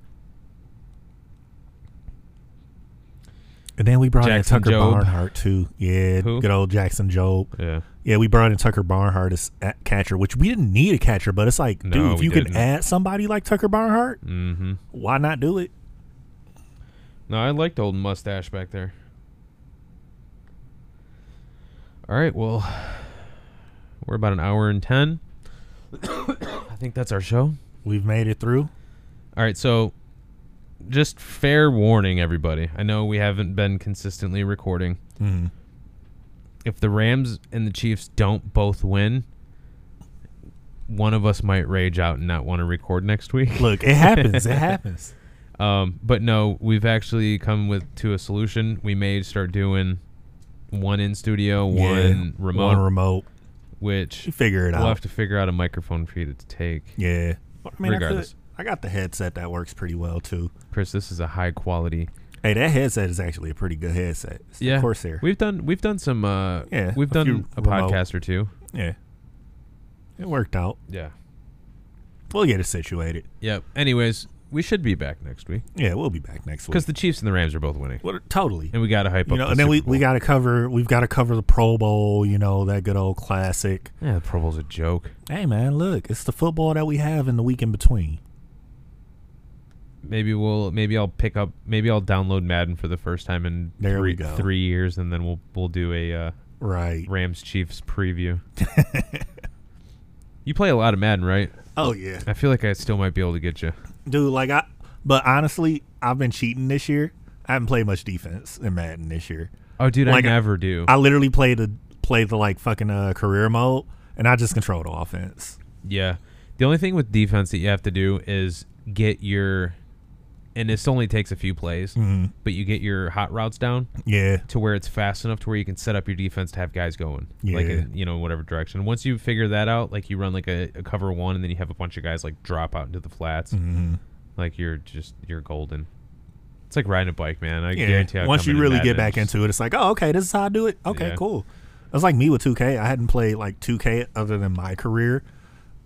Speaker 2: And then we brought
Speaker 1: Jackson
Speaker 2: in Tucker
Speaker 1: Job.
Speaker 2: Barnhart too. Yeah,
Speaker 1: Who?
Speaker 2: good old Jackson Job.
Speaker 1: Yeah.
Speaker 2: Yeah, we brought in Tucker Barnhart as a catcher, which we didn't need a catcher, but it's like,
Speaker 1: No,
Speaker 2: dude, if
Speaker 1: we
Speaker 2: you
Speaker 1: didn't.
Speaker 2: can add somebody like Tucker Barnhart,
Speaker 1: Mm-hmm.
Speaker 2: why not do it?
Speaker 1: No, I liked old mustache back there. All right, well, we're about an hour and ten. I think that's our show.
Speaker 2: We've made it through.
Speaker 1: All right, so just fair warning, everybody. I know we haven't been consistently recording.
Speaker 2: Mhm.
Speaker 1: If the Rams and the Chiefs don't both win, one of us might rage out and not want to record next week.
Speaker 2: Look, it happens. it happens.
Speaker 1: Um, but no, we've actually come with to a solution. We may start doing one in studio, one
Speaker 2: Yeah,
Speaker 1: remote,
Speaker 2: One remote.
Speaker 1: which
Speaker 2: You figure it
Speaker 1: we'll
Speaker 2: out.
Speaker 1: have to figure out a microphone for you to take.
Speaker 2: Yeah. But, I mean, I feel-
Speaker 1: Regardless.
Speaker 2: I got the headset that works pretty well too.
Speaker 1: Chris, this is a high quality.
Speaker 2: Hey, that headset is actually a pretty good headset. It's the
Speaker 1: Yeah,
Speaker 2: Corsair.
Speaker 1: We've done we've done some. Uh,
Speaker 2: Yeah,
Speaker 1: we've
Speaker 2: a
Speaker 1: done
Speaker 2: few
Speaker 1: a
Speaker 2: remote.
Speaker 1: podcast or two.
Speaker 2: yeah. It worked out.
Speaker 1: Yeah.
Speaker 2: We'll get it situated.
Speaker 1: Yep. Anyways, we should be back next week
Speaker 2: Yeah, we'll be back next week.
Speaker 1: because the Chiefs and the Rams are both winning,
Speaker 2: What, totally.
Speaker 1: and we gotta hype
Speaker 2: You
Speaker 1: up.
Speaker 2: know,
Speaker 1: the
Speaker 2: and then we,
Speaker 1: Super
Speaker 2: we
Speaker 1: Bowl.
Speaker 2: got to cover. We've got to cover the Pro Bowl. You know that good old classic.
Speaker 1: yeah, the Pro Bowl's a joke.
Speaker 2: Hey man, look, it's the football that we have in the week in between.
Speaker 1: Maybe we'll maybe I'll pick up maybe I'll download Madden for the first time in
Speaker 2: There
Speaker 1: three,
Speaker 2: we go.
Speaker 1: three years, and then we'll we'll do a uh,
Speaker 2: Right.
Speaker 1: Rams Chiefs preview. you play a lot of Madden, right?
Speaker 2: Oh yeah,
Speaker 1: I feel like I still might be able to get you.
Speaker 2: dude. Like I, but honestly, I've been cheating this year. I haven't played much defense in Madden this year.
Speaker 1: Oh, dude,
Speaker 2: Like, uh,
Speaker 1: I never do.
Speaker 2: I literally played the play the like fucking uh, career mode, and I just control the offense.
Speaker 1: yeah, the only thing with defense that you have to do is get your, and this only takes a few plays,
Speaker 2: Mm-hmm.
Speaker 1: but you get your hot routes down
Speaker 2: Yeah,
Speaker 1: to where it's fast enough to where you can set up your defense to have guys going, like
Speaker 2: Yeah.
Speaker 1: in you know whatever direction. Once you figure that out, like you run like a, a cover one, and then you have a bunch of guys like drop out into the flats,
Speaker 2: Mm-hmm.
Speaker 1: like you're just you're golden. It's like riding a bike, man. I guarantee.
Speaker 2: yeah.
Speaker 1: I
Speaker 2: Once
Speaker 1: come
Speaker 2: you
Speaker 1: in
Speaker 2: really
Speaker 1: Madden
Speaker 2: get
Speaker 1: and
Speaker 2: back
Speaker 1: just-
Speaker 2: into it, it's like, oh, okay, this is how I do it. Okay,
Speaker 1: Yeah.
Speaker 2: cool. It was like me with 2K. I hadn't played like 2K other than my career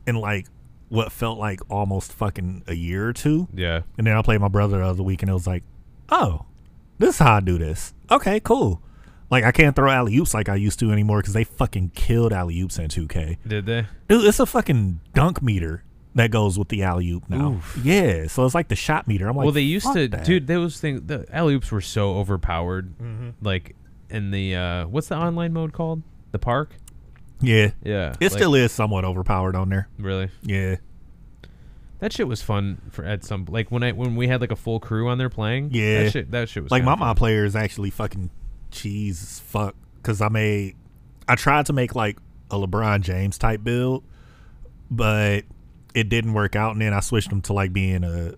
Speaker 2: in like what felt like almost fucking a year or two.
Speaker 1: Yeah.
Speaker 2: And then I played my brother the other week, and it was like, oh, this is how I do this. Okay, cool. Like I can't throw alley oops like I used to anymore because they fucking killed alley oops in 2K.
Speaker 1: Did they?
Speaker 2: Dude, it's a fucking dunk meter that goes with the alley oop now.
Speaker 1: Oof.
Speaker 2: Yeah, so it's like the shot meter. I'm like,
Speaker 1: well, they used
Speaker 2: "Fuck
Speaker 1: to,
Speaker 2: that."
Speaker 1: dude. Those things, the alley oops were so overpowered.
Speaker 2: Mm-hmm.
Speaker 1: Like in the uh, what's the online mode called? The park.
Speaker 2: Yeah,
Speaker 1: Yeah. like-
Speaker 2: it still is somewhat overpowered on there.
Speaker 1: really.
Speaker 2: Yeah,
Speaker 1: That shit was fun for at some like when I when we had like a full crew on there playing.
Speaker 2: Yeah.
Speaker 1: That shit. That shit was
Speaker 2: like my
Speaker 1: kinda
Speaker 2: my
Speaker 1: fun.
Speaker 2: player is actually fucking cheese as fuck because I made, I tried to make like a LeBron James type build, but it didn't work out. And then I switched him to like being a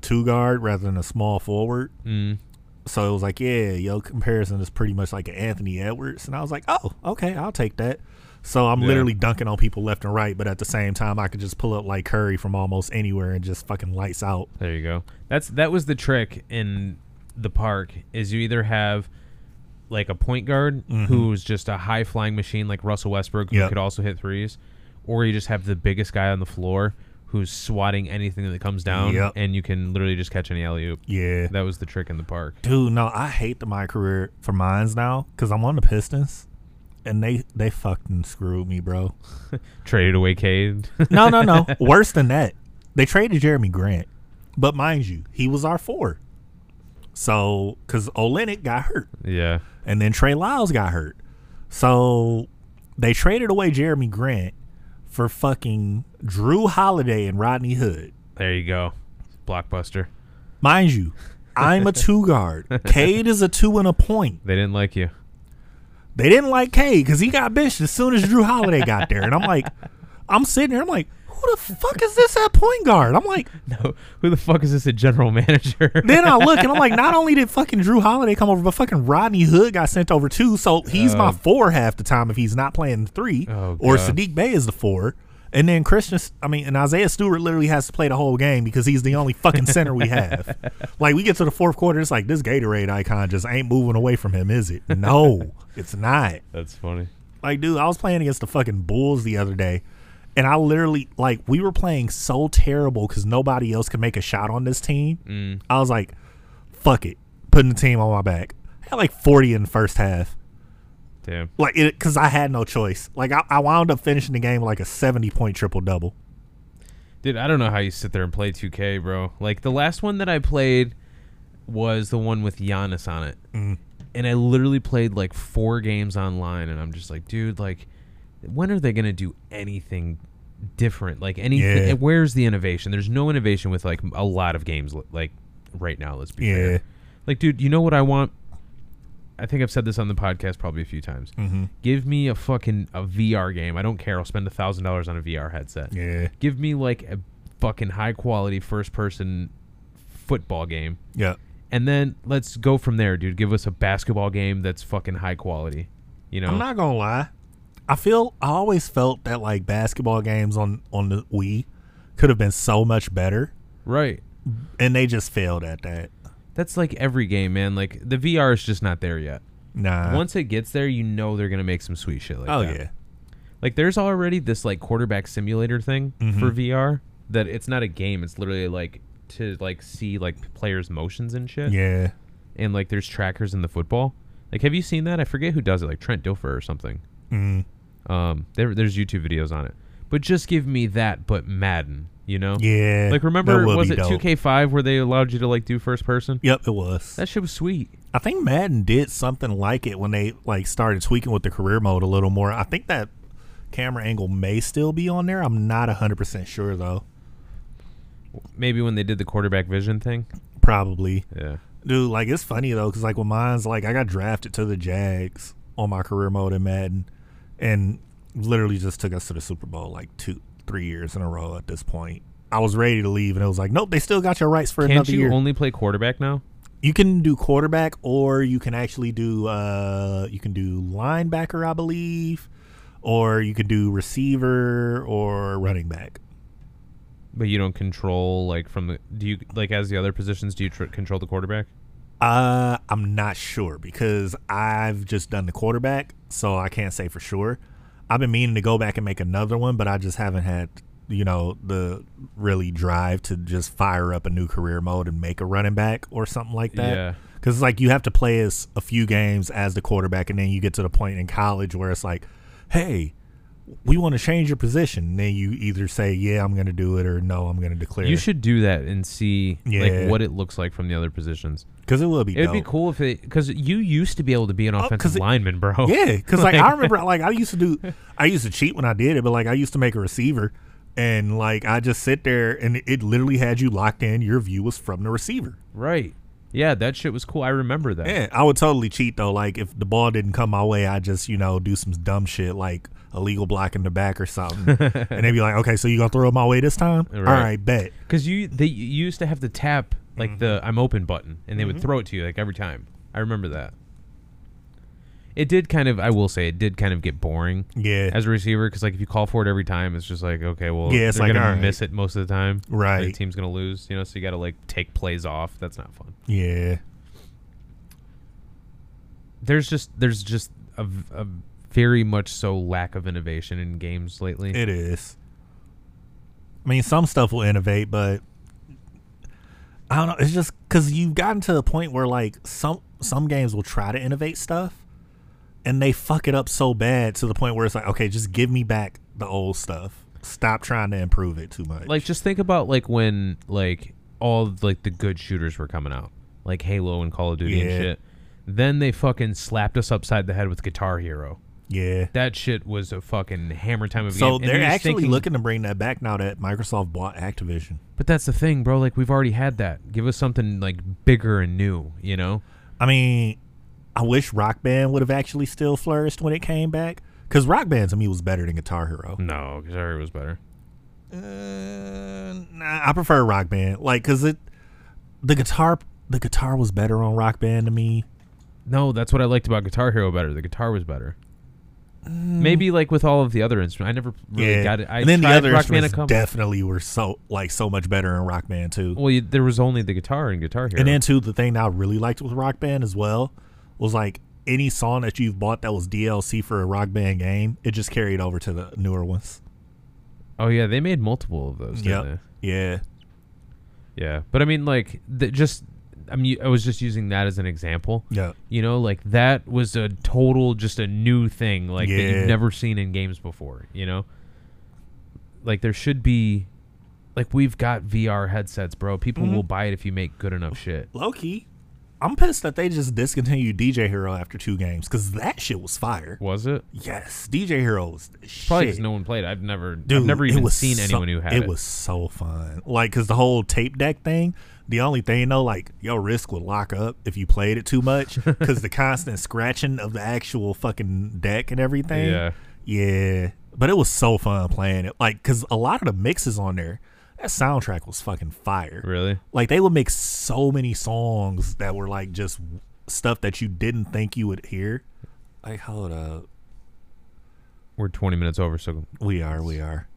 Speaker 2: two guard rather than a small forward.
Speaker 1: Mm.
Speaker 2: so it was like, yeah, yo, comparison is pretty much like an Anthony Edwards, and I was like, oh, okay, I'll take that. So I'm
Speaker 1: Yeah.
Speaker 2: literally dunking on people left and right, but at the same time, I could just pull up like Curry from almost anywhere and just fucking lights out.
Speaker 1: There you go. That's that was the trick in the park is you either have like a point guard
Speaker 2: Mm-hmm.
Speaker 1: who's just a high flying machine like Russell Westbrook who
Speaker 2: Yep.
Speaker 1: could also hit threes, or you just have the biggest guy on the floor who's swatting anything that comes down,
Speaker 2: Yep.
Speaker 1: and you can literally just catch any alley oop.
Speaker 2: Yeah,
Speaker 1: That was the trick in the park.
Speaker 2: dude, no, I hate the my career for mines now because I'm on the Pistons, and they they fucking screwed me, bro.
Speaker 1: Traded away Cade.
Speaker 2: No, no, no, worse than that, they traded Jeremy Grant. But mind you, he was our four. So, because Olenek got hurt,
Speaker 1: Yeah.
Speaker 2: and then Trey Lyles got hurt. So they traded away Jeremy Grant for fucking Drew Holiday and Rodney Hood.
Speaker 1: There you go. Blockbuster.
Speaker 2: Mind you, I'm a two guard. Cade is a two and a point.
Speaker 1: They didn't like you.
Speaker 2: They didn't like Cade because he got bitched as soon as Drew Holiday got there. And I'm like, I'm sitting there, I'm like, who the fuck is this at point guard? I'm like,
Speaker 1: No. Who the fuck is this? A general manager?
Speaker 2: then I look and I'm like, not only did fucking Drew Holiday come over, but fucking Rodney Hood got sent over too. So he's my four half the time if he's not playing the three,
Speaker 1: Oh,
Speaker 2: or
Speaker 1: God.
Speaker 2: Sadiq Bay is the four. And then Christian, I mean, and Isaiah Stewart literally has to play the whole game because he's the only fucking center we have. like we get to the fourth quarter, it's like this Gatorade icon just ain't moving away from him, is it? No, it's not.
Speaker 1: That's funny.
Speaker 2: Like, dude, I was playing against the fucking Bulls the other day, and I literally like we were playing so terrible because nobody else could make a shot on this team. I was like, fuck it, putting the team on my back. I had like forty in the first half,
Speaker 1: Damn.
Speaker 2: like it because I had no choice. Like I, I wound up finishing the game with like a seventy point triple double.
Speaker 1: Dude, I don't know how you sit there and play 2K, bro. Like the last one that I played was the one with Giannis on it,
Speaker 2: Mm-hmm.
Speaker 1: and I literally played like four games online, and I'm just like, dude, like, when are they gonna do anything different? Like anything?
Speaker 2: Yeah.
Speaker 1: Where's the innovation? There's no innovation with like a lot of games li- like right now. Let's be
Speaker 2: Yeah.
Speaker 1: fair. Like, dude, you know what I want? I think I've said this on the podcast probably a few times.
Speaker 2: Mm-hmm.
Speaker 1: Give me a fucking a VR game. I don't care. I'll spend a thousand dollars on a VR headset
Speaker 2: Yeah,
Speaker 1: give me like a fucking high quality first person football game
Speaker 2: yeah,
Speaker 1: and then let's go from there dude give us a basketball game that's fucking high quality you know
Speaker 2: I'm not gonna lie. I feel I always felt that like basketball games on on the Wii could have been so much better,
Speaker 1: right
Speaker 2: and they just failed at that.
Speaker 1: that's like every game man like the vr is just not there yet
Speaker 2: Nah.
Speaker 1: once it gets there you know they're gonna make some sweet shit like
Speaker 2: Uh-huh. oh
Speaker 1: that.
Speaker 2: yeah.
Speaker 1: like there's already this like quarterback simulator thing
Speaker 2: Mm-hmm.
Speaker 1: for vr that it's not a game it's literally like to like see like players motions and shit
Speaker 2: Yeah.
Speaker 1: and like there's trackers in the football. Like, have you seen that? I forget who does it, like Trent Dilfer or something.
Speaker 2: Mm.
Speaker 1: Um, there, there's YouTube videos on it. But just give me that, but Madden, you know?
Speaker 2: Yeah.
Speaker 1: Like,
Speaker 2: that
Speaker 1: remember,
Speaker 2: would
Speaker 1: was
Speaker 2: be
Speaker 1: it
Speaker 2: dope.
Speaker 1: 2K5 where they allowed you to like do first person?
Speaker 2: Yep, it was.
Speaker 1: That shit was sweet.
Speaker 2: I think Madden did something like it when they like started tweaking with the career mode a little more. I think that camera angle may still be on there. I'm not 100% sure though.
Speaker 1: Maybe when they did the quarterback vision thing.
Speaker 2: Probably.
Speaker 1: Yeah.
Speaker 2: Dude, like it's funny though cuz like when mine's like I got drafted to the Jags on my career mode in Madden and literally just took us to the Super Bowl like 2 3 years in a row at this point. I was ready to leave and it was like, "Nope, they still got your rights for
Speaker 1: Can't
Speaker 2: another
Speaker 1: you
Speaker 2: year."
Speaker 1: only play quarterback now?
Speaker 2: you can do quarterback or you can actually do uh you can do linebacker i believe or you could do receiver or running back
Speaker 1: But you don't control like from the do you like as the other positions? Do you tr- control the quarterback?
Speaker 2: uh i'm not sure because i've just done the quarterback so i can't say for sure i've been meaning to go back and make another one but i just haven't had you know the really drive to just fire up a new career mode and make a running back or something like that
Speaker 1: Yeah.
Speaker 2: Because like you have to play as a few games as the quarterback, and then you get to the point in college where it's like, hey, we want to change your position. And then you either say, yeah, I'm going to do it, or no, I'm going to declare.
Speaker 1: You should do that and see
Speaker 2: Yeah.
Speaker 1: like what it looks like from the other positions.
Speaker 2: because it will be.
Speaker 1: It'd be
Speaker 2: dope.
Speaker 1: cool if it because you used to be able to be an
Speaker 2: Oh, 'cause
Speaker 1: offensive
Speaker 2: it-
Speaker 1: lineman, bro.
Speaker 2: Yeah, because like I remember, like I used to do, I used to cheat when I did it, but like I used to make a receiver, and like I just sit there, and it literally had you locked in. Your view was from the receiver.
Speaker 1: right. Yeah, that shit was cool. I remember that.
Speaker 2: Yeah, I would totally cheat though. Like if the ball didn't come my way, I just you know do some dumb shit like illegal block in the back or something, and they'd be like, "Okay, so you gonna throw it my way this time?
Speaker 1: Right.
Speaker 2: All right, bet."
Speaker 1: Because you they you used to have to tap like
Speaker 2: Mm-hmm.
Speaker 1: the I'm open button, and they would throw it to you like every time. I remember that. It did kind of, I will say, it did kind of get boring
Speaker 2: Yeah,
Speaker 1: as a receiver because like if you call for it every time, it's just like okay, well,
Speaker 2: Yeah, it's
Speaker 1: they're
Speaker 2: like,
Speaker 1: gonna
Speaker 2: alright.
Speaker 1: miss it most of the time. the
Speaker 2: Right.
Speaker 1: team's gonna lose, you know. So you got to like take plays off. That's not fun.
Speaker 2: yeah,
Speaker 1: There's just there's just a, v- a very much so lack of innovation in games lately.
Speaker 2: it is. I mean, some stuff will innovate, but I don't know. It's just because you've gotten to the point where like some some games will try to innovate stuff, and they fuck it up so bad to the point where it's like, okay, just give me back the old stuff. Stop trying to improve it too much.
Speaker 1: like just think about like when like all of, like the good shooters were coming out, like Halo and Call of Duty and
Speaker 2: Yeah.
Speaker 1: shit. Then they fucking slapped us upside the head with Guitar Hero.
Speaker 2: Yeah.
Speaker 1: That shit was a fucking hammer time of
Speaker 2: So
Speaker 1: game. And
Speaker 2: they're
Speaker 1: you're just
Speaker 2: actually
Speaker 1: thinking-
Speaker 2: looking to bring that back now that Microsoft bought Activision.
Speaker 1: But that's the thing, bro. Like we've already had that. Give us something like bigger and new. You know.
Speaker 2: I mean, I wish Rock Band would have actually still flourished when it came back. Because Rock Band to me was better than Guitar Hero.
Speaker 1: No, Guitar Hero was better.
Speaker 2: Uh, nah, I prefer Rock Band. Like, cause it, the guitar, the guitar was better on Rock Band to me.
Speaker 1: No, that's what I liked about Guitar Hero better. The guitar was better. Maybe like with all of the other instruments, I never really got it. I
Speaker 2: Mm. and then the
Speaker 1: tried
Speaker 2: other
Speaker 1: Rock Band a
Speaker 2: instruments
Speaker 1: couple- Oh,
Speaker 2: definitely were so like so much better in Rock Band too.
Speaker 1: Well, you, there was only the guitar in Guitar Hero.
Speaker 2: And then too, the thing I really liked with Rock Band as well was like any song that you've bought that was DLC for a Rock Band game, it just carried over to the newer ones.
Speaker 1: oh yeah, they made multiple of those. Didn't
Speaker 2: Yep. Yeah.
Speaker 1: they? Yeah, but I mean, like, th- just I mean, I was just using that as an example.
Speaker 2: Yeah.
Speaker 1: You know, like that was a total, just a new thing, like that
Speaker 2: Yeah.
Speaker 1: you've never seen in games before. You know, like there should be, like we've got VR headsets, bro. People
Speaker 2: Mm-hmm.
Speaker 1: will buy it if you make good enough shit.
Speaker 2: Low key, I'm pissed that they just discontinued DJ Hero after two games because that shit was fire.
Speaker 1: Was it?
Speaker 2: Yes, DJ Hero was the
Speaker 1: Probably
Speaker 2: shit.
Speaker 1: because no one played. it. I've never,
Speaker 2: Dude,
Speaker 1: I've never
Speaker 2: it
Speaker 1: even
Speaker 2: was
Speaker 1: seen
Speaker 2: so-
Speaker 1: anyone who had it.
Speaker 2: it was so fun. Like, cause the whole tape deck thing. The only thing though, like your wrist would lock up if you played it too much, cause the constant scratching of the actual fucking deck and everything.
Speaker 1: Yeah.
Speaker 2: yeah. But it was so fun playing it. Like, cause a lot of the mixes on there, that soundtrack was fucking fire.
Speaker 1: really.
Speaker 2: Like they would make so many songs that were like just stuff that you didn't think you would hear. Like, hold up.
Speaker 1: We're 20 minutes over, so
Speaker 2: We are, we are.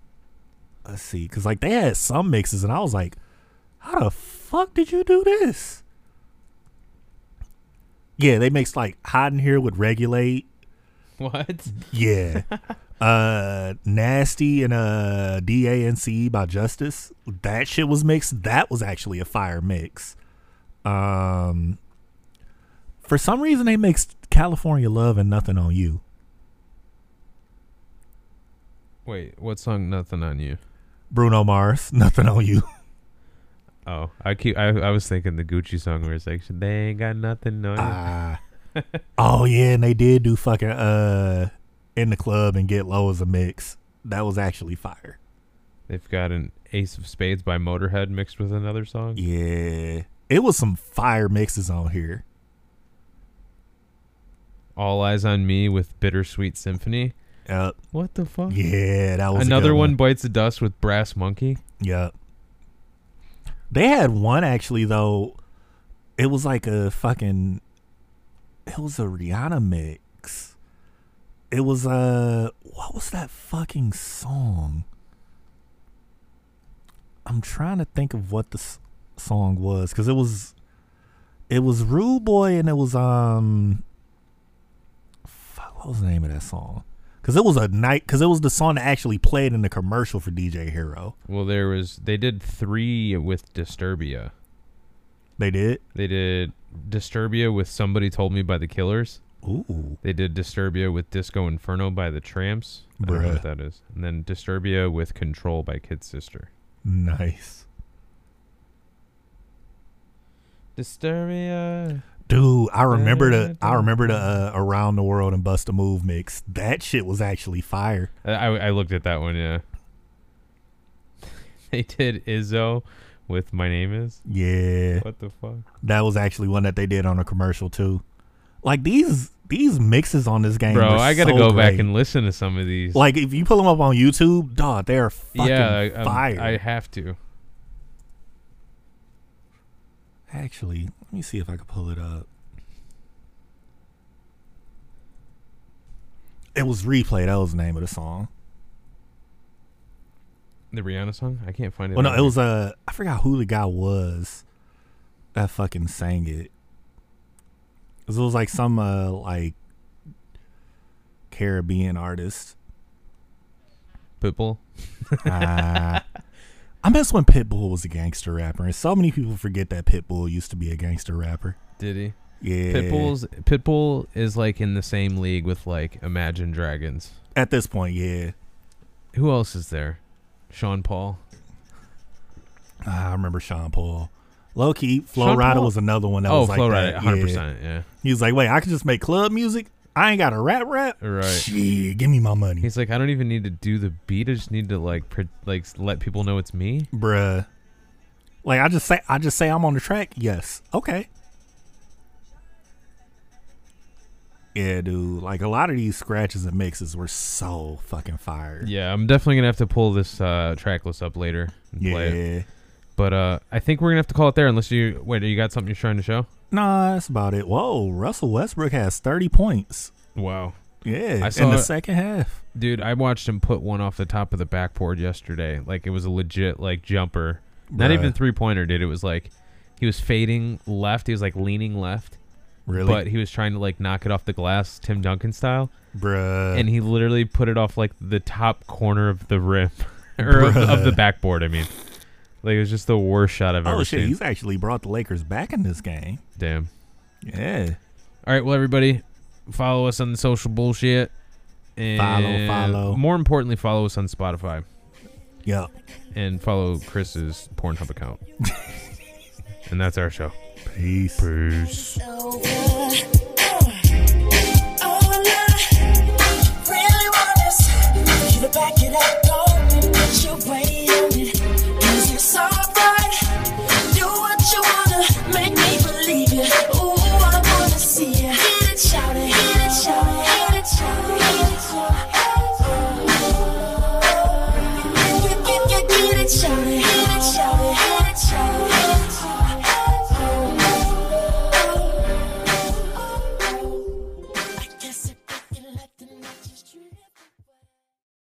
Speaker 2: Let's see, because like they had some mixes, and I was like, "How the fuck did you do this?" Yeah, they mixed like "Hot in Here" with "Regulate."
Speaker 1: what?
Speaker 2: Yeah, uh, "Nasty" and uh, "DANCE" by Justice. That shit was mixed. That was actually a fire mix. Um, for some reason they mixed "California Love" and "Nothing on You."
Speaker 1: Wait, what song? Nothing on you.
Speaker 2: Bruno Mars, "Nothing on You."
Speaker 1: Oh, I keep. I, I was thinking the Gucci song where it's like they ain't got nothing on. you."
Speaker 2: Ah. oh yeah, and they did do fucking uh in the club and get low as a mix. That was actually fire.
Speaker 1: They've got an Ace of Spades by Motorhead mixed with another song.
Speaker 2: Yeah. It was some fire mixes on here.
Speaker 1: All Eyes on Me with Bittersweet Symphony.
Speaker 2: Yep.
Speaker 1: What the fuck?
Speaker 2: Yeah, that was a
Speaker 1: Another
Speaker 2: good
Speaker 1: one bites the dust with Brass Monkey.
Speaker 2: Yep. They had one actually though. It was like a fucking it was a Rihanna mix. It was uh what was that fucking song? I'm trying to think of what the s- song was cuz it was it was Rude Boy and it was um fuck what was the name of that song? Cuz it was a night cuz it was the song that actually played in the commercial for DJ Hero.
Speaker 1: Well, there was they did three with Disturbia.
Speaker 2: They did.
Speaker 1: They did Disturbia with Somebody Told Me by the Killers.
Speaker 2: Ooh.
Speaker 1: They did Disturbia with Disco Inferno by the Tramps. I don't know
Speaker 2: Bruh.
Speaker 1: what that is. And then Disturbia with Control by Kid Sister.
Speaker 2: Nice.
Speaker 1: Disturbia.
Speaker 2: Dude, I remember the I remember the uh, Around the World and Bust a Move mix. That shit was actually fire.
Speaker 1: I, I I looked at that one, yeah. they did Izzo with My Name Is.
Speaker 2: Yeah.
Speaker 1: What the fuck?
Speaker 2: That was actually one that they did on a commercial too. Like these these mixes on this game.
Speaker 1: Bro,
Speaker 2: are
Speaker 1: I gotta
Speaker 2: so
Speaker 1: go back
Speaker 2: great.
Speaker 1: and listen to some of these.
Speaker 2: like if you pull them up on YouTube, dog, they're fucking
Speaker 1: yeah, I, I'm-
Speaker 2: fire.
Speaker 1: I have to.
Speaker 2: actually, let me see if I can pull it up. It was replay. That was the name of the song.
Speaker 1: The Rihanna song? I can't find it.
Speaker 2: Well, no,
Speaker 1: on
Speaker 2: it
Speaker 1: here.
Speaker 2: was uh, I forgot who the guy was that fucking sang it. 'Cause It was like some uh, like Caribbean artist.
Speaker 1: Pitbull.
Speaker 2: Ah. I miss when Pitbull was a gangster rapper, and so many people forget that Pitbull used to be a gangster rapper.
Speaker 1: Did he?
Speaker 2: Yeah,
Speaker 1: Pitbull's Pitbull is like in the same league with like Imagine Dragons.
Speaker 2: at this point, yeah.
Speaker 1: Who else is there? Sean Paul.
Speaker 2: Ah, I remember Sean Paul. Low key, Flo
Speaker 1: Sean
Speaker 2: Rida
Speaker 1: Paul?
Speaker 2: was another one that
Speaker 1: oh,
Speaker 2: was like
Speaker 1: Flow
Speaker 2: that.
Speaker 1: Rida,
Speaker 2: Yeah.
Speaker 1: 100%. Yeah.
Speaker 2: He was like, wait, I can just make club music. I ain't got a rap rap.
Speaker 1: Right.
Speaker 2: Shit, give me my money,
Speaker 1: He's like, I don't even need to do the beat. I just need to like, pre- like let people know it's me.
Speaker 2: bruh. Like I just say, I just say I'm on the track. Yes, okay. Yeah, dude. Like a lot of these scratches and mixes were so fucking fire.
Speaker 1: Yeah, I'm definitely gonna have to pull this uh, track list up later and play it.
Speaker 2: Yeah.
Speaker 1: But uh, I think we're gonna have to call it there unless you wait. You got something you're trying to show?
Speaker 2: Nah, that's about it. Whoa, Russell Westbrook has 30 points.
Speaker 1: Wow,
Speaker 2: Yeah,
Speaker 1: I
Speaker 2: in
Speaker 1: saw
Speaker 2: the
Speaker 1: it.
Speaker 2: second half.
Speaker 1: dude! I watched him put one off the top of the backboard yesterday. Like it was a legit like jumper, not
Speaker 2: Bruh.
Speaker 1: even three pointer, dude. It was like he was fading left. He was like leaning left,
Speaker 2: Really?
Speaker 1: but he was trying to like knock it off the glass, Tim Duncan style,
Speaker 2: Bruh.
Speaker 1: and he literally put it off like the top corner of the rim or of, of the
Speaker 2: Bruh.
Speaker 1: backboard. I mean, like it was just the worst shot I've
Speaker 2: oh,
Speaker 1: ever
Speaker 2: shit.
Speaker 1: seen.
Speaker 2: He's actually brought the Lakers back in this game.
Speaker 1: Damn.
Speaker 2: Yeah.
Speaker 1: All right, well, everybody, follow us on the social bullshit. And
Speaker 2: Follow, follow.
Speaker 1: More importantly, follow us on Spotify
Speaker 2: Yeah.
Speaker 1: and follow Chris's Pornhub account. and that's our show.
Speaker 2: Peace.
Speaker 1: Peace.
Speaker 3: So